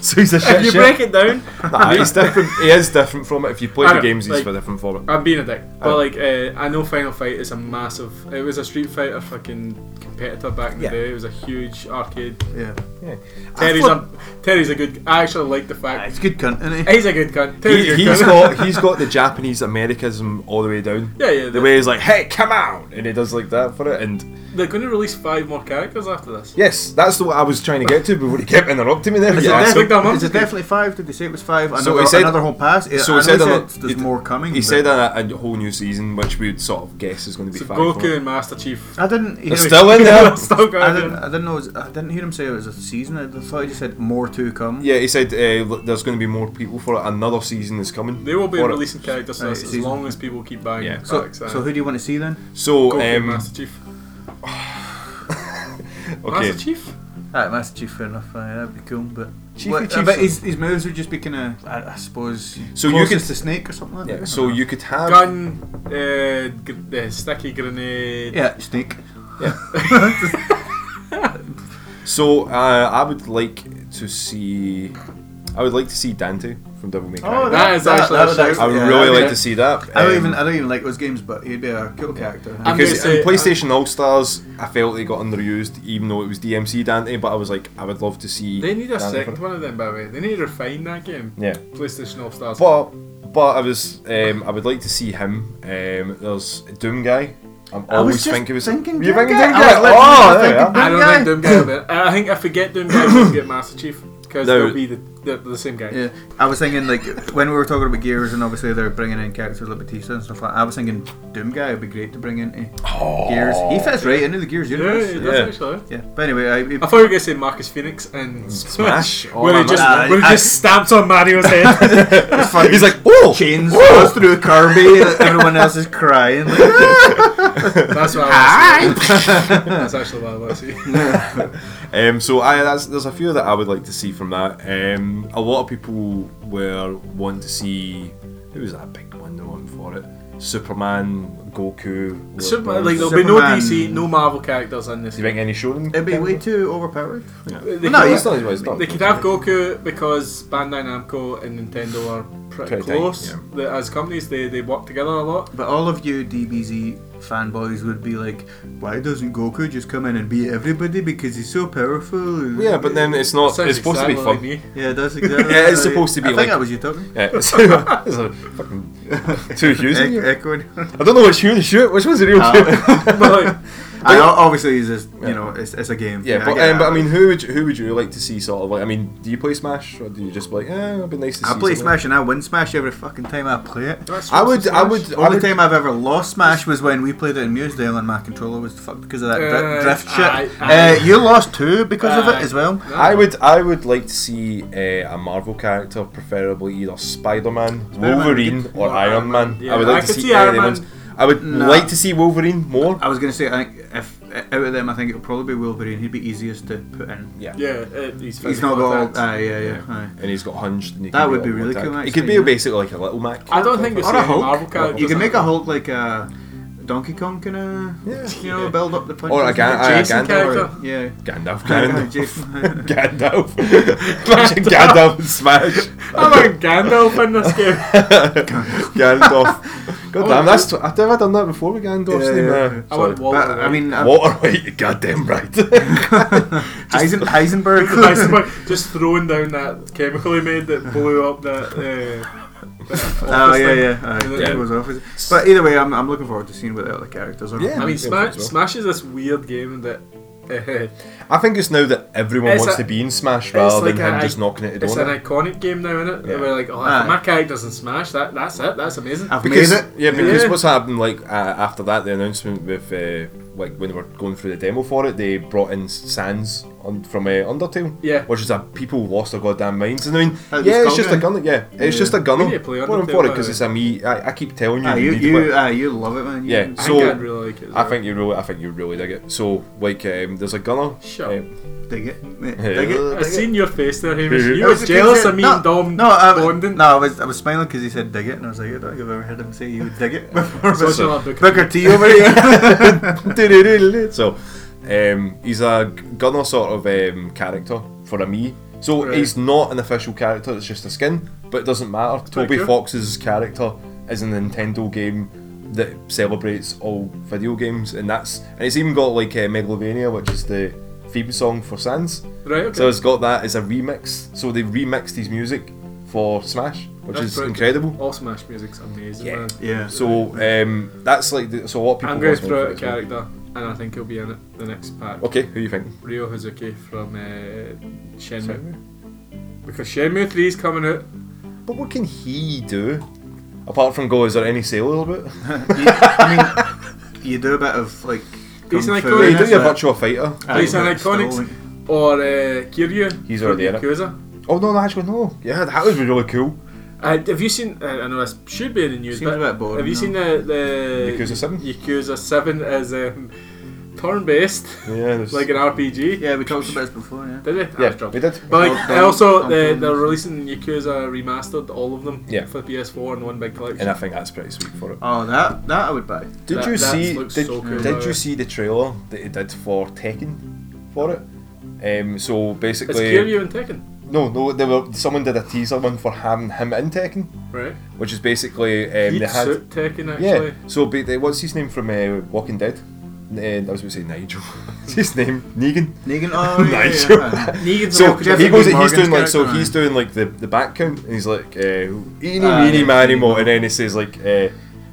So he's a shit
<laughs> if you
shit.
break it
<laughs>
down,
Nah, he's different. He is different from it. If you play
I
the
know,
games, he's
like-
for different from it.
I'm being a dick. But
Oh.
like, uh, I know Final Fight is a massive. It was a Street Fighter fucking competitor back in
Yeah.
the day. It was a huge arcade.
yeah.
Yeah.
Terry's
I thought-
a Terry's a good. I actually like the
Ah,
fact
It's good cunt, isn't he?
he's a good cunt. Terry's
He,
a good
he's
cunt.
got he's got the Japanese Americanism all the way down.
Yeah, yeah,
The
the-
way he's like, "Hey, come on!" and he does like that for it. And
<laughs> They're going to release five more characters after this.
yes, that's what I was trying to get to before he kept interrupting me there.
Is,
you
it,
asshole.
think that
definitely,
month
is it
is good.
definitely five? Did they say it was five? Another,
So he said-
another whole pass. Yeah,
so he
I know
said a lot- he-
there's more coming.
He
but-
said a, a whole new season, which we would sort of guess is going to be
So
five.
Goku and Master Chief.
I didn't. Hear
It's still
<laughs>
in there.
Still going
I didn't.
on.
I didn't know. It was, I didn't hear him say it was a season. I thought he just said more to come.
Yeah, he said uh, look, there's going to be more people for it. Another season is coming.
They will be
for it.
releasing characters for
Right,
us as
season.
long as people keep buying
Yeah.
So,
packs.
so who do you want to see then?
So,
Goku and
um,
Master Chief.
okay,
Master Chief.
Alright, Master Chief, fair enough. aye, that'd be cool, but.
Chiefy
Well,
Chief's
but
son.
his, his moves would just be kind of, I, I suppose.
So you could-
closest to Snake or something. Like
yeah,
that.
so you could have
Gun. Uh, gr- uh, sticky grenade.
yeah, Snake.
So uh, I would like to see. I would like to see Dante from Devil May Cry.
Oh, that- is actually a
would
shout.
I would
yeah,
really
that'd
like
be-
to see that.
I don't
um,
even I don't even like those games, but he'd be a cool character.
I'm
because
gonna say- uh,
in PlayStation All Stars, I felt they got underused, even though it was DMC Dante. But I was like, I would love to see.
They need a
Dante
second
for-
one of them, by the way. They need to refine that game.
Yeah.
PlayStation All Stars.
But but I was um, I would like to see him. Um, there's Doom Guy. I'm
I was
always
just
thinking of
thinking
Were
Doom
thinking
Guy?
Doom
I was
Guy? Oh, there
literally just
you
thinking
are.
I don't
Doom
think Doom Guy will be it. I think if we get Doom Guy, we'll get Master Chief. Because
No.
they'll be the, the, the same guy.
Yeah, I was thinking like when we were talking about Gears, and obviously they're bringing in characters like Batista and stuff like. that, I was thinking Doom Guy would be great to bring into Gears.
Oh.
He fits right into the Gears
Yeah,
universe.
he
Yeah,
does
Yeah.
actually.
but anyway, I,
I thought you were going to say Marcus Phoenix <laughs> and
Smash. Oh,
where
my
he just,
God.
where he
I-
just stamps on Mario's head.
it's funny.
He's like, oh,
chains
oh."
goes through Kirby, and everyone else is crying.
<laughs>
Like,
That's what I want to see. That's actually what I want to see.
Um, so I that's, there's a few that I would like to see from that. Um, a lot of people were wanting to see who was that big one? The one for it, Superman, Goku. Lord
Superman,
Bird.
like, there'll be no
Superman.
DC, no Marvel characters in this.
do you think any shonen?
it'd be way too overpowered.
They
No,
could-
he's
not- he's not.
They could have Goku because Bandai Namco and Nintendo are pretty,
Pretty tight,
close.
yeah.
They- As companies, they, they work together a lot.
But all of you DBZ fanboys would be like, why doesn't Goku just come in and beat everybody because he's so powerful?
Yeah, but then it's not.
Sounds
It's supposed
exactly
to be
like
fun.
me.
Yeah, that's
<laughs>
exactly.
Yeah, it's supposed to be
I
like-
think that was you talking.
Yeah, it's, <laughs> it's a fucking two Hughes. in
Ec-
here.
echoed.
I don't know which Hugh to shoot. Which one's the real Hugh?
but <laughs>
<laughs>
like,
I, obviously, he's just, you know, it's, it's a game.
Yeah, but,
get
um, but I
that.
mean, who would you, who would you like to see? Sort of like, I mean, do you play Smash or do you just be like, eh, it'd be nice to
I
see?
play
something?
Smash and I win Smash every fucking time I play it.
that's
I would, I would,
The
I
only
would.
time I've ever lost Smash was when we played it in Musedale and my controller was fucked because of that dri-
Uh,
drift shit.
aye, aye.
Uh, you lost two because of
Aye.
it as well.
I would, I would like to see uh, a Marvel character, preferably either Spider-Man, Wolverine, or
Or
Iron
Iron
Man.
Man, yeah.
I would
I
like to
could
see,
see
any
Iron
of
Man.
those. I would
No.
like to see Wolverine more.
I was gonna say, I think if uh, out of them, I think it'll probably be Wolverine. He'd be easiest to put in.
Yeah.
Yeah, uh, he's,
He's not got.
physical
all-
attack.
Aye, yeah, yeah. Aye.
And he's got hinged. And he
That
can
would
be,
be
like,
really
one
cool,
attack. He
actually,
could be
yeah.
basically like a little Mac.
I don't think the
Or a
same
Hulk.
Marvel characters.
You can
are-
make a Hulk like a Donkey Kong kind of.
Yeah.
You know,
<laughs>
build up the punch.
Or a Gan- uh,
Jason
Gandalf.
character.
<laughs>
Yeah.
Gandalf.
Gandalf.
Gandalf.
<laughs> Jason.
Gandalf. Imagine Gandalf and Smash.
I want Gandalf in this
<laughs>
game.
Gandalf. God damn, that's tw- I've never done that before with Gandalf's
Yeah,
name.
yeah,
uh,
yeah.
I
sorry.
want Walter.
But, I
White.
mean, uh,
Walter White, you goddamn right. <laughs>
Eisen- <laughs> Heisenberg.
just throwing down that chemical he made that blew up that. Uh,
<laughs> <laughs> Oh
office
yeah,
thing.
yeah. aye,
Yeah.
it was obvious. But either way, I'm, I'm looking forward to seeing what the other characters are.
Yeah.
I mean,
Yeah,
Smash,
as well.
Smash is this weird game that. Uh,
I think it's now that everyone
It's
wants
a-
to be in Smash rather
like
than him
a-
just knocking it
it's
at
an
it.
iconic game now, isn't it?
Yeah.
We're like, oh,
Aye.
if my character doesn't smash, that that's it, that's amazing.
I've
Because
made it.
yeah, because
Yeah.
what's happened like uh, after that, the announcement with uh, like when they were going through the demo for it, they brought in Sans on, from uh, Undertale,
Yeah.
which is a people lost their goddamn minds. And I mean,
That was
yeah, it's
called
just a
it.
gun. Yeah, it's
Yeah.
just a gun.
We need to play
Put him
Undertale, uh,
for it
by
because
the
it's a me. I, I keep telling you,
Ah,
you,
you,
need to play it.
you, ah, you love it, man. You-
Yeah.
I
so-
think I'd really like it.
I
as well.
think you really, I think you really dig it. So like, um, there's a gunner.
Shut
uh,
up.
dig it. mate,
Yeah.
Dig it.
I
I've
dig it.
seen your face there, Hamish.
Yeah.
You
I
were
was just gonna
jealous
say-
of me
no,
and Dom
No, um, I,
bonding.
no, I was I was smiling because he said dig it, and I was like, I don't think I've ever heard him say he would dig it <laughs> before.
So
but-
shall I book it?
Booker T over here.
so um, he's a gunner sort of um, character for a me. So
Right.
he's not an official character; it's just a skin. But it doesn't matter. Toby
cool.
Fox's character is a Nintendo game that celebrates all video games, and that's and it's even got like uh, Megalovania, which is the theme song for Sans.
Right, okay.
So it's got that as a remix. So they remixed his music for Smash, which
That's
is
pretty cool.
incredible.
All Smash music's amazing,
Yeah.
man.
yeah.
So um, that's like the, so a lot of people.
I'm going
was
to
going
throw
for
out a
this one.
character, and I think he'll be in it the next pack.
Okay, who you think?
Ryo Hazuki from uh, Shenmue. Because Shenmue 3 is coming out.
But what can he do? Apart from go, is there any sale a little bit?
You- I mean, you do a bit of like.
He's
kung
an
fu
iconic-
Well,
in
you do
it,
be a
but-
virtual fighter.
aye,
He's an
but still,
iconic-
like,
Or uh, Kiryu.
He's already in
from
it.
Yakuza.
Oh no, no, actually no. Yeah, that was really cool.
Uh, have you seen? Uh, I know this should be in the news,
Seems
but
a bit boring,
have you
though.
seen the, the
Yakuza 7?
Yakuza Seven as um, turn-based,
Yeah, there's-
like an RPG.
Yeah, we talked about this before. Yeah.
Did it?
yeah,
Ah, drop.
we did.
But
Well
like,
done,
also
well
they,
done.
they're releasing Yakuza remastered all of them
Yeah.
for PS4 in one big collection.
And I think that's pretty sweet for it.
Oh, that that I would buy.
Did
That-
you
that
see? Did,
looks so cool,
did
though.
you see the trailer that he did for Tekken for it? Um, so
it's
basically,
Kiryu and Tekken,
no, no, there were someone did a teaser one for having him in Tekken,
right?
which is basically um,
Heat
they had
suit Tekken actually.
Yeah. So, but the, what's his name from uh, Walking Dead? Uh, I was going to say Nigel. <laughs> What's his name? Negan.
Negan.
<laughs>
Oh, yeah,
Nice.
yeah, yeah.
Negan's
So
could you have
he
a
goes.
Dean
He's doing
Morgan's
like. So
character?
he's doing like the, the back count, and he's like, uh, "Eeny,
Ah,
meeny,
yeah,
miny,
Eeny,
mo," and
mo.
then he says like, uh,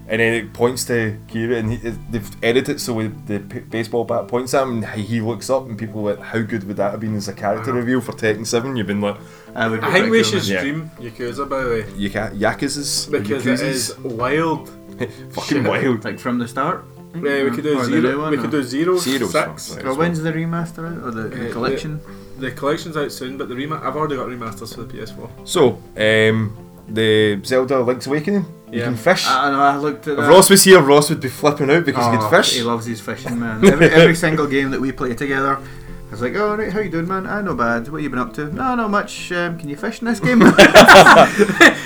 and then it points to Kira, and he, uh, they've edited it so the p- baseball bat points at him, and he he looks up, and people are like, "How good would that have been as a character reveal for Tekken 7? You've been like,
That would be
I think
pretty
we
cool,
should
man.
Yeah.
stream Yakuza by the way,
"You can't yakuzas or
because it is wild.
yakuzas." fucking
shit.
wild."
Like from the start.
Yeah, we could do
Or the new
zero.
one,
we
or-
could do zero,
Zero's
six.
fine,
Or when's the remaster out? Or the,
Uh,
the
the-
collection?
The collection's out soon, but the rema- I've already got remasters for the PS4.
So, um, the Zelda Link's Awakening. You
Yeah.
can fish.
I, I know, I looked at
If
that.
Ross was here, Ross would be flipping out because he
Uh, Oh,
could fish.
He loves his
<laughs>
fishing, man. Every, every single game that we play together, I was like, oh, right, how you doing, man? I no bad. What you been up to? No, not much. Um, can you fish in
<laughs>
this game?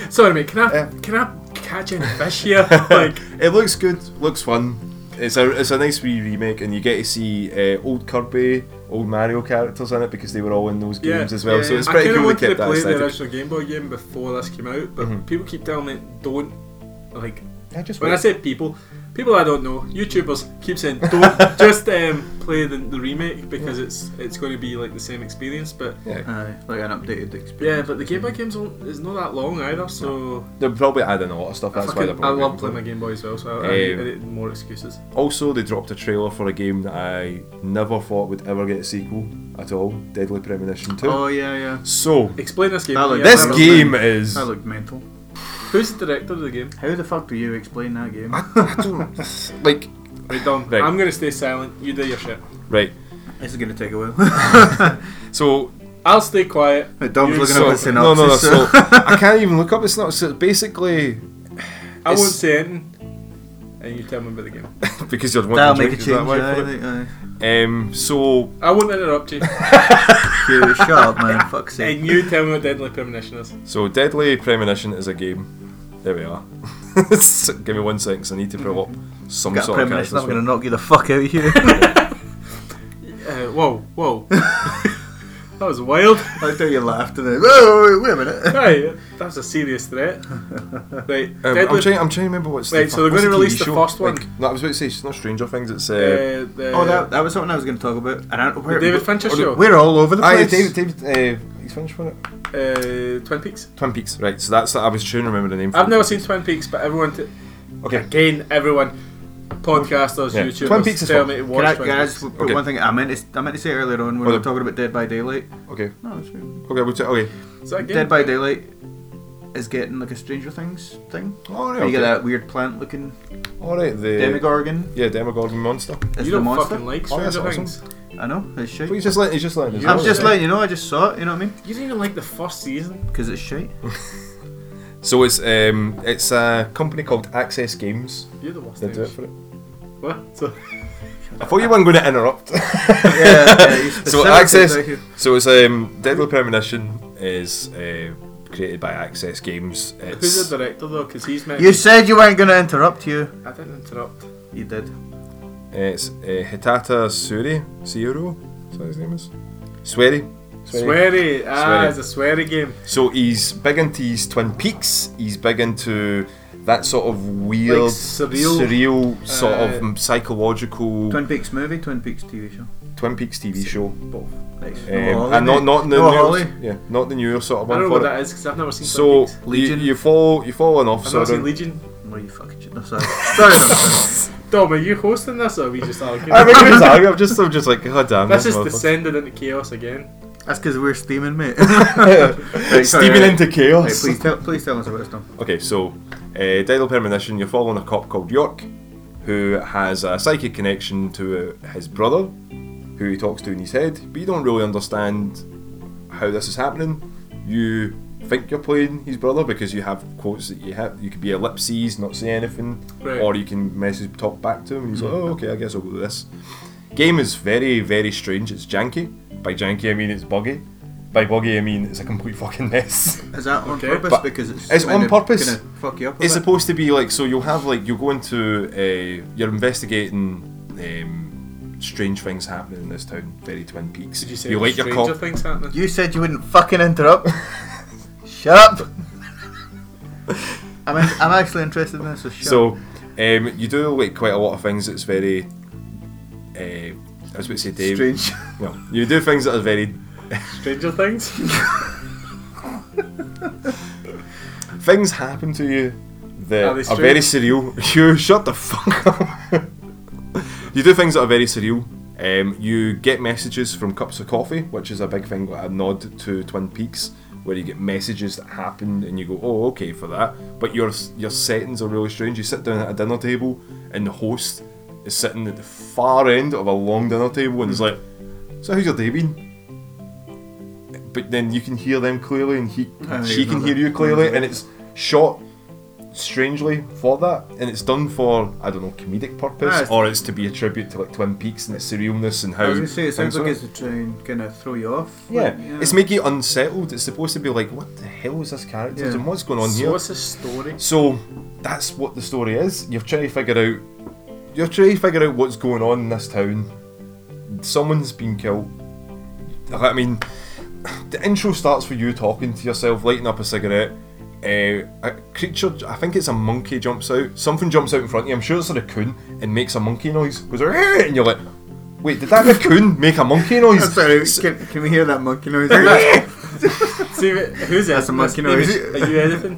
Sorry, mate. Can I
Yeah.
can I catch any fish here? <laughs> like,
It looks good, looks fun. It's a it's a nice wee remake, and you get to see uh, old Kirby, old Mario characters in it because they were all in those
yeah,
games as well.
yeah,
so it's
I
pretty
kinda
cool they
wanted
kept
to
that
play the
aesthetic.
original Game Boy game before this came out, but
Mhm.
people keep telling me don't like.
I just
When I
wait.
say people, people I don't know, YouTubers keep saying
<laughs>
don't just um, play the, the remake because it's it's going to be like the same experience. But
yeah,
Aye, like an updated experience.
yeah, but the Game Boy games aren't- is not that long either, so
they're probably adding a lot of stuff.
I,
That's why
fucking-
they're
I
probably
love
doing
playing my
it.
Game Boy as well. So I, I,
Eh,
need, I need more excuses.
Also, they dropped a trailer for a game that I never thought would ever get a sequel at all. Deadly Premonition Two.
Oh, yeah, yeah.
so
Explain this game.
That looked-
Yeah,
this
that was-
game is.
That looked mental.
Who's the director of the game?
How the fuck do you explain that game?
I, I don't like
Right, Dom.
Right.
I'm gonna stay silent. You do your shit.
right.
This is going to take a while. <laughs>
So
I'll stay quiet.
Dom's
You
looking
So-
up a
suck.
No,
synopsis.
no, no.
so-
So I can't even look up. It's not. So basically, <laughs>
I
It's-
won't say anything. and you tell me about the game.
because you're
<laughs> That'll
wanting to
make
drink,
a
is that
change.
why
aye,
for
I think,
it?
aye.
Um, so
I won't interrupt you,
Phew, shut up, man.
<laughs>
Fuck's sake.
and you tell me what Deadly Premonition is.
so Deadly Premonition is a game. There we are. <laughs> Give me one second, 'cause I need to put up some
Got a
sort of Um,
premonition.
character.
I'm gonna knock you the fuck out
<laughs>
of you. <laughs>
Uh, whoa, <laughs> whoa. that was wild.
I do you laughed and then. Whoa, wait a minute.
Right, that was a serious threat. Right,
Um,
Deadly,
I'm, trying, I'm trying to remember what's
Right,
the
so
fu-
they're
what's
gonna
TV
release the
show?
first one.
Like, no, I was about to say it's not Stranger Things. It's
uh,
uh,
the,
<laughs> Oh, that, that was something I was going to talk about. And I don't,
the
where,
David Fincher
or the-
show,
We're all over the
aye,
place.
David, David, uh, he's finished with it.
uh, Twin Peaks.
Twin Peaks, right? So that's I was trying to remember the name. for
I've
it.
never seen Twin Peaks, but everyone, t-
Okay,
again, everyone, podcasters,
Yeah.
YouTubers,
Twin Peaks is
tell
fun.
me to
Can I,
watch
can
Twin
I
Peaks.
just put
Okay.
one thing? I meant, to, I meant to say earlier on when we
Well,
were talking about Dead by Daylight.
okay,
No, it's fine.
okay. We'll t- okay.
Is that a game?
Dead by Daylight is getting like a Stranger Things thing.
All right.
You get
Oh, Okay.
that weird plant looking
All right. The
demigorgon
yeah, Demogorgon monster.
as
You
the
don't
monster.
fucking like
Oh, that's
Stranger
awesome.
Things.
I know, it's shite.
But he's just letting he's just letting. us
I'm
know,
I'm just
isn't he?
letting you know, I just saw it, you know what I mean?
You didn't even like the first season.
Because it's shite.
So it's um it's a company called Access Games.
You're the worst.
They do it
James.
for it.
What? So, <laughs>
I thought you weren't going to interrupt.
<laughs> yeah, yeah, <laughs>
<laughs>
you
<laughs>
so
specifically
Access.
say here.
So it's um Deadly Premonition is uh, created by Access Games. It's,
who's the director though? Because he's meant.
You said you weren't going to interrupt you.
I didn't interrupt.
You did.
It's uh, Hitata Suri, Siuro, is that his name is? Swery.
Sweary. Ah,
Sweary.
it's a sweary game.
So he's big into his Twin Peaks, he's big into that sort of weird,
Like surreal,
surreal sort
uh,
of psychological Twin,
Twin Peaks movie, Twin Peaks TV show.
Peaks TV show. Um,
Both. Nice.
Eh, and not, not the
no
newer-
Holly.
yeah, not the newer sort of
I
one
don't know
for
what
it.
that is because I've never seen.
So
Twin Peaks.
you,
Legion.
you fall you fall an
I've
officer.
never seen
and-
Legion.
No, you fucking shit. No, sorry. <laughs> sorry, no, sorry.
Dom, are you hosting this or are we just arguing?
<laughs> I think it was I'm just I'm just like god damn
This
this
is
motherfucker.
descended into chaos again.
That's because we're steaming, mate. <laughs>
Steaming
sorry, right.
into chaos.
Right, please tell, please tell us about this, Tom.
Okay, so uh, Daedal Premonition, you're following a cop called York, who has a psychic connection to uh, his brother, who he talks to in his head, but you don't really understand how this is happening. You think you're playing his brother because you have quotes that you have. You could be ellipses, not say anything,
Right.
or you can message talk back to him. And he's like, oh, okay, I guess I'll do this. Game is very, very strange. It's janky. By janky, I mean it's buggy. By buggy, I mean it's a complete fucking mess. <laughs>
Is that on
Okay.
purpose?
But
because it's
it's on
kinda-
purpose.
kinda fuck you up. a
It's
bit?
supposed to be like so. You'll have like you'll go into uh, you're investigating um, strange things happening in this town, very Twin Peaks.
Did you say
you
there's
light your
stranger
cop.
things happening?
You said you wouldn't fucking interrupt. <laughs> shut up. I'm, in, I'm actually interested in this. So, shut up.
So um, you do like quite a lot of things that's very. Uh, I was about to say Dave.
strange.
Well, you do things that are very
Stranger Things?
things happen to you that
Are
are,
they
very surreal. <laughs> You shut the fuck up. <laughs> you do things that are very surreal. Um, you get messages from cups of coffee, which is a big thing, a nod to Twin Peaks, where you get messages that happen and you go, oh, okay, for that. But your your settings are really strange. You sit down at a dinner table and the host is sitting at the far end of a long dinner table and is like, so how's your day been? But then you can hear them clearly and he,
I
she can
remember.
hear you clearly and it's shot strangely for that, and it's done for I don't know comedic purpose,
Ah, it's-
or it's to be a tribute to like Twin Peaks and its surrealness and how.
I was gonna say it sounds
things
like
are.
it's trying to kind of throw you off.
yeah.
Like,
it's making you unsettled. It's supposed to be like, what the hell is this character
Yeah.
and what's going on
so
here?
what's the story?
So that's what the story is. You're trying to figure out. You're trying to figure out what's going on in this town. Someone's been killed. I mean, the intro starts with you talking to yourself, lighting up a cigarette. Uh, a creature, I think it's a monkey, jumps out. Something jumps out in front of you. I'm sure it's a raccoon and makes a monkey noise. Goes "Arr!" and you're like, wait, did that raccoon make a monkey noise?
<laughs> I'm sorry.
So-
Can, can we hear that monkey noise? yes.
See, who's
<laughs>
that?
That's a monkey noise.
Are
<laughs>
you editing?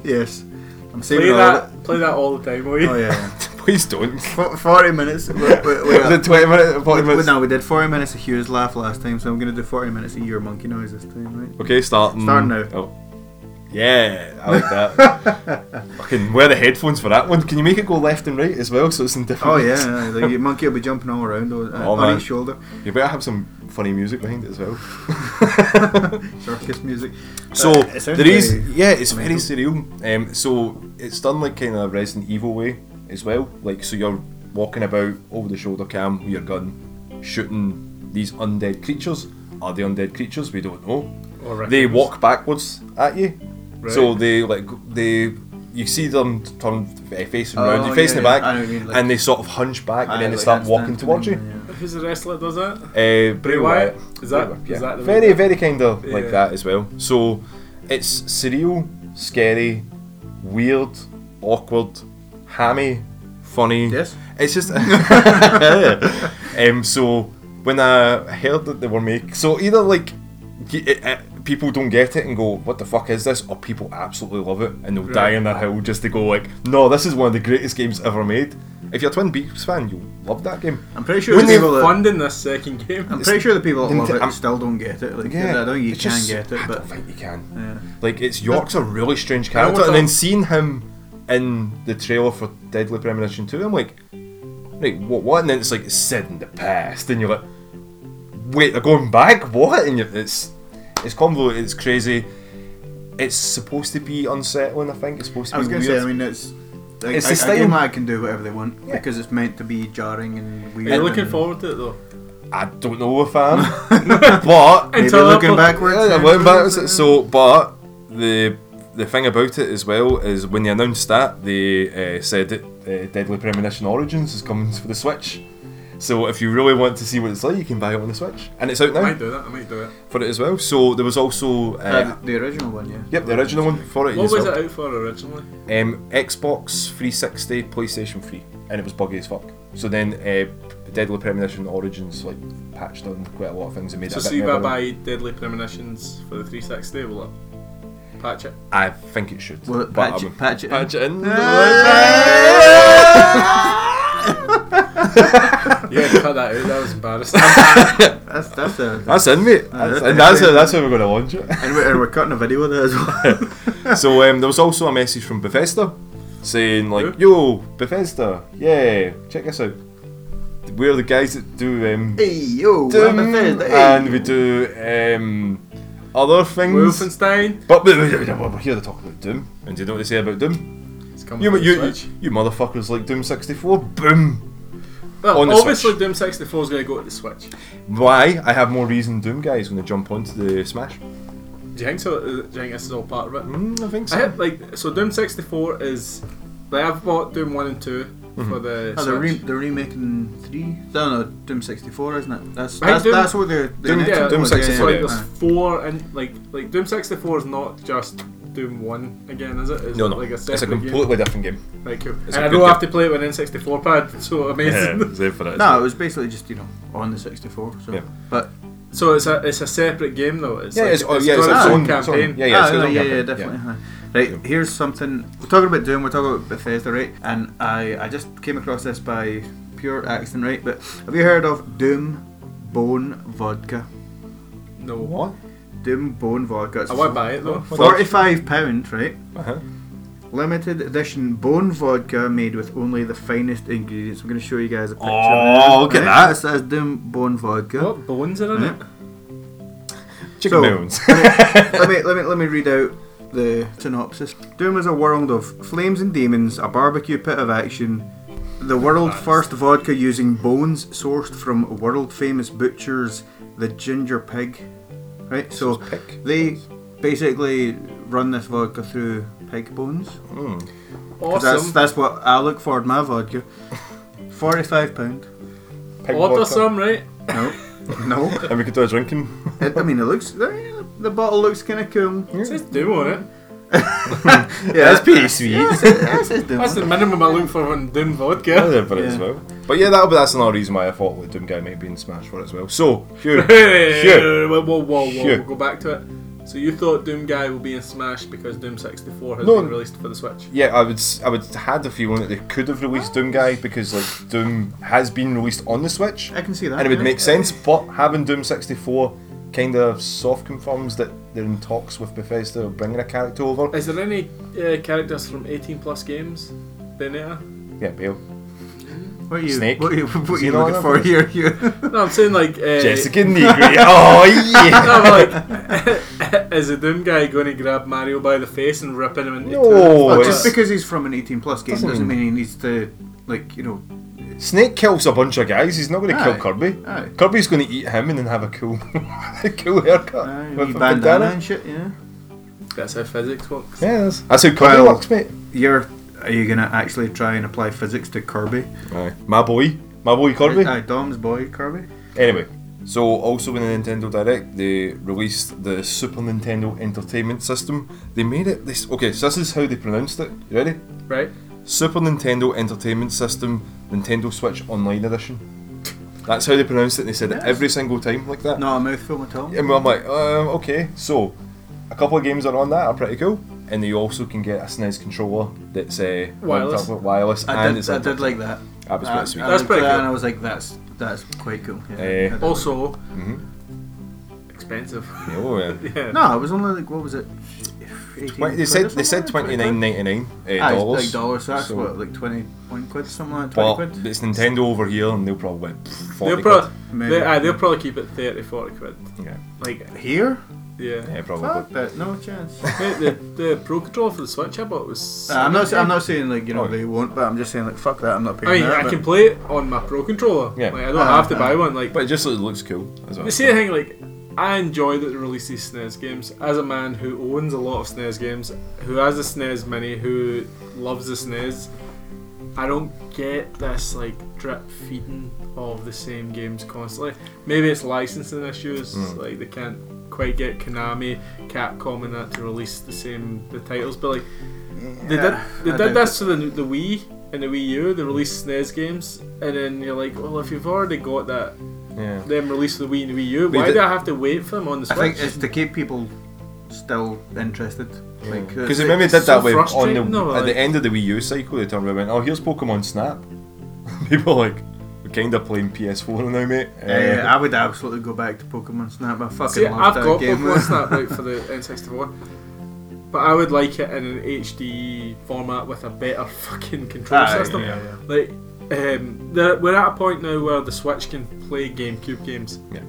I'm saving
Play
all
that,
of
play that all the time, will
it.
you?
Oh yeah.
<laughs> Please don't.
For, Forty minutes. we we- we-
<laughs> Was it 20 minutes? 40
we-
minutes?
no, we did forty minutes of Hugh's laugh last time, so I'm gonna do forty minutes of your monkey noise this time, right?
Okay, starting.
Starting now.
Oh. Yeah, I like that.
<laughs>
Fucking wear the headphones for that one. Can you make it go left and right as well so it's in different
Oh yeah, the your monkey will be jumping all around on,
Oh,
on
man.
each shoulder.
You better have some funny music behind it as well.
Uh, Circus music.
So,
Uh, it sounds
there is.
very
Yeah, it's very
mental.
surreal. Um, so, it's done like kind of Resident Evil way. as well. Like so, you're walking about over the shoulder cam with your gun, shooting these undead creatures. Are they undead creatures? We don't know.
Or
They
raccoons.
walk backwards at you,
Right.
so they like they. You see them turn eh, facing
Oh,
round, you
yeah,
facing
yeah.
the back,
I know what you mean, like-
and they sort of hunch back,
Aye,
and then they
like
start
handstand
walking towards you.
thing, yeah.
Who's the wrestler that does that?
Uh, Bray
Wyatt?
Wyatt.
Is that-
Bray Wyatt,
is that the
very,
one-
very kind of
Yeah.
like that as well? So it's surreal, scary, weird, awkward, hammy, funny.
Yes.
It's just. <laughs> um. So when I heard that they were making, so either like. y- It, it, people don't get it and go, "What the fuck is this?" Or people absolutely love it and they'll die
Right.
in their hill just to go like, "No, this is one of the greatest games ever made." If you're a Twin Peaks fan, you'll love that game.
I'm pretty sure
Who's
the people that,
funding this second game?
uh, I'm pretty sure the people that
Didn't
love
it-
it
I'm-
still don't get it. Like, I don't think you
it's
can
just-
get it,
I
but
don't think you can.
yeah.
Like it's York's a really strange
I always
character, and then
thought-
seeing him in the trailer for Deadly Premonition 2, I'm like, right, what, what? And then it's like it's set in the past, and you're like, wait, they're going back, what? And you're, it's it's convoluted, it's crazy. It's supposed to be unsettling, I think. It's supposed to
I was
be
gonna
weird.
say, I mean, it's like,
It's
it's
the
a,
style.
a game that can do whatever they want
Yeah.
because it's meant to be jarring and weird.
Are you looking
and-
forward to it though?
I don't know if I
<laughs>
am, but
Maybe
Until
looking
Apple-
backwards. Uh,
Yeah, I'm going back. So, but the the thing about it as well is when they announced that they uh, said that uh, Deadly Premonition Origins is coming for the Switch. So if you really want to see what it's like, you can buy it on the Switch, and it's out
I
now
might do that. I might do it.
for it as well. So there was also
Uh,
uh,
the original one, yeah.
yep the original one for it.
What
as
was
well.
it out for originally?
Um, Xbox 360, PlayStation 3, and it was buggy as fuck. So then uh, Deadly Premonition Origins like patched on quite a lot of things and made
So
it a bit
see if I
memorable.
buy Deadly Premonitions for the 360, will it patch it?
I think it should.
Well,
but
patch,
I
it,
would-
patch it. in.
Patch it in.
<laughs> Yeah, cut that out. That was embarrassing.
<laughs>
I
That's that's a.
<laughs> That's in, mate. That's, and that's how, that's how we're going to launch it.
<laughs> and, we're, and we're cutting a video of that as
<laughs>
well.
so um, there was also a message from Bethesda saying like, "Yo, Bethesda, yeah, check us out. We're the guys that do um,
hey yo,
Doom,
I'm a fan, hey.
and we do um, other things."
Wolfenstein.
but we- we- we- we're here to talk about Doom, and do you know what they say about Doom?
It's coming
You,
to the
you, you,
Switch.
you motherfuckers like Doom 64? Boom!
Well,
on the
obviously
Switch.
Doom 64 is going to go to the Switch.
Why? I have more reason Doom guys when they jump onto the Smash.
Do you think so? Uh, Do you think this is all part of it?
Mm, I think so.
I had, like so Doom 64 is like I've bought Doom 1 and 2
Mm-hmm.
for the
Oh,
Switch.
they're, re- they're remaking three. No, no, Doom 64, isn't it? That's
I
that's,
think Doom-
that's what they're. they
Doom-
announced
yeah,
it
Doom
was, Uh,
So
64,
like
yeah.
there's four and like like Doom 64 is not just Doom 1 again, is it? Is
no,
it
no,
like a
it's a
separate game?
completely different game.
<laughs> Right, cool.
It's
and
a
I
good
don't have to play it with an N64 pad, <laughs> so amazing.
same for that.
No, it was basically just you know on the 64. So,
Yeah.
but
So it's a it's a separate game though. It's
yeah,
like,
it's, oh, yeah, it's,
got
its own
campaign.
Yeah, yeah,
Ah,
it's its
no,
own
yeah,
campaign.
yeah, definitely. huh. Right, here's something. We're talking about Doom. We're talking about Bethesda, right? And I, I just came across this by pure accident, right? But have you heard of Doom Bone Vodka?
No,
What?
Doom Bone Vodka. It's
I won't buy it though.
Forty-five pound, right?
Uh-huh.
Limited edition bone vodka made with only the finest ingredients. I'm going to show you guys a picture.
Oh, look at that.
That says Doom Bone Vodka.
What bones are in it?
Chicken
So-
<laughs>
bones.
let me let me let me read out the synopsis. Doom is a world of flames and demons, a barbecue pit of action, the world first vodka using bones sourced from world famous butchers, the ginger pig. Right, so
Pick.
they basically run this vodka through pig bones. 'Cause
Awesome.
That's that's what I look for in my vodka. Forty-five pound.
Pig
Order
vodka.
some, right?
No, no.
And we could do a drinking.
It, I mean, it looks. The the bottle looks kind of cool.
It says Doom on it.
Yeah,
pretty sweet.
that's that's Doom.
That's the minimum I'm looking for on Doom
Yeah,
<laughs> vodka.
they're for it as
Yeah.
well. But yeah, that, that's another reason why I thought the Doom guy might be in Smash for it as well. So,
<laughs>
Hugh. Hugh.
Whoa, whoa, whoa, whoa.
Sure.
We'll go back to it. So you thought Doom Guy will be in Smash because Doom 64 has
No.
been released for the Switch.
Yeah, I would s- I would had the feeling that they could have released Doom Guy because like Doom has been released on the Switch.
I can see that.
and it would
yeah.
make sense. But having Doom 64 kind of soft confirms that they're in talks with Bethesda of bringing a character over.
Is there any uh, characters from 18 plus games? Bayonetta?
Yeah, Bale.
What are you,
Snake.
What are you, <laughs> what are you
Xenon
looking for
Alpha.
here? <laughs> You. <laughs>
No, I'm saying like uh,
Jessica Negri. oh, yeah.
No, but
<laughs>
like <laughs> is the Doom guy going to grab Mario by the face and ripping him into
No.
two?
But
Oh,
just
it's-
because he's from an 18 plus game
Doesn't
doesn't,
mean-
mean he needs to, like, you know,
Snake kills a bunch of guys. He's not going to kill
Aye,
Kirby.
aye.
Kirby's going to eat him and then have a cool, <laughs> a cool haircut
uh,
with a
bandana,
bandana.
and shit, yeah.
That's how physics works.
Yeah, that's, that's how Kirby
Well-
looks, mate.
You're, are you going to actually try and apply physics to Kirby?
Aye. my boy, my boy Kirby.
Aye, Dom's boy, Kirby.
Anyway, so also in the Nintendo Direct, they released the Super Nintendo Entertainment System. They made it this. Okay, so this is how they pronounced it. You ready?
Right?
Super Nintendo Entertainment System, Nintendo Switch Online Edition. That's how they pronounced it. and They said it
Yes.
every single time like that.
Not a mouthful at all.
And I'm like, um, okay, so a couple of games that are on that are pretty cool, and you also can get a SNES controller that's uh,
Wireless.
wireless,
I
and
did,
it's
I
a
did like that.
That was
I-
pretty sweet.
I
That's
looked
pretty
at that
cool.
And I was like, that's that's quite cool. Yeah.
Eh.
I did like
Also,
Mhm. Mm-hmm.
expensive. <laughs>
Oh,
<laughs>
yeah.
yeah.
that. no, it was only like what was it? 18
Twen- they
quid
said
or
they said
something
twenty
like
nine ninety
that?
nine uh,
Aye,
dollars.
like dollars. So that's
So-
what, like twenty one quid, something like
Well,
twenty quid.
it's Nintendo over here, and they'll probably went, "Pff, forty.
They'll, pro-
Maybe.
they, aye, they'll probably keep it 30, 40 quid.
quid." yeah,
Like,
Here?
yeah.
yeah, probably.
Fuck that, no chance.
<laughs> Mate, the, the Pro Controller for the Switch I bought was.
Uh, I'm not. sa- I'm not saying like you know
Oh.
they won't, but I'm just saying like fuck that. I'm not paying.
I mean,
that,
I
but-
can play it on my Pro Controller.
Yeah.
Like, I don't
Uh,
have to
uh,
buy one. Like,
But it just looks cool as well.
You see the thing, like, I enjoy that they release these SNES games. As a man who owns a lot of SNES games, who has a SNES Mini, who loves the SNES, I don't get this, like, drip feeding of the same games constantly. Maybe it's licensing issues, like, they can't quite get Konami, Capcom, and that to release the same the titles, but, like, they did
Yeah,
they
I
did
doubt
this to the the Wii and the Wii U. They released SNES games, and then you're like, well, if you've already got that
Yeah.
them release the Wii and Wii U.
We
Why
did-
do I have to wait for them on the
I
Switch?
think it's to keep people still interested. Like
Because
it's-
remember they
it's
did
so
that with on the
frustrating, though,
at the
like-
end of the Wii U cycle, they turned around and went, "Oh, here's Pokemon Snap." <laughs> People are like, we're kind of playing PS4 now, mate.
Eh,
Uh,
I would absolutely go back to Pokemon Snap. I fucking
See,
love
I've
that
got
game.
Pokemon Snap right for the
<laughs>
N64, but I would like it in an HD format with a better fucking
<laughs>
control
Aye,
system.
yeah, yeah.
Like, um, there- we're at a point now where the Switch can play GameCube games.
Yeah.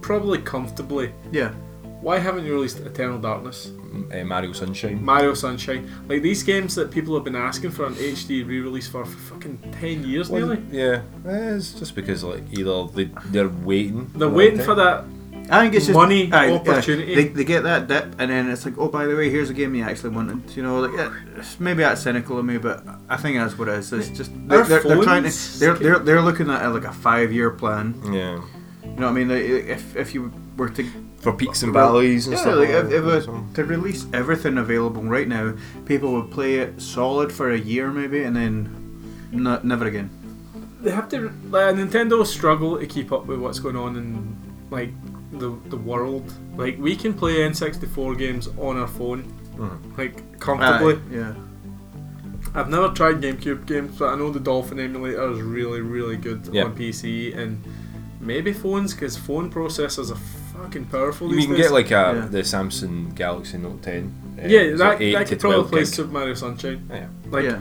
Probably comfortably.
Yeah.
Why haven't you released Eternal Darkness,
uh, Mario Sunshine.
Mario Sunshine, like these games that people have been asking for an HD re-release for, for fucking ten years nearly?
Yeah, eh, it's just because like either they they're waiting.
They're waiting for that
I think it's just
Money,
aye, yeah,
opportunity.
they, they get that dip, and then it's like, oh, by the way, here's a game you actually wanted. You know, like yeah, it's- maybe that's cynical of me, but I think that's what it is. It's just they're,
Our
they're, they're trying to
phones
they're,
can-
they're they're looking at uh, like a five year plan.
Yeah,
You know what I mean? Like, if if you were to
for peaks and valleys and
yeah,
stuff. like
like, if, if
that,
it-
so.
to release everything available right now, people would play it solid for a year maybe, and then no, never again.
they have to like Nintendo struggle to keep up with what's going on in like the the world. Like we can play N64 games on our phone,
Hmm.
like comfortably.
Aye, yeah.
I've never tried GameCube games, but I know the Dolphin emulator is really really good
Yeah.
on PC and maybe phones because phone processors are fucking powerful.
You
these
can
days.
get like a
Yeah.
the Samsung Galaxy Note 10. uh,
yeah,
it's like
that,
8
that
to
could probably
12
play
gig.
Super Mario Sunshine.
Yeah.
Like
yeah.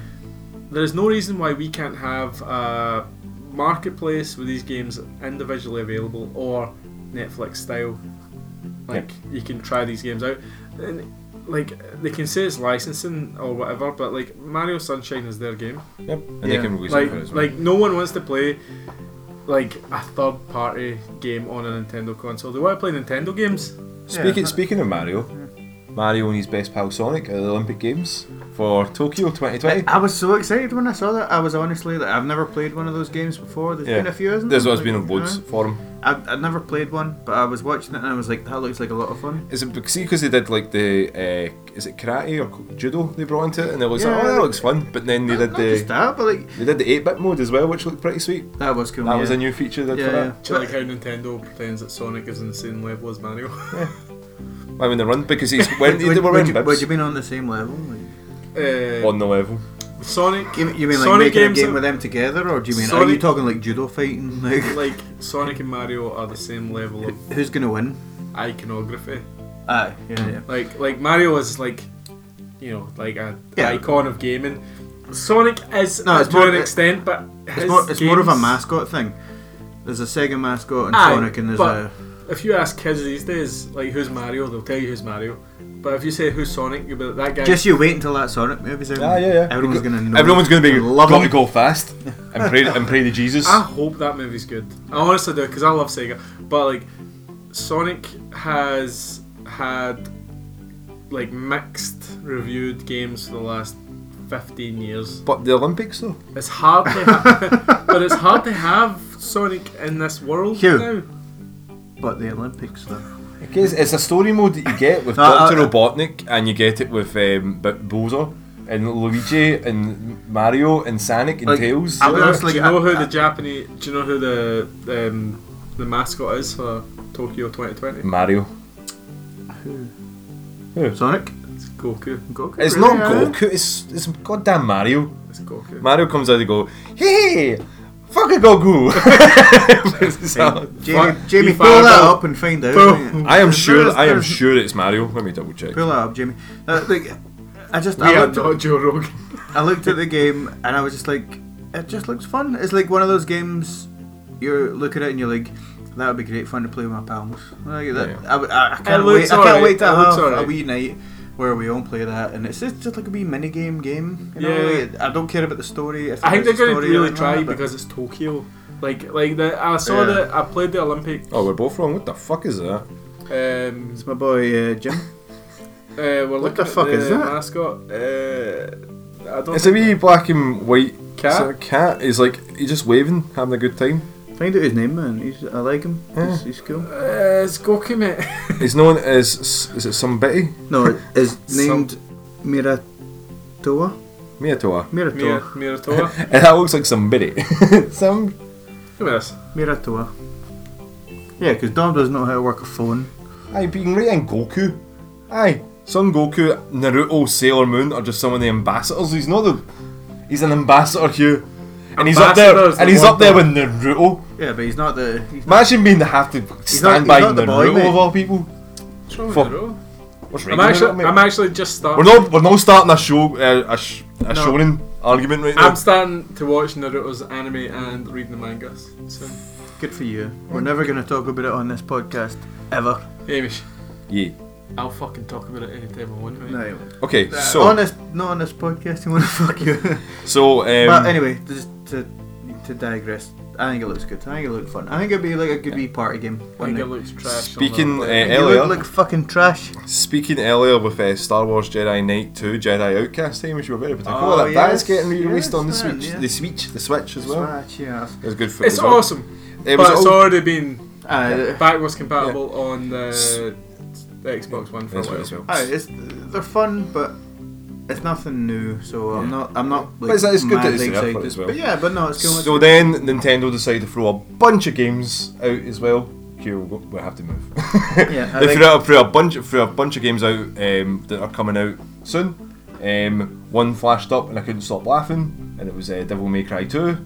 there is no reason why we can't have a marketplace with these games individually available or Netflix style. Like you can try these games out, and like they can say it's licensing or whatever, but like Mario Sunshine is their game.
Yep. And they
Yeah.
can release it
Like,
for it as well.
like no one wants to play like a third party game on a Nintendo console. They want to play Nintendo games.
Speaking
Yeah.
speaking of Mario, Mario and his best pal Sonic at the Olympic Games for Tokyo 2020.
I was so excited when I saw that. I was honestly like, I've never played one of those games before. There's
Yeah.
been a few, isn't
There's
there?
always been
Like,
loads
you know?
for him.
I've, I've never played one, but I was watching it and I was like, that looks like a lot of fun.
Is it see because they did like the uh, is it karate or judo they brought into it and it was like
Yeah.
oh that looks fun but then they did
Not just
the
that, but like
they did the 8-bit mode as well which looked pretty sweet.
that was cool.
That
yeah.
was a new feature they did
Yeah,
for
yeah.
that.
Just like how Nintendo pretends that Sonic is on the same level as Mario. <laughs>
I mean they run because he's
<laughs>
when
Would,
they were
would,
wearing
you, would
bibs
you been on the same level? Like,
uh,
on the level.
Sonic
you, you mean like
Sonic
making a
games
game
are-
with them together, or do you mean are you
Sonic-
talking like judo fighting? <laughs> Like
like Sonic and Mario are the same level of
who's gonna win?
iconography.
Aye, yeah, yeah.
Like like Mario is like you know like a
Yeah.
icon of gaming. Sonic is
No,
uh,
it's
to
more-
an extent, but
It's more, it's more of a
mask.
mascot thing. There's a Sega mascot and
Aye,
Sonic, and there's
but-
a
if you ask kids these days, like who's Mario, they'll tell you who's Mario. But if you say who's Sonic, you'll be like, that guy.
Just you wait until that Sonic movie's out.
Ah, yeah, yeah.
Everyone's
Go-
gonna know.
Everyone's gonna be
and love
got to
him.
go fast and pray and pray to Jesus.
I hope that movie's good. I honestly do because I love Sega. But like, Sonic has had like mixed reviewed games for the last fifteen years.
But the Olympics though.
It's hard to, ha-
<laughs>
but it's hard to have Sonic in this world
Hugh.
now.
But the Olympics though.
Okay, it's, it's a story mode that you get with
No, I-
Doctor
I-
Robotnik, and you get it with um, B- Bowser and Luigi and Mario and Sonic and
Like,
Tails.
I
Do
would-
you know,
honest, like,
do you know
I-
who
I-
the Japanese? Do you know who the um, the mascot is for Tokyo 2020?
Mario.
Sonic.
It's Goku.
Goku.
It's
really?
not Goku. It's it's goddamn Mario.
It's Goku.
Mario comes out and go, hey, fuck a <laughs> Goku. So,
Jamie,
Fuck,
Jamie
you
pull that
fireball.
up and find out.
Pull.
mate.
I am sure.
There's-
I am
there's-
sure it's Mario. Let me double check.
Pull that up, Jamie. Uh, like, I just
We
I
are
looked,
not Joe Rogan.
I looked at the game and I was just like, it just looks fun. It's like one of those games you're looking at and you're like, that would be great fun to play with my pals. Like, that,
Yeah.
I, I, I
It
can't wait.
looks
I can't
alright.
wait to
It looks
have a
alright.
wee night where we all play that, and it's just, just like a wee mini game game. You know?
Yeah.
Like, I don't care about the story. If
I think they're
there's a
going to
story or
really
not,
try
but-
because it's Tokyo. Like, like the, I saw
Yeah.
that I played the Olympic.
Oh, we're both wrong. What the fuck is that?
Um,
It's my boy uh,
<laughs>
Jim.
uh, we're looking
the
at
fuck is that?
mascot? Uh, I don't.
It's a
think-
wee black and white
Cat?
sort of cat. He's like he's just waving, having a good time.
Find out his name, man. He's, I like him. He's, he's cool.
uh, it's Goku, mate.
He's known as is it Sumbiti
No, it's
Some-
named Miratoa.
Miyatoa?
Mir-
Miratoa.
Miratoa.
And <laughs> that looks like <laughs> Sumbiti. Some
Look at this.
Miratoa. Yeah, because Dom doesn't know how to work a phone.
aye, being right in Goku. Aye, Son Goku, Naruto, Sailor Moon are just some of the ambassadors. He's not the. He's an ambassador, Hugh. And he's up there,
Ambassador's the
and he's
one
up there with
thing.
Naruto.
Yeah, but he's not the. He's not,
Imagine being to have to stand
he's
by
not the boy,
Naruto
mate.
of all people.
What's wrong with
Fuck.
Naruto?
What's
I'm
wrong with
actually,
that, mate?
I'm actually just starting.
We're not, we're not starting a show, uh, a, sh- a
No.
shonen argument right now.
I'm starting to watch Naruto's anime and reading the mangas. So,
good for you. We're never going to talk about it on this podcast ever.
Hamish,
yeah.
I'll fucking talk about it anytime I want, mate.
Okay,
Uh,
so
on this, not on this podcast. I want to <laughs> fuck you.
so um,
but anyway, just to to digress. I think it looks good. I think it looked fun. I think it'd be like a good wee party game.
I
wouldn't
think
it?
it looks trash. on
Speaking,
that.
uh,
It
earlier.
looked like fucking trash.
Speaking earlier with uh, Star Wars Jedi Knight 2, Jedi Outcast time, which you were very particular
Oh,
about, that is
yes,
getting re-released
yes,
on the
man,
Switch,
yeah.
the Switch, the Switch as well.
Trash, yeah.
It's good for.
it's
it was-
awesome,
It
but
was
it's
all-
already been
Uh,
backwards compatible on the, the Xbox One for a
That's
while.
right as well.
Aye, it's they're fun, but it's nothing new. So I'm
Yeah.
not. I'm not. Like,
it's- it's good that
madly
it's an
excited.
effort as well.
But yeah, but no, it's cool.
So then Nintendo decided to throw a bunch of games out as well. Okay, we'll, go- we'll have to move. <laughs>
Yeah, I
they
think-
threw, out, threw a bunch threw a bunch of games out um, that are coming out soon. Um, one flashed up and I couldn't stop laughing, and it was uh, Devil May Cry 2, and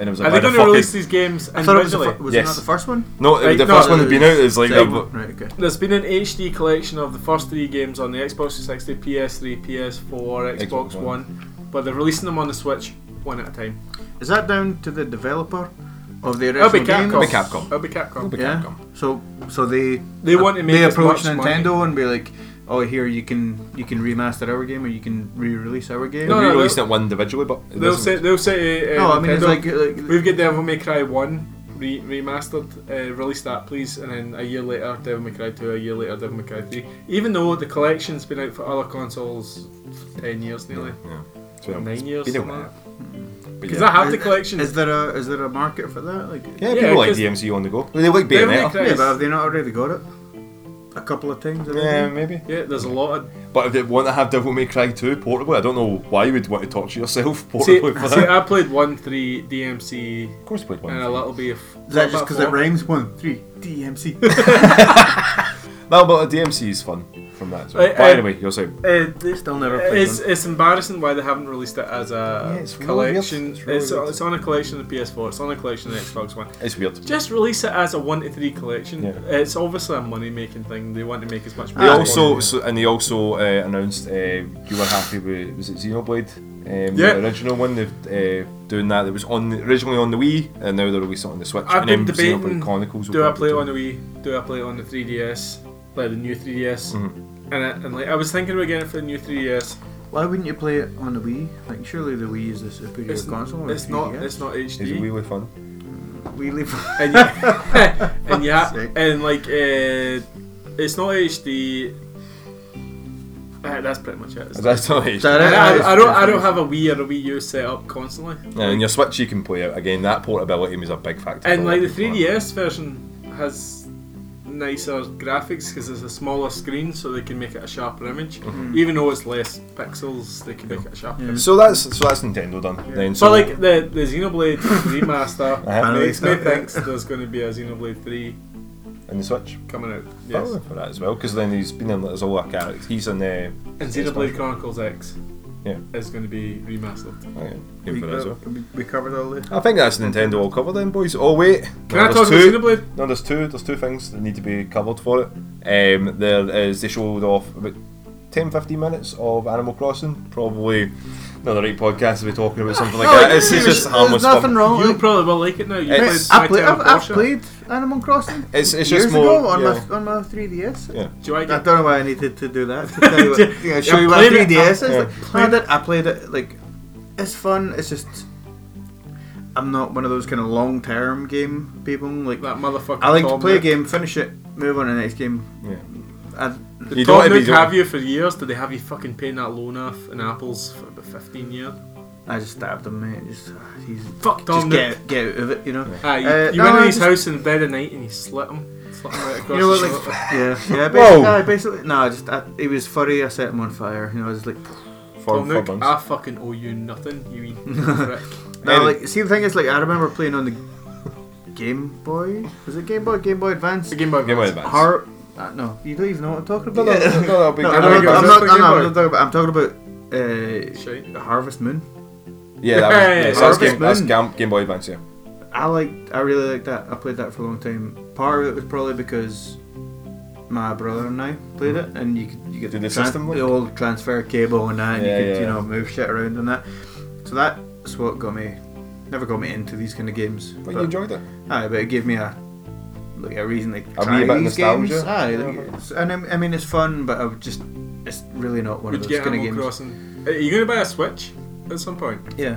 it was like
Are they
why the
going to
fuck
release
is-
these games
I thought it was, the
individually?
fir- was it
Yes.
not the first one.
No,
Like,
the
no,
first one
that
had been out. It was like
Second
they-
one, right, okay.
There's been an HD collection of the first three games on the Xbox 360, PS3, PS4, Xbox,
Xbox One.
One, but they're releasing them on the Switch one at a time.
Is that down to the developer of the
It'll
original
be
game?
Capcom.
It'll be Capcom.
It'll be Capcom.
It'll be
Yeah.
Capcom.
So, so they
They want to make
they
as
approach
much
Nintendo and be like, "Oh, here you can you can remaster our game or you can re-release our game."
No,
They
no,
released it one individually, but it
They'll
wasn't-
say they'll say. Uh,
No,
uh,
I mean it's
Nintendo,
like, like
We've got Devil May Cry 1 re- remastered. Uh, release that, please. And then a year later, Devil May Cry 2, a year later, Devil May Cry 3. Even though the collection's been out for other consoles 10 years nearly.
Yeah. So,
Nine
it's
years,
been a
something
while. But
Because
yeah.
I have the
Is-
collection.
Is there a is there a market for that? Like, yeah,
yeah,
yeah,
people like
'cause-
DMC on the go. They like
Devil May
Bayonetta.
Cry is-
but have they not already got it? A couple of times. have they?
Yeah, maybe.
yeah, there's a lot of.
But if they want to have Devil May Cry 2 portable, I don't know why you would want to talk to yourself <laughs>
See,
portably for
see,
that.
I played 1 3 DMC
Of course, I played one.
Uh,
and a little bit of.
Is that just because it
four.
rhymes? One, three, <laughs> DMC.
No, but a DMC is fun from that. So.
Uh,
but
uh,
anyway, you're saying.
Uh, th-
Still never played
it's,
one.
it's embarrassing why they haven't released it as
Yeah,
a
it's really weird.
collection.
It's really
it's,
weird.
it's on a collection of PS4, it's on a collection of Xbox One.
It's weird. They
Just release it as a one to three collection.
Yeah.
It's obviously a money making thing. They want to make as much.
They
money as
also
possible.
so, and they also uh, announced uh, you were happy with was it Xenoblade Um,
Yeah.
The original one, they've uh, doing that. It was on the, originally on the Wii, and now they're releasing it on the Switch. and
I've been
then Xenoblade
debating,
Chronicles. will
Do I
probably
play it
do
on the Wii? Do I play it on the 3DS? Like the new 3DS?
Mm-hmm.
And, I, and like I was thinking about getting it for the new 3DS.
Why wouldn't you play it on the Wii? Like, surely the Wii is the superior
It's,
console.
it's not. It's not
Is it
HD.
really fun?
we
<laughs>
leave.
and you, <laughs> and you ha-
Sick.
and like uh, it's not HD. Uh, that's pretty much it. It's-
That's not HD.
that
I,
it?
I, I don't. I don't have a Wii or a Wii U set up constantly.
Yeah, and your Switch, you can play it again. That portability was a big factor.
And
for a lot
like the
of people.
3DS version has nicer graphics because it's a smaller screen, so they can make it a sharper image.
Mm-hmm.
Even though it's less pixels, they can make it a sharper. image.
So that's so that's Nintendo done. Then so
But like the the
<laughs>
Xenoblade remaster
Uh-huh.
makes me
Finally.
think there's going to be a Xenoblade three
and the Switch.
coming
Oh,
out. Yes,
Probably for that as well, because then he's been in there's a lot of characters. He's in uh, there.
and Xenoblade Chronicles X.
Yeah.
Is going to be remastered.
We,
Him oh, for that as well.
we- we covered all the.
I think that's Nintendo all covered then, boys. Oh wait,
Can
no,
I
there's
talk about
two.
Xenoblade?
No, there's two. There's two things that need to be covered for it. Um, there is they showed off about 10, 15 minutes of Animal Crossing. Probably not the right podcast to be talking about something
<laughs>
like that. It's, it's just harmless
there's nothing
fun.
wrong.
You
with-
probably will like it now. You
It's-
played
I play,
Titan
I've, I've
Abortion.
played Animal Crossing
It's it's
years
just more.
ago on,
yeah.
my, on my 3DS.
Yeah.
Do you like
I
it?
don't know why I needed to do that. To tell
<laughs>
you what- yeah, show
I
you my
played it,
3DS.
I-
It's like,
yeah.
I, did, I played it, like, it's fun. It's just. I'm not one of those kind of long term game people. Like,
That motherfucker.
I like to
Tom
play a
Nook.
game, finish it, move on to the next game.
Yeah.
I,
Did
You
you
don't
Tom
wanna be
Nook
doing-
have you for years? Did they have you fucking paying that loan off in apples for about 15 years?
I just stabbed him, mate. Just, he's,
Fuck
just
Tom Nook.
get, get out of it, you know?
Aye, you,
Uh,
you
no,
went
I
in his
just-
house in the dead of night and you slit him. Slit him right across
You know what,
the
like,
shoulder.
yeah,
Whoa.
yeah, basically, no, basically, no, I just, I, he was furry, I set him on fire, you know, I was like,
For,
Tom
for
Nook,
buns.
I fucking owe you nothing,
<laughs>
you wee prick.
no,
Anyway.
like, see, the thing is, like, I remember playing on the Game Boy, was it Game Boy, Game Boy Advance?
The Game Boy
Give me
Advance.
the buns.
Har- uh, no, you don't even know what I'm talking about.
No, no, no, no, big
No,
Game Boy
I'm not- I'm
Advance.
not-
Game
no, no,
Boy.
I'm not talking about, I'm talking about, uh,
Shite.
Harvest Moon.
Yeah, that was,
Yeah, yeah,
so that's,
Harvest
game, that's
Moon.
Gam- Game Boy Advance. Yeah.
I liked, I really liked that. I played that for a long time. Part of it was probably because my brother and I played it, and you could you get
Did the
tran-
system work?
the old transfer cable and that, and
Yeah,
you could
yeah.
you know move shit around and that. So that's what got me, never got me into these kind of games.
But you enjoyed it.
aye, but it gave me a like a reason to try
wee bit of
these games.
nostalgia?
Aye,
Yeah.
like, it's- and I, I mean it's fun, but I would just it's really not one
Would
of
you
those
get
kind of games.
Animal Crossing? Are you going to buy a Switch at some point?
Yeah.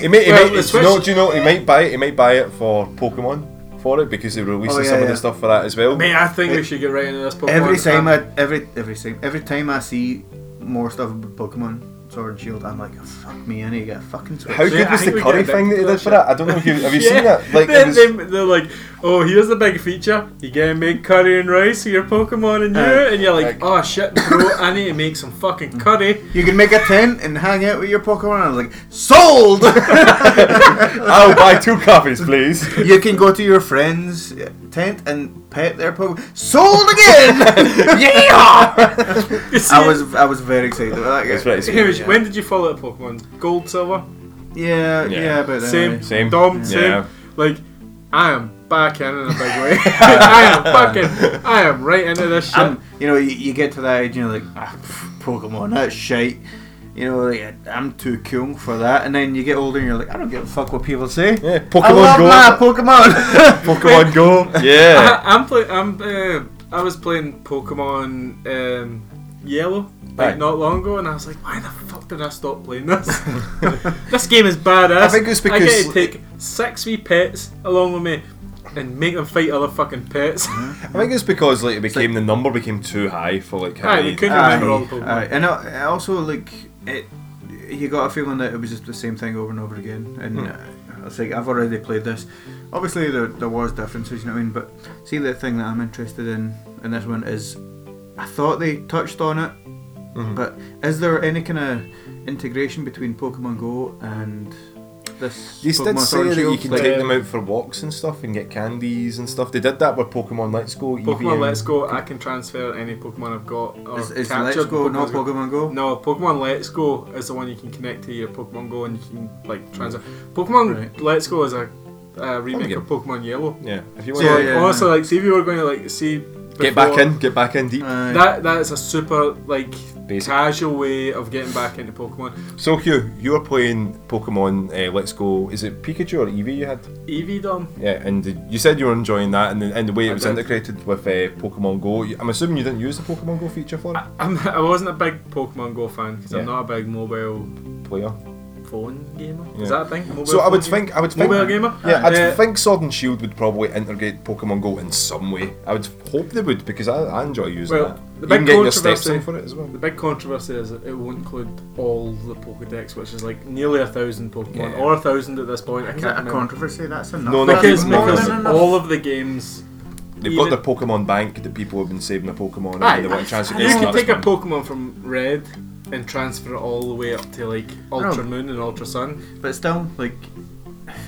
He may, he may,
Well, the
do, you know,
Switch-
do you know? He might buy it. He might buy it for Pokemon for it because they released
Oh, yeah,
some of
yeah.
the stuff for that as well.
Mate, I think we
It-
should get right into this Pokemon.
Every time
Um,
I every every time every time I see more stuff about Pokemon Sword and Shield, I'm like, "Oh, fuck me, I need to get a fucking Switch.
How
Yeah,
good
I
was
think
the
we
curry
get a bit
thing that he
of
did
that
for that? I don't know if you have you seen
<laughs> Yeah.
it. Like
they,
it was,
are like, oh, here's the big feature. You gotta make curry and rice for your Pokemon and you,
Aye.
and you're like, oh shit, bro, I need to make some fucking curry.
You can make a tent and hang out with your Pokemon. I was like,
<laughs>
sold. <laughs>
I'll buy two coffees, please.
<laughs>
you can go to your friend's tent and pet their Pokemon. Sold again. yeah.
You
<laughs>
see
I
<laughs> it?
was I was very excited. About that
That's right.
Hey, Hamish,
Yeah.
when did you follow up Pokemon? Gold, silver,
Yeah, yeah,
Yeah.
about that.
same,
Same.
Dom,
Yeah.
same. Like, I am back in in a
<laughs>
big way. <laughs> I am fucking, I am right into this shit.
I'm, you know, you, you get to that age, and you're like, ah, pff, Pokemon, that's shite. You know, like, I'm too cool for that. And then you get older, and you're like, I don't give a fuck what people say.
Yeah,
I
Pokemon
love
Go.
my
<laughs>
Pokemon.
Pokemon
<laughs>
Go. Yeah.
<laughs> I, Uh-huh, I'm play, I'm, uh, I was playing Pokemon um, Yellow like
Aye.
not long ago, and I was like, why the fuck did I stop
<laughs>
playing this? <laughs> this game is badass.
I think it's
I get to
because-
take six wee pets along with me and make them fight other fucking
<laughs>
pets.
I think it's because like it became the number became too high for like how
Aye, we
many.
couldn't-
Aye,
remember all the Pokemon.
aye. And I, I also, like, it, you got a feeling that it was just the same thing over and over again. And
Hmm.
uh, it's like, I've already played this. Obviously, there, there was differences, you know what I mean? But see, the thing that I'm interested in in this one is, I thought they touched on it,
Mhm.
but is there any kind of integration between Pokemon Go and this?
They
Pokemon
did
Sword
say
and
that you
Shield?
can
Like,
take them out for walks and stuff and get candies and stuff. They did that with Pokemon Let's Go. E
Pokemon
Eevee
Let's Go, I can transfer any Pokemon I've got or
Is, is
captured.
Let's Go not
Pokemon's got-
Pokemon Go?
No, Pokemon Let's Go is the one you can connect to your Pokemon Go and you can like transfer. Pokemon
Right.
Let's Go is a, a remake
game.
of Pokemon Yellow.
Yeah. If you want.
So,
So
Yeah,
like,
yeah,
um,
honestly,
no.
like, see if you were going to like see
Get back in, get back in deep.
Aye.
That that is a super like
Basic.
casual way of getting back into Pokemon.
So Hugh, you were playing Pokemon. Uh, Let's go. Is it Pikachu or Eevee you had?
Eevee dumb.
Yeah, and did- you said you were enjoying that, and the, and the way it
I
was
did.
integrated with uh, Pokemon Go. You- I'm assuming you didn't use the Pokemon Go feature for it.
I'm, I wasn't a big Pokemon Go fan because
Yeah.
I'm not a big mobile
Player.
phone gamer.
Yeah.
Is that a thing? Mobile
So I would
phone
think, I would
gamer?
think,
mobile gamer.
yeah, I'd
Uh,
think Sword and Shield would probably integrate Pokemon Go in some way. I would hope they would because I, I enjoy using
Well,
it.
the
Even
big
getting your steps
controversy-
in for it as well.
The big controversy is that it will include all the Pokedex, which is like nearly a thousand Pokemon,
Yeah.
or a thousand at this point. I
Is
can't
that a
remember.
controversy? That's enough.
No, no,
That's
Because,
It's more
because
than
all of the games,
They've got
even-
their Pokemon bank that people have been saving their Pokemon in,
Aye,
and they want a chance to
you
get
can
started.
take a Pokemon from Red and transfer it all the way up to like Ultra Moon and Ultra Sun.
But still, like,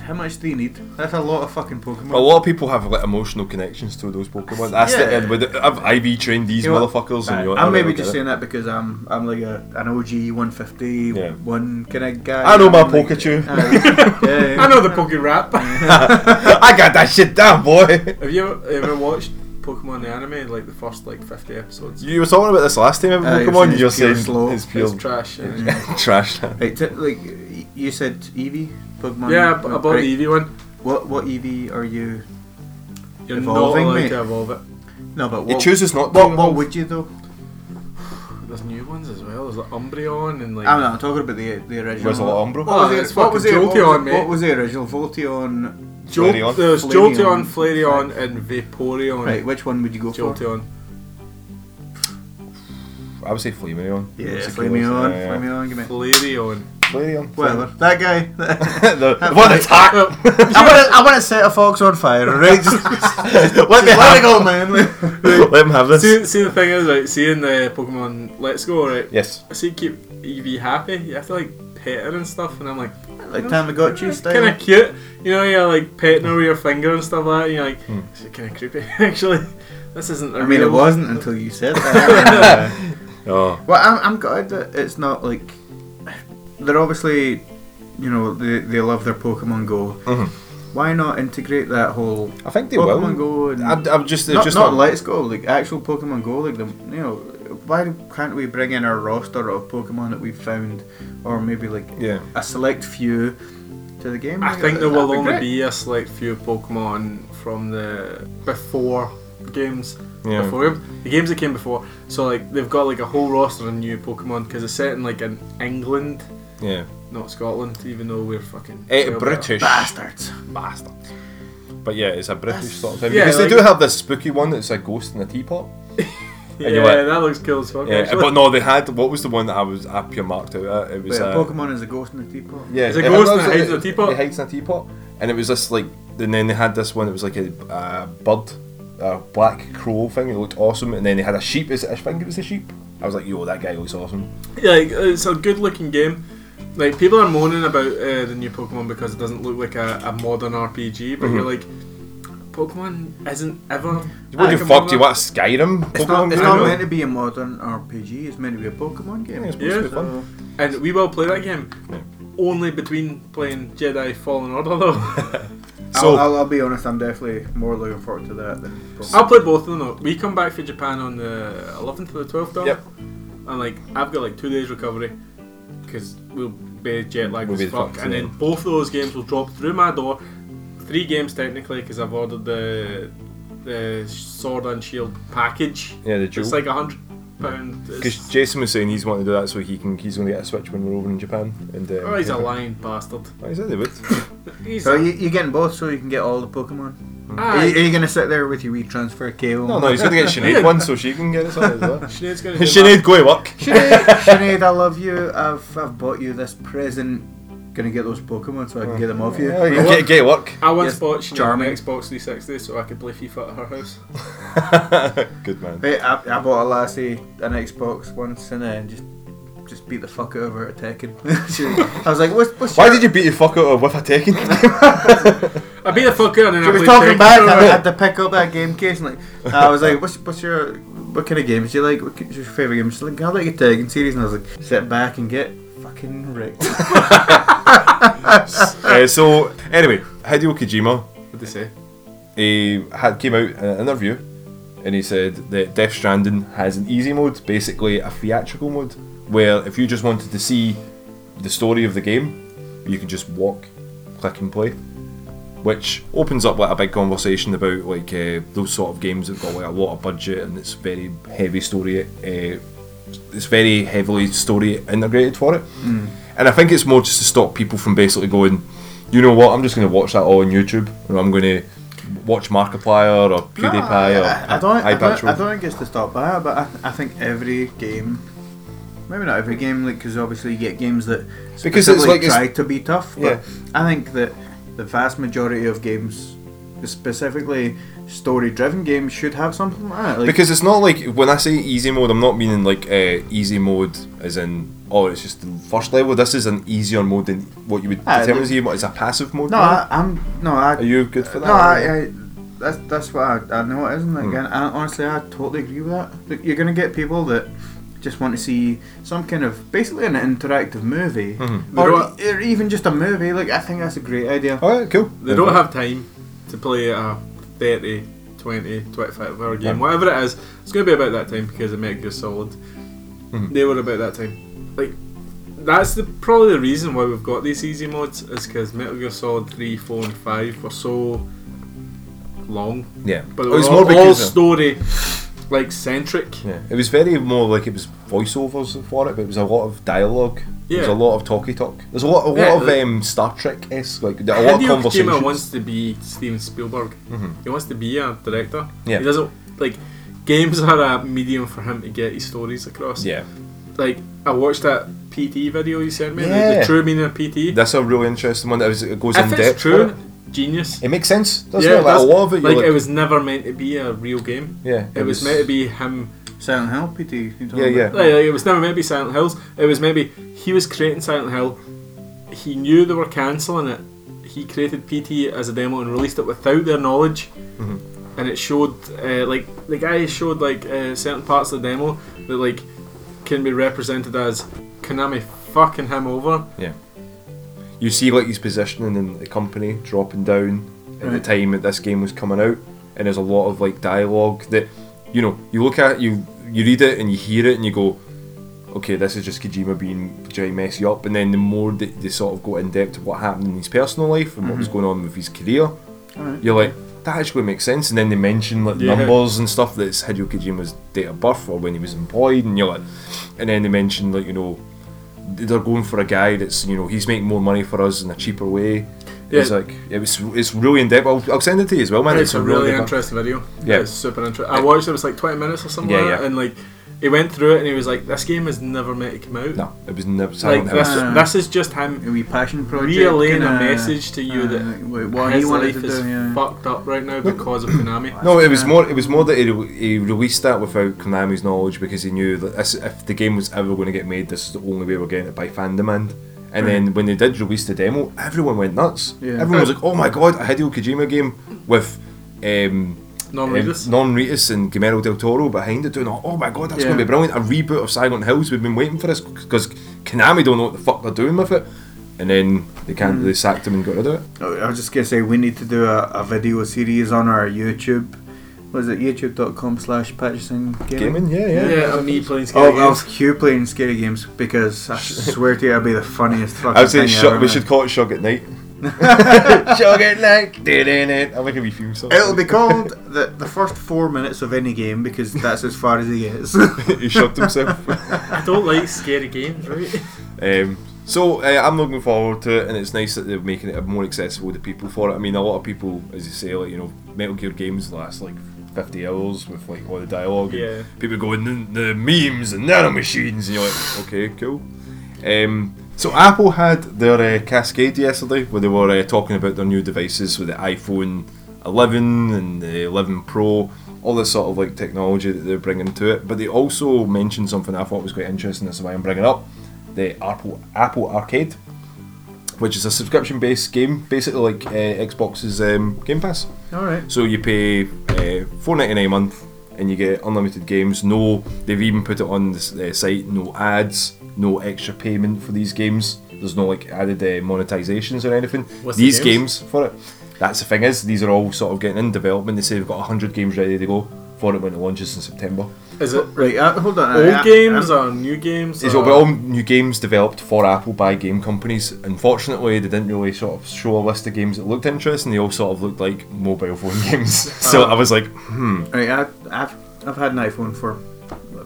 how much do you need? That's a lot of fucking Pokemon.
A lot of people have like emotional connections to those Pokemon. That's
Yeah.
the, with I've IV trained these
You know what?
motherfuckers, and
Aye,
you're like,
I'm
"Alright,
maybe
I
just
get it."
saying that because I'm I'm like a, an OG 150
Yeah.
one kind of guy.
I know my
I'm like-
Pokechoo. <laughs>
Aye. yeah, yeah.
I know the Poke Rap. <laughs> have
<laughs> I got that shit down, boy.
you ever, ever watched Pokemon the anime? Like the first like fifty episodes.
You were talking about this last time ever
Aye,
Pokemon.
it's
you were
pure
saying
slow.
it's pure
It's trash. and-
<laughs>
<laughs> trash.
Right, t- like y- you said, Eevee Pokemon.
yeah, I bu- I bought
right.
the Eevee one.
What what Eevee are you?
You're
Evolving,
not allowed
mate.
to evolve it.
No, but
It
what
chooses not to.
what, what would you though?
Oh, There's new ones as well. There's like Umbreon and like.
I'm not I'm talking about the the original.
Where's a lot of Umbro?
Oh,
What was,
it's
it, what, was it,
fucking
what, was
Jolteon,
it,
mate.
what was the original Volteon?
Flareon.
Jolt, there's
Flareon.
Jolteon, Flareon, and Vaporeon.
Right, which one would you go for?
Jolteon.
I would say Flameon.
Yeah,
It's a cool-
Flameon,
yeah, yeah.
Flameon, give me.
Flareon.
Flareon.
<laughs>
Whatever. That guy.
the, <laughs> the one that's hot.
Well,
I want to I want to set a fox on fire, right? <laughs> Just,
Let me
let
have
it go, man.
<laughs>
it. <laughs> Let him have
<laughs>
this.
see, see, the thing is, right, seeing the Pokemon Let's Go, right,
Yes.
I see keep Eevee happy, you have to, like, pet her and stuff, and I'm like,
like Tamagotchi
kind
style.
of cute. You know, you're, like, petting her with your finger and stuff like that, and you're like,
Hmm.
this is kind of creepy, <laughs> actually. This isn't a
I mean,
real...
it wasn't until you said
<laughs>
that.
Oh.
Well, I'm, I'm glad that it's not like they're obviously, you know, they, they love their Pokemon Go.
Mhm.
Why not integrate that whole
I think they will.
Pokemon Go and
I'm, I'm just, they're
not,
just
not Let's Go, like actual Pokemon Go, like the you know, why can't we bring in our roster of Pokemon that we've found, or maybe like
Yeah.
a select few to the game?
I
Like,
think there
that'd
will
be
only
great.
be a select few Pokemon from the before games.
Yeah.
Before the games that came before, so like they've got like a whole roster of new Pokemon because it's set in like in England,
Yeah.
not Scotland, even though we're fucking
Eh,
well,
British.
bastards.
Bastards. But yeah, it's a British sort of thing.
Yeah,
because
like-
they do have this spooky one that's a ghost in a teapot.
Yeah,
And you're like-
that looks cool as fuck.
Yeah,
actually.
but no, they had, what was the one that I was, I pure marked out at? It
Wait,
was
a
uh,
Pokemon is a ghost in a teapot.
Yeah,
Is it
yeah,
ghost
no,
that
it's-
hides in a teapot?
It hides in a teapot, and it was this like. And then they had this one. It was like a uh, bird, a black crow thing. It looked awesome. And then they had a sheep. Is it, I think it was a sheep. I was like, yo, that guy looks awesome.
Yeah, like, uh, it's a good looking game. Like people are moaning about uh, the new Pokemon because it doesn't look like a, a modern RPG, but you're like, Pokemon isn't ever.
Mm-hmm. What
like
the
a
fuck do you
modern-
want? Skyrim?
It's not, it's
game?
not
Go.
meant to be a modern RPG, it's meant to be a Pokemon game.
Yeah, it's supposed
Yeah.
to be fun.
And we will play that game
Yeah.
only between playing Jedi Fallen Order though. <laughs>
So-
I'll, I'll, I'll be honest, I'm definitely more looking forward to that than Pokemon.
I'll play both of them though. We come back for Japan on the 11th to the 12th. Though.
Yep.
And like I've got like two days recovery because we'll be jet lagged
We'll be
as fuck,
fucked,
and
yeah.
then both of those games will drop through my door. Three games technically because I've ordered the the Sword and Shield package.
Yeah, the jewel.
It's like a hundred pound.
Because
it's-
Jason was saying he's wanting to do that so he can. He's going to get a Switch when we're over in Japan. And uh,
Oh, he's a lying bastard.
Oh, he said they would.
He's
So
a,
you, you're getting both, so you can get all the Pokemon. Are you,
aye.
are you gonna sit there with your wee transfer cable?
no, no, he's going to get
<laughs>
Sinead one so she can get it. sorted as well. <laughs>
Sinead's gonna do that.
Sinead, go to work.
Sinead, Sinead, I love you. I've I've bought you this present. Gonna get those Pokemon so I can get them off you.
Yeah, you get, get to work.
I once
Yes,
bought Sinead
charming.
an Xbox 360 so I could play FIFA at her house.
<laughs> Good man.
Hey, I, I bought a lassie an Xbox once and then just just beat the fuck out of her at Tekken. <laughs> She- I was like, what's, what's
Why
your-
did you beat your fuck out of with a
<laughs>
Tekken? <laughs>
I beat the fuck out and then
She
I
was
played
talking
Tekken
back.
for
and
<laughs>
her.
I
<laughs>
had to pick up that game case. And like, I was like, "What's what's your what kind of games do you like? What's your favorite game?" She's like, "I like a Tekken series." And I was like, "Sit back and get
<laughs>
fucking wrecked."
uh, so anyway, Hideo Kojima
What'd they say?
he had came out in an interview and he said that Death Stranding has an easy mode, basically a theatrical mode, where if you just wanted to see the story of the game, you could just walk, click and play, which opens up like a big conversation about like uh, those sort of games that got like a lot of budget and it's very heavy story. Uh, it's very heavily story integrated for it, and I think it's more just to stop people from basically going, you know what, I'm just going to watch that all on YouTube, or I'm going to. Watch Markiplier or PewDiePie
No, I,
or
I- I don't, I,
iPad
don't, I don't think it's to stop by, but I, I think every game, maybe not every game, like because obviously you get games that
Because it's
specifically
like it's-
try to be tough. But
Yeah.
I think that the vast majority of games, specifically story-driven games, should have something like that. Like,
Because it's not like when I say easy mode, I'm not meaning like uh, easy mode as in oh it's just the first level. This is an easier mode than what you would
Ah,
determine
the-
as easy mode. It's a passive mode.
no, I, I'm no, I,
are you good for that?
No, I, I, that's that's what I, I know it isn't. Like,
Hmm.
and I, honestly, I totally agree with that. Like, you're gonna get people that just want to see some kind of basically an interactive movie,
Mm-hmm.
or, e,
You know what?
or even just a movie. Like, I think that's a great idea.
All right, cool.
They don't have time to play a 30, 20, 25 hour game.
Yeah.
Whatever it is, it's going to be about that time because of Metal Gear Solid.
Hmm.
They were about that time. Like, that's the probably the reason why we've got these easy modes is because Metal Gear Solid 3, 4, and 5 were so long.
Yeah,
But
it
they
was
were
Oh, more
all, all
because
story like centric.
yeah, it was very more like it was voiceovers for it, but it was a lot of dialogue. There was a
Yeah.
lot of talky talk. There's a lot, a lot
Yeah,
of
the-
um, Star Trek esque, like a lot of
Hideo Kojima
conversations. Mm-hmm.
wants to be Steven Spielberg. He wants to be a director.
Yeah.
He doesn't like games are a medium for him to get his stories across.
Yeah,
Like I watched that PT video you sent me, the- the,
Yeah.
true meaning of PT.
that's a really interesting one. That was, it goes in
if
depth.
it's
with
true,
it.
genius.
it makes sense. Doesn't
yeah,
it? Like, a
that's-
lot of it.
like,
you're like
it was never meant to be a real game.
Yeah,
It, was, meant to be him.
Silent Hill, PT. you talking
Yeah, yeah.
about?
Like, like, it was never meant to be Silent Hills. It was maybe he was creating Silent Hill. He knew they were cancelling it. He created PT as a demo and released it without their knowledge.
Mm-hmm.
And it showed, uh, like, the guy showed like uh, certain parts of the demo that like can be represented as Konami fucking him over.
you see like his positioning in the company dropping down at the
Right.
time that this game was coming out, and there's a lot of like dialogue that you know you look at you you read it and you hear it and you go, okay, this is just Kojima being trying to mess you up, and then the more they, they sort of go in depth of what happened in his personal life and what was going on with his career,
Mm-hmm. Alright.
you're like. That actually makes sense, and then they mention like
Yeah.
numbers and stuff that's Hideo Kojima's date of birth or when he was employed, and you're like, and then they mention like you know they're going for a guy that's you know he's making more money for us in a cheaper way. It's
Yeah.
like it was it's really in depth. I'll, I'll send it to you as well, man.
And it's a really
good-
interesting video.
Yeah.
it's super interesting. I watched it. It was like twenty minutes or something.
Yeah,
like that,
yeah.
And like, he went through it and he was like, "This game is never meant to come out.
No, it was never
like uh,
Silent
this,
Hill.
Hill.
this is just him
A wee passion project.
relaying a
kinda,
message to you
uh,
that
wait, what
his
he wanted
life
to
is
do. Yeah.
fucked up right now because of Konami.
No, it was more. It was more that he, re- he released that without Konami's knowledge because he knew that this, if the game was ever going to get made, this is the only way we're getting it by fan demand. And then when they did release the demo, everyone went nuts.
Yeah.
Everyone was like, "Oh my god, a Hideo Kojima game with um,
Non readers.
Non Reedus and Guillermo del Toro behind it doing, oh my god, that's
Yeah.
going to be brilliant. A reboot of Silent Hills, we've been waiting for this because Konami don't know what the fuck they're doing with it. And then they can't, they sacked him and got rid of it.
Oh, I was just gonna say we need to do a, a video series on our YouTube. Was it youtube.com slash purchasing
Gaming, yeah, yeah.
yeah, and me playing
Oh,
scary
I was
games.
Hugh playing scary games because I swear to you, it'd be the funniest
<laughs>
fucking
I would say
thing
shug,
ever.
we
man.
should call it Shug at Night. <laughs> Shug at Night! Did <laughs> I'll make a wee theme song.
It'll be called
<laughs>
the, the first four minutes of any game because that's as far as he <laughs> gets. I
<laughs> he shugged himself.
I don't like scary games, right?
Um, so uh, I'm looking forward to it, and it's nice that they're making it more accessible to people for it. I mean, a lot of people, as you say, like you know, Metal Gear games last like 50 hours with like all the dialogue. and
Yeah.
People going the, the memes and nanomachines, and you're like, okay, cool. Um, so Apple had their uh, Cascade yesterday, where they were uh, talking about their new devices with the iPhone 11 and the 11 Pro, all this sort of like technology that they're bringing to it. But they also mentioned something I thought was quite interesting. That's why I'm bringing up the Apple Apple Arcade, which is a subscription-based game, basically like uh, Xbox's um, Game Pass.
<laughs> All right.
So you pay uh, four ninety nine a month, and you get unlimited games. No, they've even put it on the s- uh, site. No ads, no extra payment for these games. There's no like added uh, monetizations or anything.
What's the
these
games?
games for it. That's the thing is, these are all sort of getting in development. They say they've got hundred games ready to go. for it when it launches in September.
Is it
Right, uh, hold on.
old
I- I-
games or new games?
It's
or-
all all new games developed for Apple by game companies. Unfortunately, they didn't really sort of show a list of games that looked interesting. They all sort of looked like mobile phone <laughs> games.
Uh-huh.
so I was like, hmm.
Right, I, I've I've had an iPhone for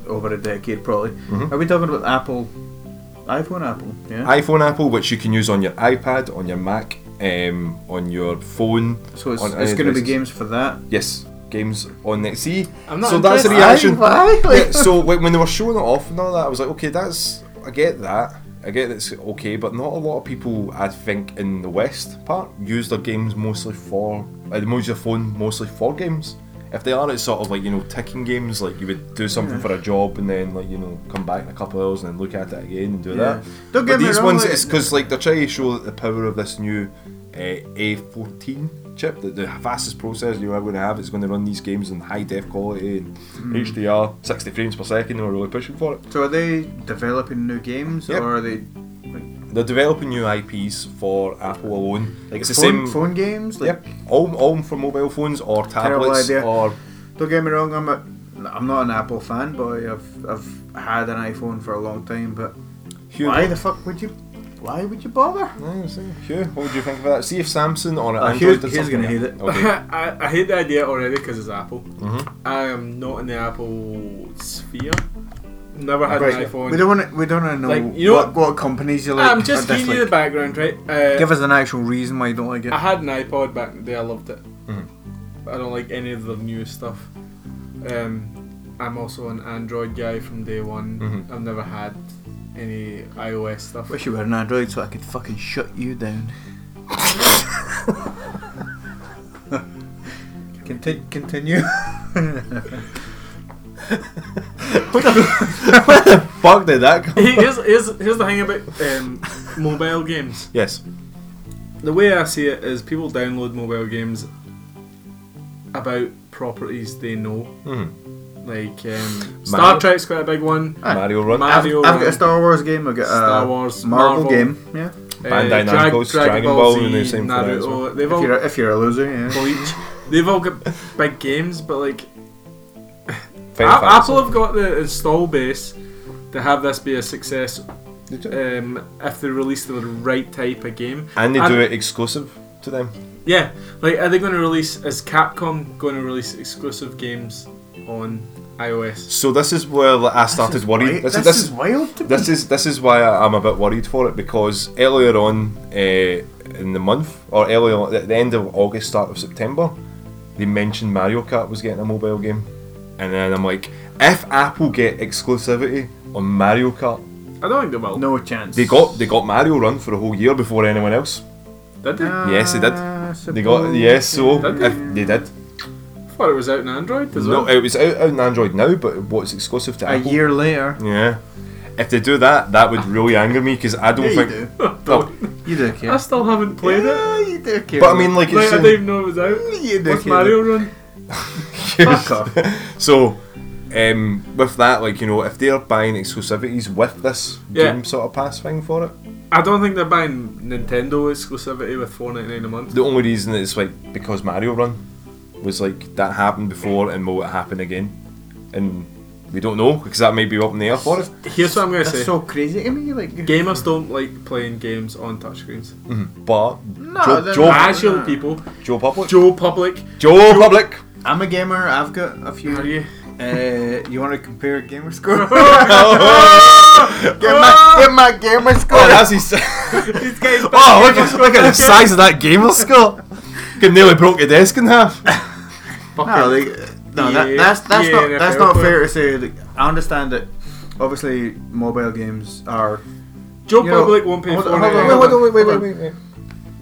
over a decade probably.
Mm-hmm.
Are we talking about Apple? iPhone, Apple, yeah.
iPhone, Apple, which you can use on your iPad, on your Mac, um, on your phone.
so it's,
on
it's
any
going to be
devices.
games for that.
Yes, games on next. See,
I'm not
so that's the
<laughs> interested.
reaction.
Why? Why?
Yeah, so when when they were showing it off and all that, I was like, okay, that's I get that. I get that's okay, but not a lot of people, I think, in the West part use their games mostly for. Uh, they use their phone mostly for games. If they are, it's sort of like you know ticking games. Like you would do something
Yeah.
for a job and then like you know come back in a couple of hours and then look at it again and do
Yeah.
that. but
Don't get me
these
wrong,
ones,
like-
it's because like they're trying to show the power of this new uh, A14 chip, that the fastest processor you're ever going to have. It's going to run these games in high def quality and
Hmm.
HDR, 60 frames per second. They were really pushing for it.
So are they developing new games
Yep.
or are they
They're developing new IPs for Apple alone.
like
it's
phone,
the same.
phone games? Like,
Yep, all, all for mobile phones or tablets
idea.
or
Don't get me wrong, I'm a, I'm not an Apple fanboy. I've I've had an iPhone for a long time, but
Hugh.
why the fuck would you? Why would you bother?
Yeah, see, Hugh, what would you think about that? See if Samsung or
Uh,
Android
Hugh-
did
Hugh's
something
gonna
like that.
hate it.
Okay.
<laughs>
<laughs> I, I hate the idea already because it's Apple.
Mhm.
I am not in the Apple sphere. Never had an
Right,
iPhone.
We don't want to. We don't want to know
Like, you know
what, what companies you like.
I'm just
or
giving you Ah. the
dislike.
background, right? Uh,
Give us an actual reason why you don't like it.
I had an iPod back in the day. I loved it.
Mhm.
I don't like any of the new stuff. Um, I'm also an Android guy from day one.
Mhm.
I've never had any iOS stuff. <laughs>
Wish you were an android so I could fucking shut you down. Continue. continue.
Mm-hmm. Fuck did that come?
here's, here's, here's the thing about um, mobile games.
Yes.
The way I see it is people download mobile games about properties they know.
Mhm.
Like um, Star Trek's quite a big one.
Aye.
Mario Run.
Ma-
I've,
Mario
I've got a
and
Star Wars game. I've got a
Star Wars,
Marvel,
Marvel.
game. Yeah.
Uh,
Bandai
Drag-
Namco's Dragon Ball and the same for that as well.
Naruto. They've
If
all
you're, a, if you're a loser,
<laughs>
yeah.
Bleach. They've all got big games, but like A-
Final Fantasy.
Apple have got the install base to have this be a success
They do.
um, if they release the right type of game.
And they
And-
do it exclusive to them.
Yeah, like are they going to release? Is Capcom going to release exclusive games on iOS?
So this is where like, I started worried.
Right?
This, is this is
wild to
this is this is why I- I'm a bit worried for it because earlier on uh, in the month or earlier on, at the end of August, start of September, they mentioned Mario Kart was getting a mobile game, and then I'm like, if Apple get exclusivity on Mario Kart,
I don't think they will.
No chance.
they got they got Mario Run for a whole year before anyone else.
Did they?
Yes, they did.
I
They got yes, so
Did they?
if they did.
I thought it was out in Android as
No,
<laughs> well.
it was out, out on Android now, but what's exclusive to
A
Apple?
year later.
Yeah. If they do that, that would really anger me because I don't
Yeah, you
think.
do.
Oh,
You do
I
care.
still haven't played it.
Yeah, you do care.
but I mean, like,
Like,
it's
I didn't even know it was out.
You do
What's
<laughs>
care.
Mario Run?
Fuck off.
so. Um, with that, like you know, if they're buying exclusivities with this
Yeah.
game sort of pass thing for it,
I don't think they're buying Nintendo exclusivity with four ninety nine a month.
the only reason it's like because Mario Run was like that happened before and will it happen again, and we don't know because that may be up in the air for it.
Here's what I'm gonna say.
That's so crazy to me. Like,
Gamers don't like playing games on touchscreens.
But
No,
Joe,
they're
Joe,
not.
Casual people,
Joe Public, Joe,
Joe Public,
<laughs> Public,
I'm a gamer. I've got a few.
are you?
Uh, you want to compare
<laughs>
gamer score? get,
Oh,
my, <laughs> get my gamer score.
Oh, that's his.
These oh.
<laughs>
guys,
<laughs> oh, look at, look at the size of that gamer score. Could nearly broke your desk in half.
no, like, no that,
Yeah,
that's that's
yeah,
not
NFL
that's not
player.
fair to say. Like, I understand that. Obviously, mobile games are
Joe
you know,
Public won't pay
hold
four
on, hold
ninety
on,
nine.
hold on.
wait,
hold
wait, wait.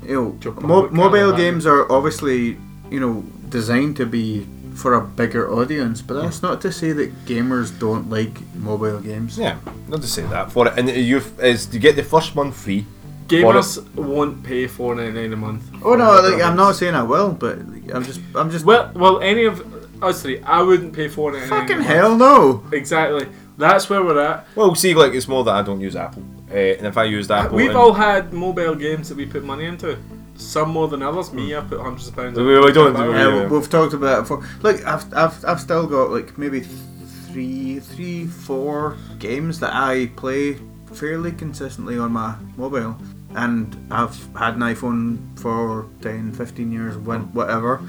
you know
Joe
mo-
Public
mobile
Caravan.
games are obviously you know designed to be for a bigger audience, but that's not to say that gamers don't like mobile games.
Yeah, not to say that for it. And you is you get the first month free.
Gamers won't pay four ninety nine a month.
Oh no, like, I'm not saying I will, but like, I'm just I'm just
Well, well, any of us three, I wouldn't pay four ninety nine.
fucking hell no.
Exactly. That's where we're at.
Well, see, like it's more that I don't use Apple, uh, eh, and if I used Apple,
We've
and-
all had mobile games that we put money into. Some more than others. Me, I put hundreds of pounds.
We-
in.
we don't do-
Yeah,
Oh, Yeah.
we- Uh, we've talked about it before. Look, I've, I've, I've still got like maybe three, three, four games that I play fairly consistently on my mobile. And I've had an iPhone for 10, 15 years, wh- whatever.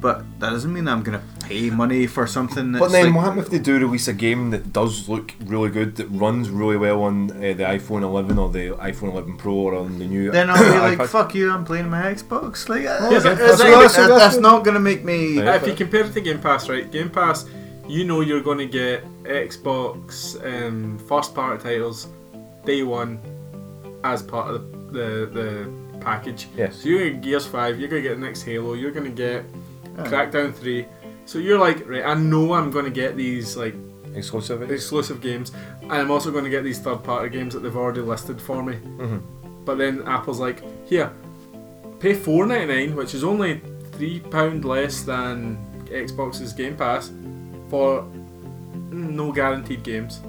But that doesn't mean I'm going to pay money for something that's.
But then,
like,
what happens if they do release a game that does look really good, that runs really well on uh, the iPhone 11 or the iPhone 11 Pro or on the new? <laughs>
Then I'll be like,
iPad?
fuck you, I'm playing my Xbox. Like, uh,
okay.
it's-
Oh, That's what
it's-
I
uh, that's
said, that's
that's
what-
not going to make me.
Yeah.
If you compare it to Game Pass, right? Game Pass, you know you're going to get Xbox um, first party titles day one as part of the the, the package.
Yes.
So you're going to get Gears Five. You're going to get the next Halo. You're going to get Crackdown Three. So you're like, right? I know I'm going to get these like
exclusive.
exclusive games, and I'm also going to get these third party games that they've already listed for me. Mm-hmm. But then Apple's like, here, pay four ninety nine, which is only three pound less than Xbox's Game Pass for no guaranteed games,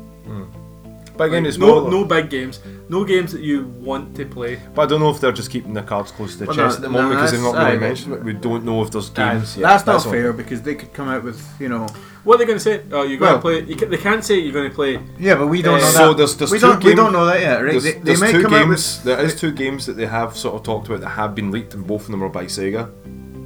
But again, it's
no
not.
no big games, no games that you want to play.
But I don't know if they're just keeping their cards close to the
Well, no,
chest at the moment
no,
because they've not
that's-
really
aye.
mentioned it. We don't know if there's games.
That's,
yet.
that's not
all.
fair because they could come out with, you know.
What are they going to say? Oh, you're going
Well-
to play. You ca- they can't say you're going to play.
Yeah, but we
don't
don't
know
Uh,
know
So
that.
there's- there's
we,
two
don't, we
game-
don't know that yet, right?
There's,
they they
there's
might
two
come out with
games. There is two games that they have sort of talked about that have been leaked, and both of them are by Sega.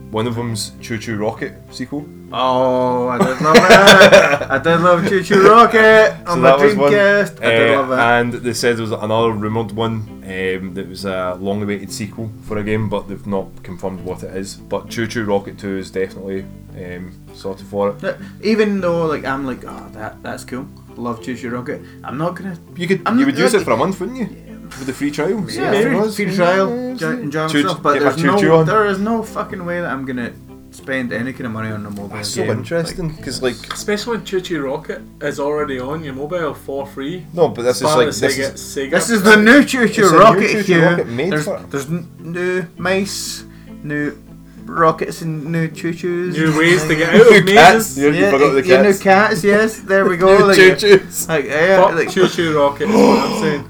One of them's Choo Choo Rocket sequel.
Oh,
<laughs>
I did love it. I did love Choo Choo Rocket on my Dreamcast. I did
Uh,
love it.
And they said there was another rumoured one um, that was a long awaited sequel for a game, but they've not confirmed what it is. But Choo Choo Rocket 2 is definitely um, sorted for it.
Look, Even though, like, I'm like, oh, that that's cool. Love Choo Choo Rocket. I'm not gonna.
You could,
I'm
you
not-
would use
like-
it for a month, wouldn't you? For the free trial? See
Yeah,
if it was.
free trial,
Yeah,
enjoy,
yeah.
enjoy
Choo-
myself. But
get my
there's no,
choo-choo on.
there is no fucking way that I'm gonna spend any kind of money on a mobile
That's so
game.
interesting because like.
Especially when Choo Choo Rocket is already on your mobile for free.
no, but this is
Part
like
of the
this
Sega,
is,
Sega
This is the new Choo
It's a
Choo
new
Rocket
Choo Choo
here.
Rocket made
there's
for it.
there's n- new mice, new rockets, and new Choo Choos.
new ways to
<laughs>
get out of
New cats.
mazes.
Yeah, you forgot the
yeah,
cats.
new cats. Yes, there
<laughs>
we go. like,
Choo Choo's.
like, yeah,
Fuck
like-
Choo Choo Rocket. is what I'm saying.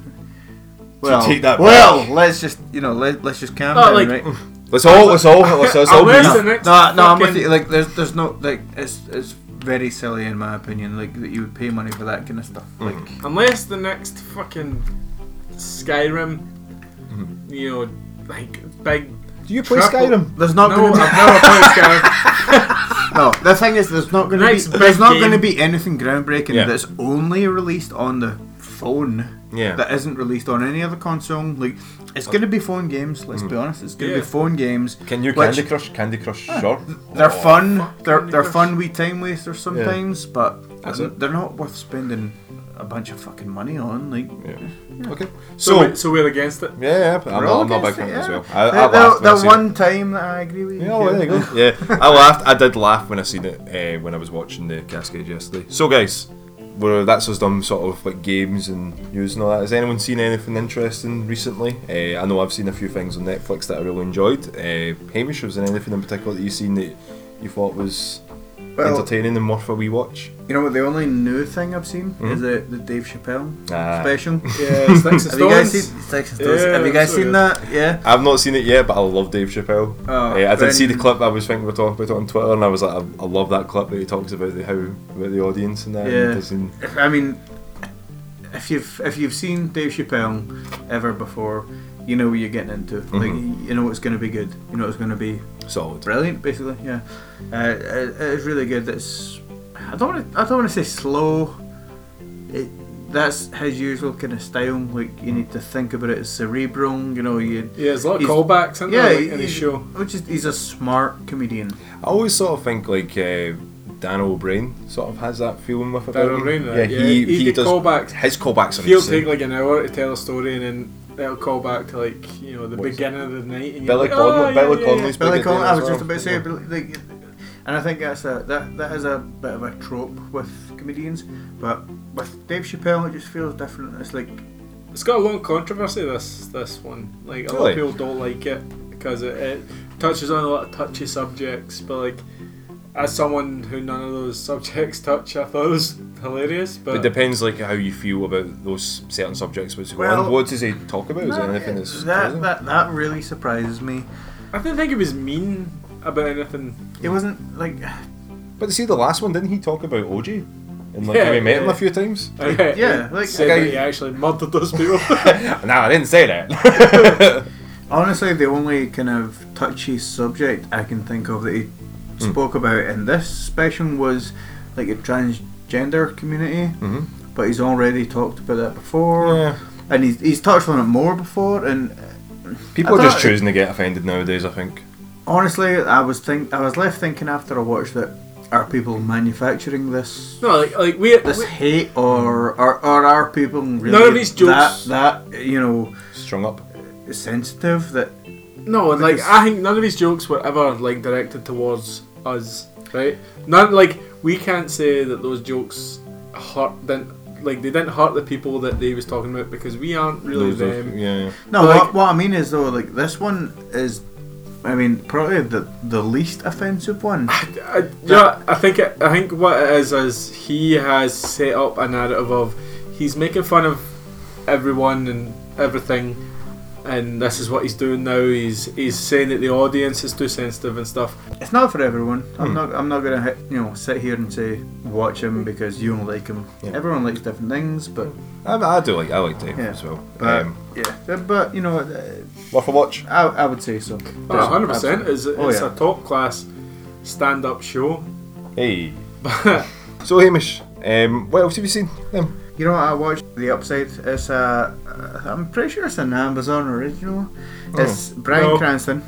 well,
take that back.
well, let's just you know let let's just calm
No,
down,
Oh, like-
right?
Let's all, let's all, let's, <laughs> let's all
Unless-
breathe.
the next
No, no, I'm with
fucking-
you. Like, there's there's no like it's it's very silly in my opinion. Like that you would pay money for that kind of stuff. Like.
<gasps> Unless the next fucking Skyrim, you know, like big.
Do you play
Triple-
Skyrim?
There's not
No,
going to be
I've never played Skyrim.
<laughs> No, the thing is, there's not going to be
Nice big
there's not
game.
going to be anything groundbreaking
Yeah.
that's only released on the phone.
Yeah.
That isn't released on any other console. Like, it's going to be phone games. Let's
Mm.
be honest, it's going to
Yeah.
be phone games.
Can you
which
Candy Crush? Candy Crush, Oh. sure.
Ah, They're fun. They're
Candy
they're
Crush.
fun wee time wasters sometimes, but
That's
they're,
it.
they're not worth spending a bunch of fucking money on. Like,
Yeah. Okay.
So,
So,
we- so we're against it.
yeah, yeah, I'm, not,
Roll
I'm not a big
against
fan of
it,
it as
yeah.
well. I, I
That-
laughed
that,
when I
that
seen it.
one time that I agree with you.
Yeah, well, there you go. yeah, I laughed. I did laugh when I seen it uh, when I was watching the Cascade yesterday. So, guys, well, that's us done sort of like games and news and all that. Has anyone seen anything interesting recently? Uh, I know I've seen a few things on Netflix that I really enjoyed. Uh, Hamish, was there anything in particular that you seen that you thought was
Well-
entertaining and worth a wee watch?
You know what? The only new thing I've seen
Mm-hmm.
is the, the Dave Chappelle
Ah.
<laughs>
special.
Yeah, Sticks and
Have you guys
Stones.
seen Sex and Stones?
Yeah,
Have you guys
so
seen
good.
that? Yeah.
I've not seen it yet, but I love Dave Chappelle.
Oh,
Uh, I did see the
then-
clip. I was thinking we were talking about it on Twitter, and I was like, I, I love that clip that he talks about the how about the audience and that. and
Yeah.
doesn't-
If- I mean, if you've if you've seen Dave Chappelle ever before, you know what you're getting into.
Mm-hmm.
Like you know it's going to be good. You know it's going to be
solid.
brilliant. Basically, yeah. Uh, it, it's really good. It's I don't wanna, I don't want to say slow. It that's his usual kind of style. Like you need to think about it. It's cerebral. You know you.
Yeah, there's a lot of
He's-
callbacks in
Yeah,
there like, in his
he's-
show.
Which is he's a smart comedian.
I always sort of think like uh, Dan O'Brien sort of has that feeling with it.
Dan O'Brien,
yeah,
right? Yeah,
he,
he
he,
did
does
callbacks.
His callbacks are
He'll
insane.
take like an hour to tell a story, and then it'll call back to like you know the
What is
beginning of the night. And
Billy
you're like, oh,
Conley,
yeah,
Billy
yeah,
Connolly's big
But like,
at doing
I was
as
just
well.
about to say,
Yeah.
but like, and I think that's a that that is a bit of a trope with comedians, but with Dave Chappelle, it just feels different. It's like,
yeah. It's got a long controversy. This this one, like a lot
Really?
of people don't like it because it, it touches on a lot of touchy subjects, but like. as someone who none of those subjects touch, I thought it was hilarious. But
It depends, like how you feel about those certain subjects. What's going
Well-
on? What does he talk about? Is there anything that's
that,
crazy?
that that really surprises me.
I didn't think it was mean about anything.
It wasn't like
But see, the last one didn't he talk about OJ? And like
Yeah,
how he met him
yeah.
a few times. <laughs>
<laughs>
yeah, like-
said
Okay.
that he actually murdered those people. <laughs>
nah, I didn't say that. <laughs>
honestly the only kind of touchy subject I can think of that he
Hmm.
spoke about in this special was like a transgender community.
Mhm.
But he's already talked about that before,
Yeah.
and he's he's touched on it more before. And
People
I
are just
thought-
choosing to get offended nowadays. I think.
honestly, I was think I was left thinking after I watched it, are people manufacturing this
no, like like we.
this
we-
hate or, or or are people really
None of these jokes-
that that you know
Strung up.
sensitive that
No, and like
Because-
I think none of his jokes were ever like directed towards us, right? None like we can't say that those jokes hurt didn't like they didn't hurt the people that they was talking about because we aren't really
Those- those-
them.
yeah, yeah.
no
Like-
what, what I mean is though like this one is I mean probably the the least offensive one
I, yeah, I think it, I think what it is is he has set up a narrative of he's making fun of everyone and everything, and this is what he's doing now. He's he's saying that the audience is too sensitive and stuff.
it's not for everyone I'm not I'm not gonna hit, you know sit here and say watch him because you don't like him
Yeah.
everyone likes different things but
Hmm.
I, I do like I like Dave
Yeah.
as well.
but
um,
yeah but you know uh,
worth a watch.
I, I would say so
Oh, 100 percent.
Absolutely.
It's,
Oh,
it's
yeah.
a top class stand up show. <laughs>
Hey.
But
So Hamish, um, what else have you seen? Um,
You know, I watched The Upside. It's a. I'm pretty sure it's an Amazon original. It's Brian
Oh. No.
Cranston.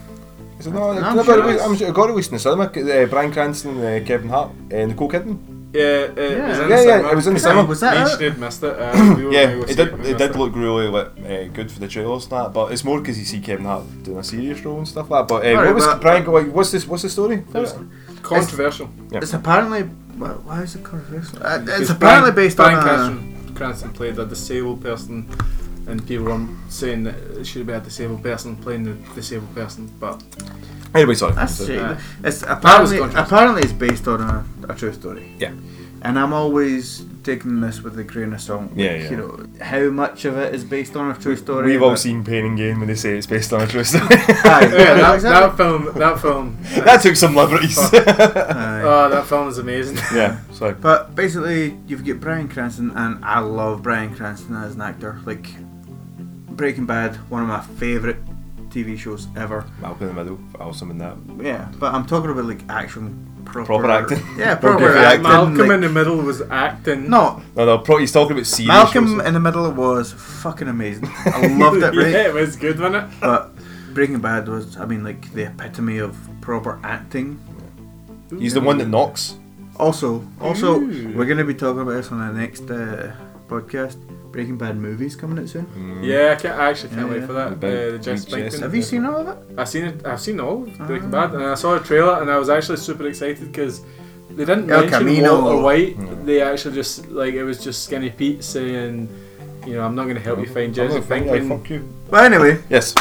is it not?
I'm
I've
sure
got it-
it's-
I'm sure it got released in the cinema. Uh, Brian Cranston, uh, Kevin Hart, uh, Nicole Kidman.
yeah, it was in
Yeah,
the
yeah,
cinema.
it was in the
We
cinema.
Was that
each
it?
did missed it.
<coughs>
Uh, we were
Yeah,
we were
it
sick,
did.
we
It
missed
did look really like, uh, good for the trailers and that. But it's more because you see Kevin Hart doing a serious role and stuff like that. But uh,
Alright,
what was
but-
Brian? Like, what's this? What's the story?
It was controversial.
Yeah.
It's apparently. Why why is it controversial? Uh, it's
Because
apparently
Bryan-
based
Bryan
on. A,
Cranston, Cranston played a disabled person, and people were saying that it should be a disabled person playing the disabled person.
<laughs>
But
Anyway, sorry.
that's
So-
a
Uh,
shame. It's apparently
controversial.
apparently it's based on a, a true story.
Yeah.
And I'm always taking this with a grain of salt.
Yeah,
Like,
yeah.
You know how much of it is based on a true story.
We've
and
all
that-
seen Pain and Gain when they say it's based on a true story.
<laughs>
<laughs>
Aye,
yeah, that,
exactly.
that film, that film, uh,
that took some liberties.
Aye.
oh, that film is amazing.
<laughs>
<laughs>
yeah, sorry.
But basically, you've got Brian Cranston, and I love Brian Cranston as an actor. Like Breaking Bad, one of my favourite TV shows ever.
Malcolm in the Middle, awesome in that.
Yeah, but I'm talking about like action, proper,
Proper acting.
<laughs>
Yeah,
Proper
proper
acting.
acting.
Malcolm
like-
in the Middle was acting.
No,
No, no, pro- he's talking about serious
Malcolm
shows.
in the Middle was fucking amazing. I loved
<laughs>
it, right?
yeah, it was good, wasn't it?
But Breaking Bad was, I mean, like the epitome of proper acting.
He's the one that knocks.
Also, also,
Ooh.
we're going to be talking about this on the next uh, podcast. Breaking Bad movies coming out soon.
Yeah, I, can't, I actually can't
Yeah,
wait
yeah.
for that.
Mm. The big-
Uh, the Jess
big Jess.
Pinkman.
Have you seen all of it?
I've seen it. I've seen all of Breaking
Ah.
Bad, and I saw a trailer, and I was actually super excited because they didn't
El
mention
Camino.
Walter White. They actually just like it was just Skinny Pete saying, you know, I'm not going to help you find
Oh, I'm
Jesse
like, fuck, yeah,
Pinkman.
fuck you.
Well, anyway,
Yes.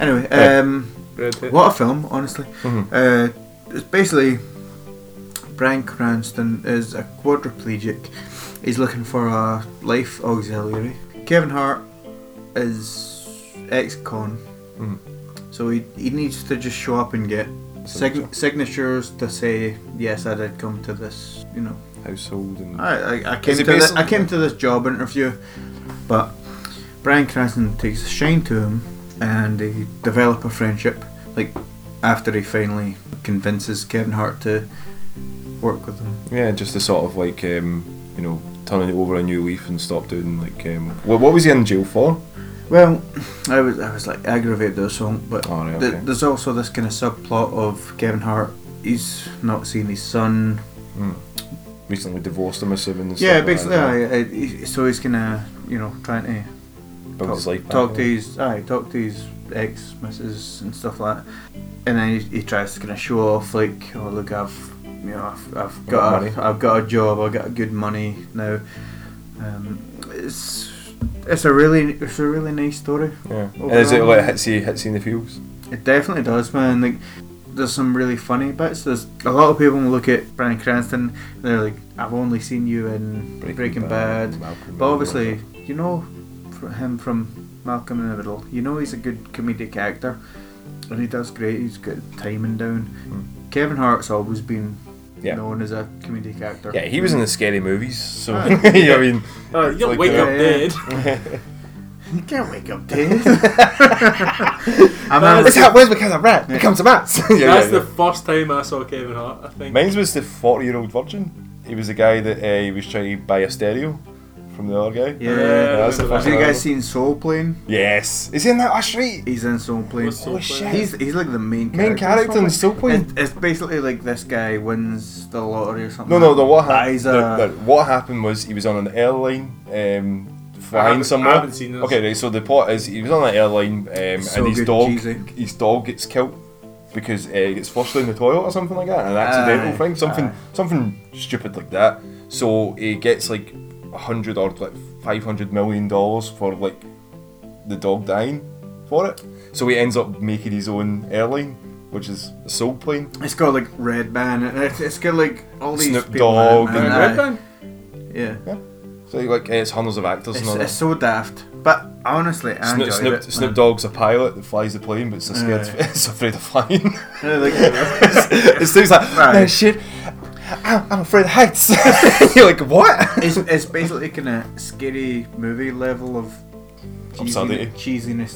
anyway,
Yeah.
um,
Red Hood.
what a film, honestly.
Mhm.
Uh, it's basically Brian Cranston is a quadriplegic. He's looking for a life auxiliary. Kevin Hart is ex-con,
Mhm.
so he, he needs to just show up and get sign- signatures to say yes, I did come to this. You know,
Household and.
I, I, I came
Is it
to this,
based on-
I came to this job interview, but Brian Cranston takes a shine to him, and they develop a friendship. Like after he finally convinces Kevin Hart to work with him.
Yeah, just to sort of like, um, you know, turning over a new leaf and stop doing like. Um, what, what was he in jail for?
Well, I was I was like aggravated or something, but
Oh, right,
th-
okay.
there's also this kind of subplot of Kevin Hart. He's not seeing his son.
Recently divorced, I'm assuming. and
Yeah,
stuff like that,
basically,
yeah.
aye, aye, he- so he's gonna, you know, trying to
Build his life back,
talk to
yeah.
his aye, talk to his ex missus and stuff like that. And then he, he tries to kind of show off like, oh look, I've you know I've, I've got
money."
a, I've got a job, I've got good money now. Um, it's it's a really it's a really nice story.
Yeah.
Overall.
Is it like hits you, hits you in the feels?
It definitely does, man. Like there's some really funny bits. There's a lot of people look at Brian Cranston and they're like, I've only seen you in Breaking, Bad.
Malcolm
But
and
obviously,
whatnot.
you know fr- him from Malcolm in the Middle. You know he's a good comedic actor, and he does great. He's got timing down. Kevin Hart's always been
Hmm. Yeah.
known as a comedic actor.
yeah, he was in the scary movies, so
Ah.
<laughs> you know what I mean.
Uh,
It's
you'll
like
wake
a-
up
Yeah, yeah.
dead.
You can't
<laughs>
wake up dead. I remember.
This cat was because a rat becomes a rat. <laughs> yeah, yeah,
That's
yeah.
the first time I saw Kevin Hart. I think.
Mine was the 40 year old virgin. He was the guy that uh, he was trying to buy a stereo from the other guy.
Yeah.
that's the
remember
first one
<laughs> Have you
I
guys
remember.
seen Soul Plane?
Yes. Is he in that? That's right.
He's in Soul Plane.
What's Soul
Oh, shit.
He's he's like the main character.
Main character in Soul Plane.
It's, it's basically like this guy wins the lottery or something.
No, no, no. What, hap-
He's
no, no,
a-
what happened was he was on an airline um, flying
haven't-
somewhere.
I haven't seen this.
Okay, right. So the plot is he was on an airline um,
So
and his
good,
dog,
cheesy.
his dog gets killed because uh, he gets flushed down the toilet or something like that, an accidental
Aye,
thing, something,
aye.
something stupid like that. So he gets like a hundred or like five hundred million dollars for like the dog dying for it. So he ends up making his own airline, which is a soul plane.
It's got like Red Band. and It's, it's got like all these
Snoop
people
Dogg
in it,
and-
aye.
Red Band?
Yeah.
So like it's hundreds of actors and
It's,
all that.
it's so daft, but honestly, I
Snoop,
enjoyed
Snoop,
it. man.
Snoop Dogg's a pilot that flies the plane, but it's, a scared, <laughs>
Aye.
it's afraid of flying. <laughs>
Yeah, like-
it's things like,
Right.
no shit, I'm, I'm afraid of heights. <laughs> You're like, what?
it's, it's basically kind of scary movie level of
Absurdity.
cheesiness,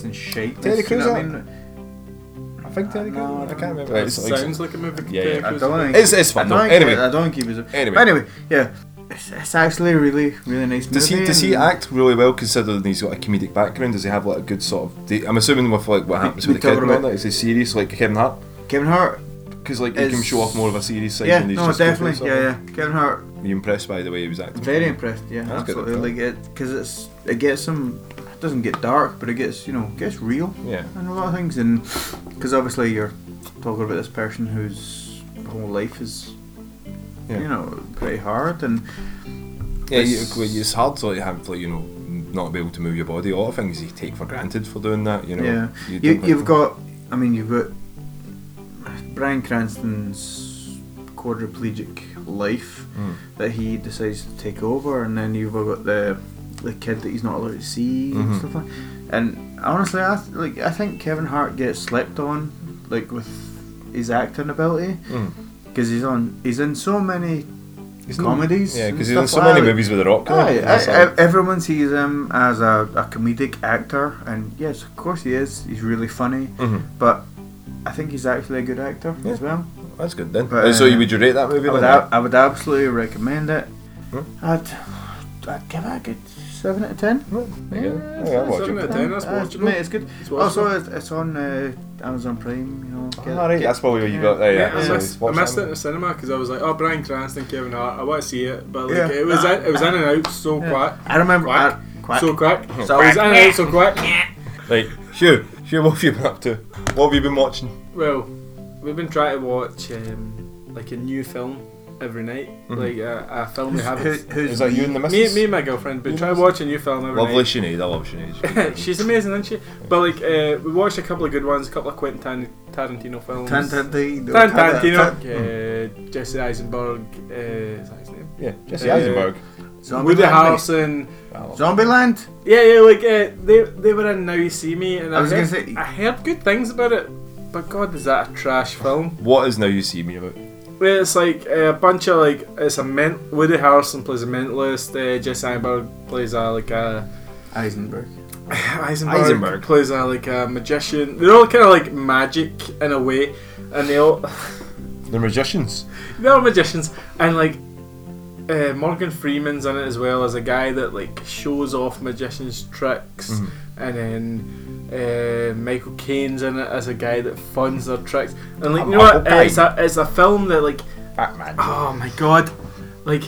cheesiness and shite.
Terry
you know what I
Crews
mean?
I think Terry
No,
Crews- I can't remember.
That
It's, like,
sounds like a movie.
Yeah, yeah.
Terry
I
Crews
don't
would-
think.
it's, it's
I
fun though.
don't think
Anyway,
I don't give it.
Anyway.
but anyway, yeah, it's, it's actually a really, really nice
does
movie.
he does he
and
act really well considering he's got a comedic background? Does he have like a good sort of? da- I'm assuming with like what happens
we
with the kid
covered
and all
about-
that, is he serious like Kevin Hart?
Kevin Hart.
Because like he can
Is-
show off more of a serious side.
Yeah,
than he's
no,
just goofy or
definitely.
something.
Yeah, yeah. Kevin Hart
Were you impressed by the way he was acting?
Very impressed. Yeah,
That's good,
absolutely. Like it, because it's it gets some. It doesn't get dark, but it gets you know gets real
Yeah.
and a lot of things. And because obviously you're talking about this person whose whole life is.
Yeah.
You know, pretty hard, and
Yeah, you,
It's-
well, it's hard to like, have like you know not be able to move your body. A lot of things you take for granted for doing that. You know.
yeah,
You
you,
don't
you've
think-
got. I mean, you've got Brian Cranston's quadriplegic life
Mm.
that he decides to take over, and then you've got the the kid that he's not allowed to see
Mhm.
and stuff like. And honestly, I th- like I think Kevin Hart gets slept on, like with his acting ability,
Mm.
because he's on he's in so many
He's in-
comedies.
Yeah,
and
because he's done
stuff
so
like
many
that.
movies with The Rock.
Aye,
yeah,
I- I- everyone sees him as a, a comedic actor, and yes, of course he is. He's really funny,
Mhm.
but I think he's actually a good actor
Yeah.
as well.
That's good then.
But,
And so,
uh,
you, would you rate that movie?
I would,
then?
ab- I would absolutely recommend it.
Hmm.
I'd, I'd give it a good 7 out of 10.
Yeah, there you go.
Yeah,
Yeah, I'll watch
seven
it.
out of 10, that's
Uh,
watchable.
mate, it's good.
It's
Also,
watchable.
it's, it's on uh, Amazon Prime, you know. get-
Ah,
All right,
get-
that's probably what you
yeah.
got there. Yeah,
I,
so
missed, I
watch
missed
that.
it in the cinema because I was like, oh, Brian Cranston, Kevin Hart, I want to see it, but like
Yeah.
it was in, it was in and out so
Yeah.
quick,
I remember.
Quack.
I- quack.
so <laughs> quick,
So
it was in and
quick.
out so quick.
Right, Hugh, Hugh, what have you been up to? What have you been watching?
Well, we've been trying to watch um, like a new film every night,
Mm-hmm.
like uh, a film we
Who's- who,
haven't.
who's
Is that you
we?
and the
Me,
missus?
me and my girlfriend been
Who's
trying to
this?
watch a new film every
Lovely
night. <laughs>
Sinead, I love Sinead.
She's amazing, isn't she? But like, uh, we watched a couple of good ones, a couple of Quentin Tan- Tarantino films.
Tan- Tan- Tan-
Tan-
Tan-
Tarantino,
Tan-
uh, Jesse Eisenberg, uh, is that his name?
yeah, Jesse
Uh,
Eisenberg.
Woody
Zombieland, mate.
Harrelson.
I love-
Zombieland.
Yeah, yeah, like uh, they they were in Now You See Me, and I,
I was
heard,
gonna say-
I heard good things about it, but God, is that a trash film?
What is Now You See Me about?
Where it's like uh, a bunch of like it's a ment. Woody Harrelson plays a mentalist. Uh, Jesse Eisenberg plays a like a <laughs>
Eisenberg.
Eisenberg,
Eisenberg.
plays a like a magician. They're all kind of like magic in a way, and they all
They're magicians.
they're all magicians. And like uh, Morgan Freeman's in it as well as a guy that like shows off magicians' tricks,
Mhm.
and then uh, Michael Caine's in it as a guy that funds their tricks. And like
I'm
you know what,
Michael Caine.
it's a it's a film that like
Batman.
Oh my god! Like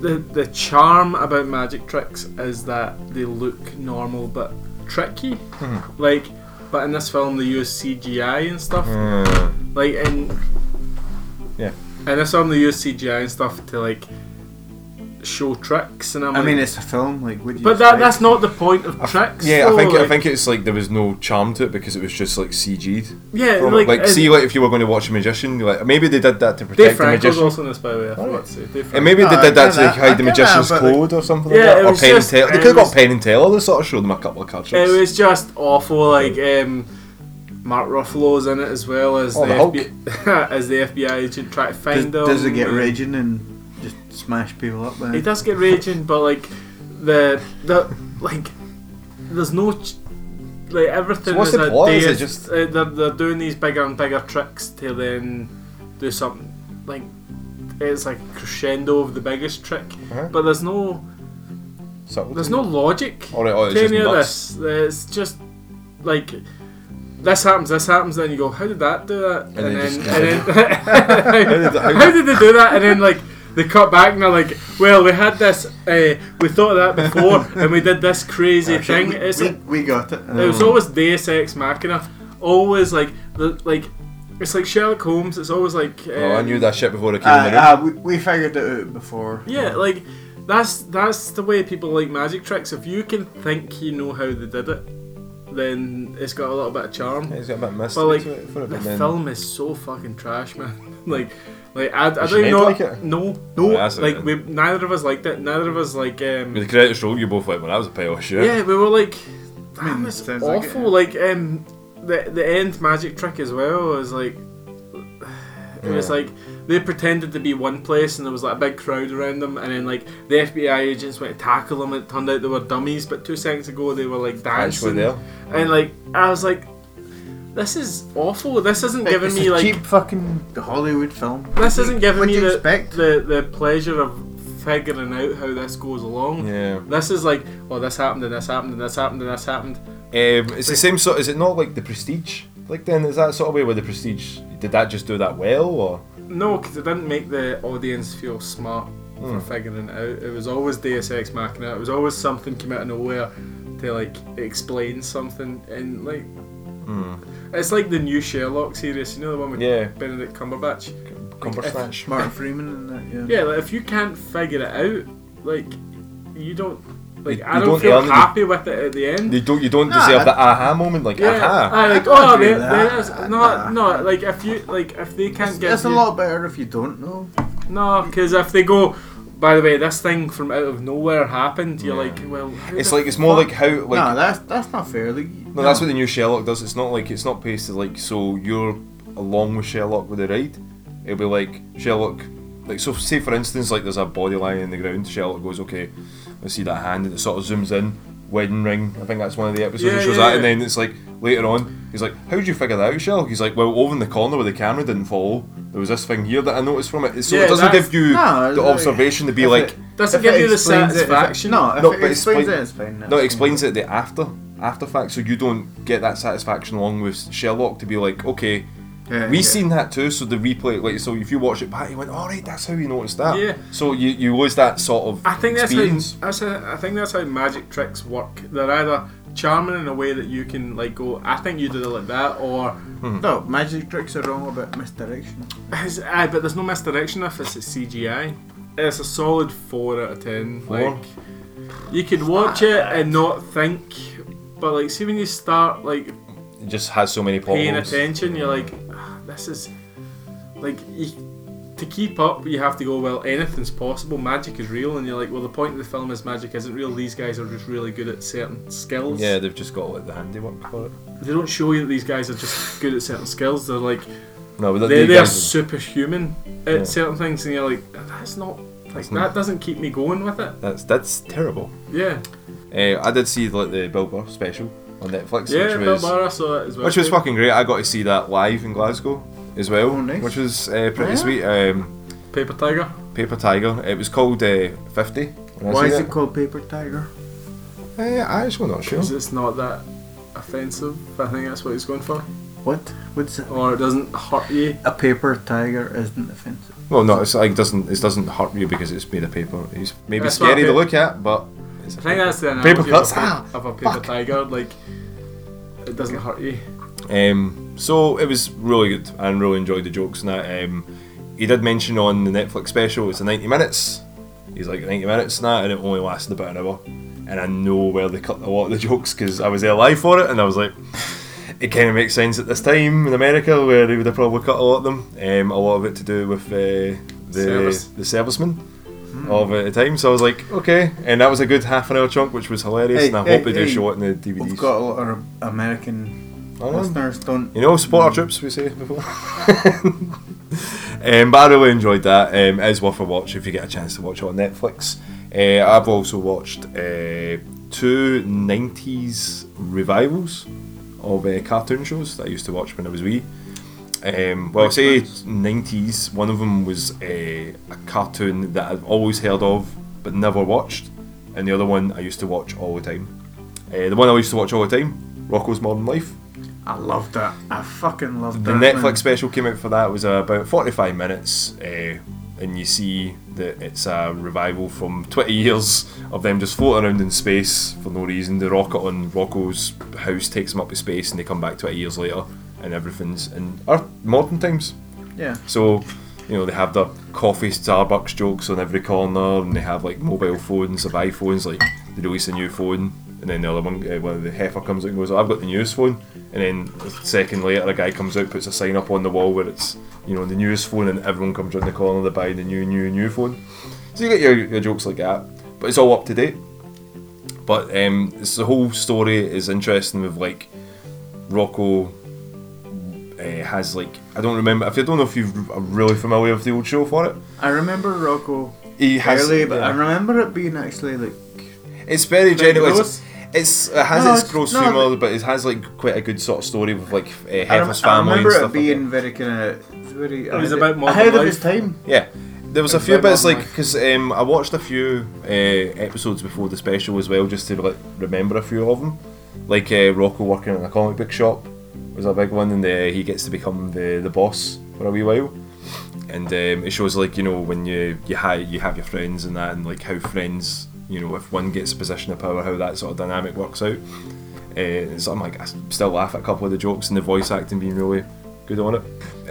the the charm about magic tricks is that they look normal but tricky.
Mm-hmm.
Like, but in this film they use CGI and stuff.
Mm.
Uh,
Like in
Yeah.
in this film they use CGI and stuff to like show tricks, and I'm
I
like,
mean, it's a film. Like, would you?
but that,
expect?
that's not the point of tricks.
Yeah, I
though,
think I
like-
think it's like there was no charm to it because it was just like CG'd.
Yeah,
from it.
like,
like,
uh,
see, like if you were going to watch a magician, you're like maybe they did that to
Dave
protect the
Franco's
magician,
also "Ah, in this, by the way. I forgot
Alright.
to say Dave
and
Franco.
maybe
No,
they
I
did that
get
to
that. I
hide the
get
magician's
that, but, like-
code or something
Yeah,
like
it
that, or
was
Penn
just-
and Teller. They
it
could have
was-
got Penn and Teller. They sort of showed them a couple of card
It
tricks.
was just awful. Like um, Mark Ruffalo's in it as well as
Oh,
the,
the Hulk.
FBI, <laughs> as the FBI agent try to
Does,
find him.
does it get
and-
raging and just smash people up? Then
It does get raging, but like the the like there's no ch- like everything.
So what's
is
the
a
plot? Is it
day's-
just-
uh, they're, they're doing these bigger and bigger tricks to then do something like it's like crescendo of the biggest trick,
Uh-huh.
but there's no
Subtlety.
there's no logic
Or, or it's
to
just
any of
nuts.
this. It's just like. This happens, this happens, then you go, how did that do that? And,
they
then,
just- <laughs>
and then,
How did
<laughs>
that-
how did they do that? And then like they cut back and they're like, well, we had this, uh, we thought of that
<laughs>
before, and we did this crazy
Actually,
thing.
we,
It's
we,
like,
we got it.
it
Mm.
was always Deus Ex Machina, always like the like. It's like Sherlock Holmes. It's always like. Um,
Oh, I knew that shit before I came in the room.
Uh, uh, we, we figured it out before.
Yeah, like that's that's the way people like magic tricks. If you can think you know how they did it, then it's got a little bit of charm.
It's got a bit of
But
mystery
like
to it for it,
the
but then-
film is so fucking trash, man. <laughs> like, like I, I
Does
don't
your
even
maid
know.
like it?
No,
Oh,
no.
that's it
like
then.
we, neither of us liked it. Neither of us like. Um,
With the credits roll, you both went, well, that was a pile of shit.
yeah, we were like, damn,
mean,
it's
sounds like it,
awful. Like, um, the the end magic trick as well is like, <sighs> it was
Yeah.
like they pretended to be one place and there was like a big crowd around them, and then like the FBI agents went to tackle them. And it turned out they were dummies, but two seconds ago they were like
Actually,
dancing,
there.
and like I was like, this is awful. This isn't giving
it's
me
a
like
cheap fucking Hollywood film.
this isn't giving
What'd
me
you
the,
expect?
the the pleasure of figuring out how this goes along.
Yeah.
This is like, oh, this happened and this happened and this happened and this happened.
Um, it's the same sort. Is it not like the Prestige? Like then, is that sort of way where the Prestige did that just do that well, or
No, because it didn't make the audience feel smart for figuring it out. It was always Deus Ex Machina. It was always something came out of nowhere to like explain something and like. It's like the new Sherlock series, you know the one with
Yeah.
Benedict Cumberbatch.
Cumbersnatch?
Martin Freeman and that. Yeah.
Yeah, like, if you can't figure it out, like you don't, like
You-
I
you
don't,
don't
feel
earn it.
happy with it at the end.
You don't. You don't
Nah,
deserve
I-
that aha moment. Like
Yeah,
aha.
I like
I
oh,
agree
there,
with that.
there is no, no. Like if you like if they can't
It's,
get
it's a lot better if you don't know.
No, because if they go, by the way, this thing from out of nowhere happened. You're like, well, how
it's
the
like it's more
fuck-
like how like.
no, that's that's not fair. Like,
no, that's what the new Sherlock does. It's not like it's not pasted like so you're along with Sherlock with the ride. It'll be like Sherlock, like so. Say for instance, like there's a body lying in the ground. Sherlock goes, okay, I see that hand, and it sort of zooms in. Wedding ring. I think that's one of the episodes
Yeah,
that shows
yeah,
that, and
yeah.
then it's like later on, he's like, "How did you figure that out, Sherlock?" He's like, "Well, over in the corner where the camera didn't follow, there was this thing here that I noticed from it." So
Yeah,
it doesn't
that's-
give you
No, it's
the
like-
observation to be
if
like,
it-
doesn't
if
give
it
you the
explains it- if it-
satisfaction.
no, if
No,
it
but
explains
explain-
it, it's fine.
No, it explains it the after after fact, so you don't get that satisfaction along with Sherlock to be like, okay,
Yeah,
we
yeah.
seen that too. So the replay, like, so if you watch it back, you went, all right, that's how you noticed that.
Yeah.
So you you lose that sort of.
I think that's
experience.
how, that's how I think that's how magic tricks work. They're either charming in a way that you can like go, I think you did it like that, or
Hmm.
No, magic tricks are wrong about misdirection.
It's- aye, but there's no misdirection if it's a CGI. It's a solid four out of ten.
Four?
Like you could watch it and not think, but like see when you start like
it just has so many
paying
problems.
attention, you're like, "Ah, this is like you, to keep up. You have to go well. Anything's possible. Magic is real, and you're like, well, the point of the film is magic isn't real. These guys are just really good at certain skills.
Yeah, they've just got like the handiwork for it.
they don't show you that these guys are just good at certain skills. They're like
No, but
they
they,
they are
guys,
superhuman at
Yeah.
certain things, and you're like, "Ah, that's not like
That's
that
not-
doesn't keep me going with it.
that's that's terrible.
Yeah,
Uh, I did see like the Bill Burr special on Netflix,
yeah.
which
Bill
was
Burr, I saw that as well.
which was
too.
fucking great. I got to see that live in Glasgow as well,
Oh, nice.
which was uh, pretty
Yeah.
sweet. Um,
Paper Tiger.
Paper Tiger. It was called uh, 50. when I
Why
seen
is it called Paper Tiger?
Eh, I'm actually not sure.
'Cause It's not that offensive. I think that's what he's going for,
What? What's it?
or it doesn't hurt you.
A paper tiger isn't offensive.
Well, no, it's like doesn't it doesn't hurt you because it's made of paper. It's maybe
That's
scary
what
to
I-
look at, but it's a
I think that's the
Paper
analogy
cuts,
of, a, pa-
ah,
of a paper
fuck.
tiger. Like, it doesn't hurt you.
Um, so it was really good and really enjoyed the jokes and that. Um, he did mention on the Netflix special it's a 90 minutes He's like 90 minutes and that, and it only lasted about an hour. And I know where they cut a lot of the jokes because I was there live for it, and I was like, it kind of makes sense at this time in America where they would have probably cut a lot of them. Um, a lot of it to do with uh, the
Service.
the servicemen of uh, the time. So I was like, okay, and that was a good half an hour chunk, which was hilarious.
Hey,
and I
hey,
hope they do
hey,
show it in the DVDs.
We've got a lot of American
I know.
listeners. Don't
You know, support our troops, we say before. <laughs> um, but I really enjoyed that. Um, it is worth a watch if you get a chance to watch it on Netflix. Uh, I've also watched uh, two 90s revivals of uh, cartoon shows that I used to watch when I was wee. Um, well, I
Which
say
ones?
90s. One of them was uh, a cartoon that I've always heard of but never watched, and the other one I used to watch all the time. Uh, the one I used to watch all the time, Rocco's Modern Life.
I loved that. I fucking loved
The
that. man.
Netflix special came out for that was uh, about 45 minutes, uh, and you see that it's a revival from 20 years of them just floating around in space for no reason. The rocket on Rocco's house takes them up to space, and they come back 20 years later, and everything's in Earth, modern times.
Yeah.
So, you know, they have the coffee Starbucks jokes on every corner, and they have like mobile phones of iPhones, like they release a new phone, and then the other one, uh, one of the heifer comes out and goes, I've got the newest phone. And then a second later, a guy comes out, puts a sign up on the wall where it's, you know, the newest phone, and everyone comes around the corner, they buy the new, new, new phone. So you get your, your jokes like that, but it's all up to date. But um, it's, the whole story is interesting with like Rocco uh, has like I don't remember. If I don't know if you are really familiar with the old show for it,
I remember Rocco
he has.
early, but I
yeah.
remember it being actually like
it's very general.
gross?
It's, it's it has
No,
its
it's-
gross
no,
humour, but it has like quite a good sort of story with like uh,
I, rem-
Heffer's
I
family and
remember
stuff.
it
like that.
being very kind of very
was
ahead-
about modern
ahead of
life.
his time.
Yeah. There was a
It's
few
like
bits
modern
like
life.
because um, I watched a few uh, episodes before the special as well, just to like remember a few of them. Like uh, Rocco working in a comic book shop was a big one, and uh, he gets to become the, the boss for a wee while. And um, it shows like you know when you you ha- you have your friends and that, and like how friends you know if one gets a position of power, how that sort of dynamic works out. Uh, so I'm like, I s- still laugh at a couple of the jokes and the voice acting being really good on it.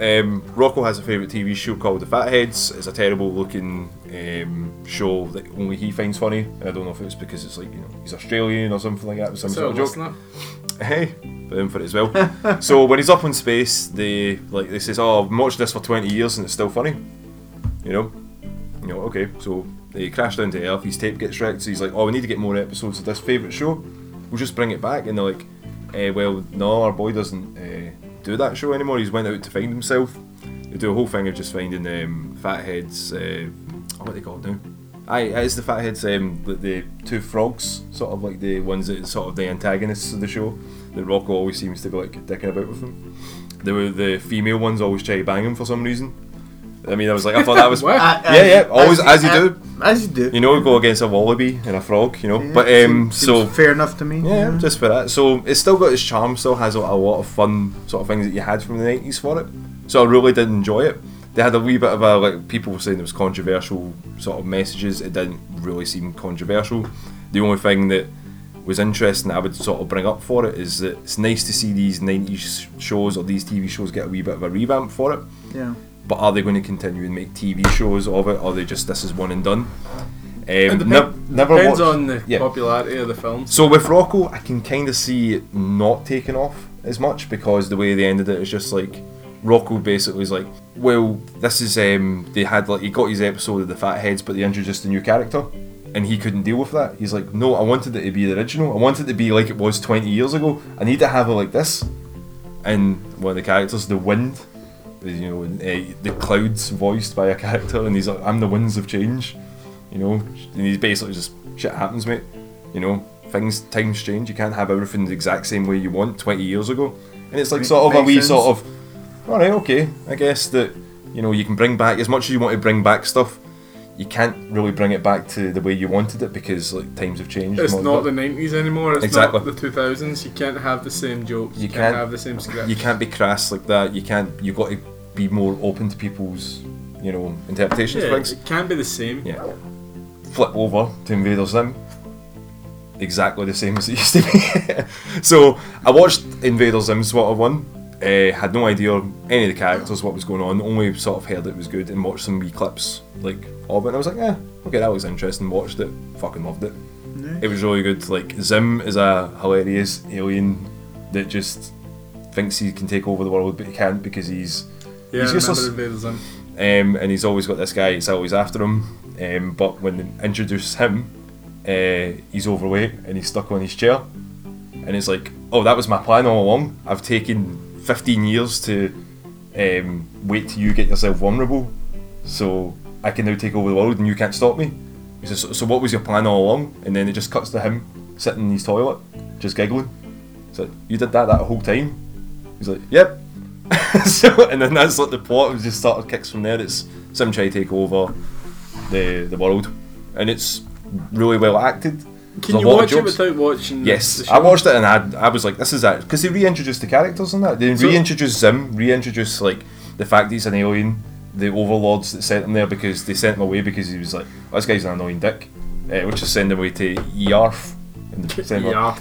Um, Rocco has a favourite TV show called The Fatheads. It's a terrible looking um, show that only he finds funny. And I don't know if it's because it's like, you know, he's Australian or something like that with some
Is that a
sort of joke.
listener?
Hey, put him for it as well. <laughs> so when he's up in space, they like they says, "Oh, I've watched this for twenty years and it's still funny," you know. You know, okay. So they crash down to Earth. His tape gets wrecked. So he's like, "Oh, we need to get more episodes of this favorite show. We'll just bring it back." And they're like, eh, "Well, no, our boy doesn't eh, do that show anymore. He's went out to find himself." They do a whole thing of just finding um, fatheads. Uh, what are they called now? Aye, it's the fatheads. Um, the, the two frogs, sort of like the ones that sort of the antagonists of the show. That Rocco always seems to be like dicking about with them. They were the female ones always try to bang him for some reason. I mean, I was like, I thought that was
What?
Uh,
Yeah, yeah, always Uh, as you do.
as you do.
you know go against a wallaby and a frog, you know.
Yeah,
but um,
seems-
so
seems fair enough to me.
yeah,
Mm-hmm.
just for that. So it's still got its charm, still has a, a lot of fun sort of things that you had from the nineties for it. So I really did enjoy it. They had a wee bit of a like people were saying it was controversial sort of messages. It didn't really seem controversial. The only thing that was interesting that I would sort of bring up for it is that it's nice to see these nineties shows or these TV shows get a wee bit of a revamp for it.
yeah.
But are they going to continue and make TV shows of it? Or are they just this is one and done? Um,
It depen-
nev- never
depends
watched-
on the popularity of the films.
so with Rocco, I can kind of see it not taking off as much because the way they ended it is just like Rocco basically was like, well, this is um they had like he got his episode of the Fatheads, but they introduced a new character, and he couldn't deal with that. He's like, no, I wanted it to be the original. I wanted it to be like it was 20 years ago. I need to have it like this. And one of the characters, the Wind, is, you know, uh, the clouds voiced by a character, and he's like, I'm the winds of change you know, and he's basically just shit happens, mate. You know, things times change. You can't have everything the exact same way you want twenty years ago, and it's like
Ma-
sort of a
makes
wee
sense.
sort of, all right, okay, I guess that you know you can bring back as much as you want to bring back stuff. You can't really bring it back to the way you wanted it because like times have changed.
It's
and
not
all
the
that.
90s anymore, it's
Exactly.
not the 2000s. You can't have the same jokes,
You
you, can't,
can't-
have the same script.
you can't be crass like that. You can't. You got to be more open to people's you know interpretations. of
yeah,
things.
it can't be the same.
Yeah. Flip over to Invader Zim. Exactly the same as it <laughs> used to be. <laughs> so I watched Invader Zim sort of one. Uh, had no idea any of the characters, what was going on. Only sort of heard it was good and watched some wee clips like of it. And I was like, yeah, okay, that was interesting. Watched it, fucking loved it.
Nice.
It was really good. Like Zim is a hilarious alien that just thinks he can take over the world, but he can't because he's
Yeah,
He's
I
useless.
remember Invaders in.
um, and he's always got this guy that's always after him. Um, but when they introduce him, uh, he's overweight and he's stuck on his chair. And it's like, oh, that was my plan all along. I've taken 15 years to um, wait till you get yourself vulnerable, so I can now take over the world and you can't stop me. He says, so, so what was your plan all along? And then it just cuts to him sitting in his toilet, just giggling. It's like, you did that that whole time. He's like, yep, <laughs> so, and then that's like the plot. It just started kicks from there. It's some try to take over the the world, and it's really well acted. There's
Can
a
you
lot of
watch it
jokes.
without watching? the- the
Yes,
show?
I watched it and I, I was like, this is that because they reintroduced the characters and that. They
So-
reintroduced Zim, reintroduced like the fact that he's an alien, the overlords that sent him there because they sent him away because he was like, "Oh, this guy's an annoying dick. Uh, we'll just send him away to Yarf. And, they send him-
Yeah,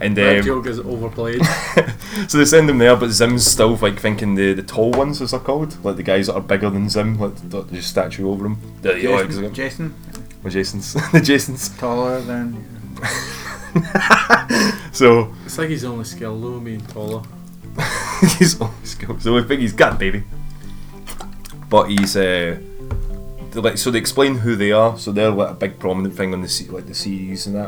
and
that
um,
joke is overplayed.
so they send him there, but Zim's still like thinking the, the tall ones as they're called, like the guys that are bigger than Zim, like the, the statue over him. The, the, oh,
Jason, Jason,
the Jasons, <laughs> the Jasons.
taller than.
So
it's like his only skill, low, mean, taller.
<laughs> he's always goes. The only thing he's got, baby. But he's uh, they, like so they explain who they are. So they're like a big prominent thing on the se- like the series and that.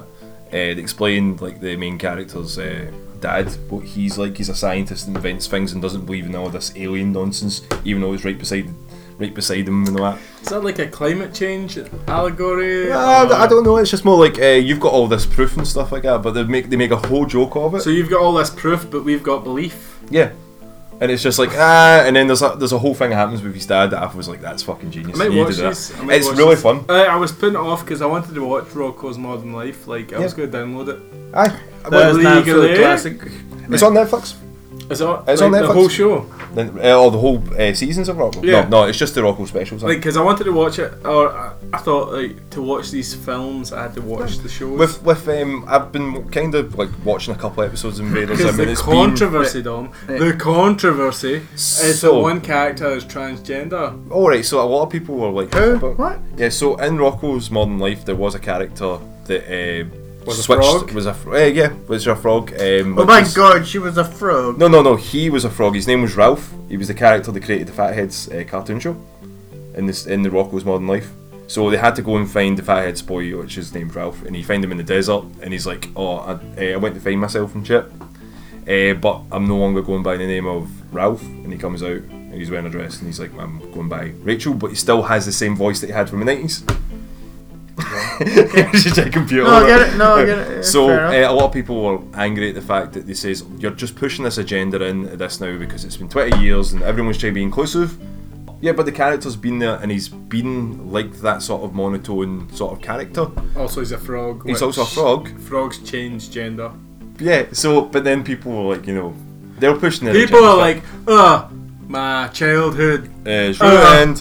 Uh, they explain like the main character's uh, dad, what he's like. He's a scientist and invents things and doesn't believe in all this alien nonsense, even though he's right beside right beside him and all that.
Is that like a climate change allegory?
Uh,
or-
I don't know. It's just more like uh, you've got all this proof and stuff like that, but they make they make a whole joke of it.
So you've got all this proof, but we've got belief.
yeah, and it's just like ah, and then there's a, there's a whole thing that happens with his dad that I was like, that's fucking genius.
I might
You
watch
did that.
this. I might
it's
watch
really
this.
fun.
Uh, I was putting it off because I wanted to watch Rocco's Modern Life. Like I was
Yeah.
going to download it.
Aye,
That is an
legally-
absolute classic.
it's on Netflix.
Is it on,
It's
like,
on
the
Netflix.
whole show?
Then uh, oh, the whole uh, seasons of Rocco.
Yeah.
No, no, it's just the Rocco specials.
Like because I wanted to watch it, or I, I thought like to watch these films, I had to watch the shows.
with with um, I've been kind of like watching a couple episodes of Invaders.
because
Zim, and
the
it's
controversy, Dom,
eh.
the controversy is
So-
that one character is transgender.
Been, all right, so a lot of people were like,
Who?
but-
What?
Yeah, so in Rocco's Modern Life, there was a character that uh,
Was a
switched.
frog?
Was a fr- uh, yeah, was a frog. Um,
Oh
which
my
is-
god, she was a frog.
No, no, no. He was a frog. His name was Ralph. He was the character that created the Fatheads uh, cartoon show in this in the Rocco's Modern Life. So they had to go and find the Fatheads boy, which is named Ralph, and he found him in the desert, and he's like, "Oh, I, eh, I went to find myself and shit, uh, but I'm no longer going by the name of Ralph." And he comes out, and he's wearing a dress, and he's like, "I'm going by Rachel," but he still has the same voice that he had from the nineties. it's <laughs> just a computer.
No, I get it, no, I
<laughs>
get it, yeah,
So
fair enough.
uh, a lot of people were angry at the fact that they says you're just pushing this agenda in at this now because it's been 20 years and everyone's trying to be inclusive. Yeah, but the character's been there and he's been like that sort of monotone sort of character.
Also, he's a frog.
He's
which-
also a frog.
Frogs change gender.
Yeah. So, but then people were like, you know, they're pushing their
People
agenda.
are like, oh, my childhood.
uh, it's
Ah.
ruined.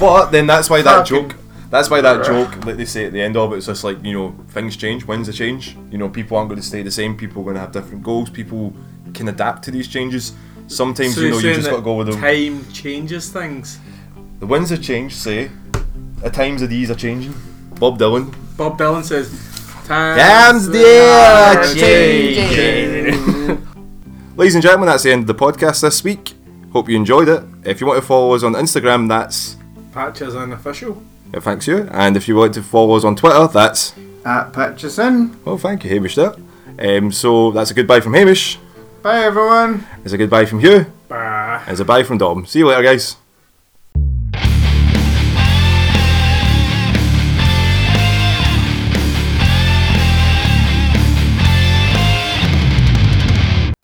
but then that's why that
Fucking-
joke. That's why that joke, like they say at the end of it, it's just like you know things change, wins a change. You know people aren't going to stay the same. People are going to have different goals. People can adapt to these changes. Sometimes
So
you
you're
know you
saying
just
that
got to go with them.
time changes things.
the winds of change. Say, at times the these are changing. Bob Dylan.
Bob Dylan says,
Times
times
they are
are
changing." <laughs> Ladies and gentlemen, that's the end of the podcast this week. Hope you enjoyed it. If you want to follow us on Instagram, that's
Patch is unofficial.
yeah, thanks you. And if you want to follow us on Twitter, that's
At Patchison.
Well, thank you, Hamish. There. Um, so that's a goodbye from Hamish.
Bye everyone.
It's a goodbye from Hugh.
Bah.
It's a bye from Dom. See you later, guys.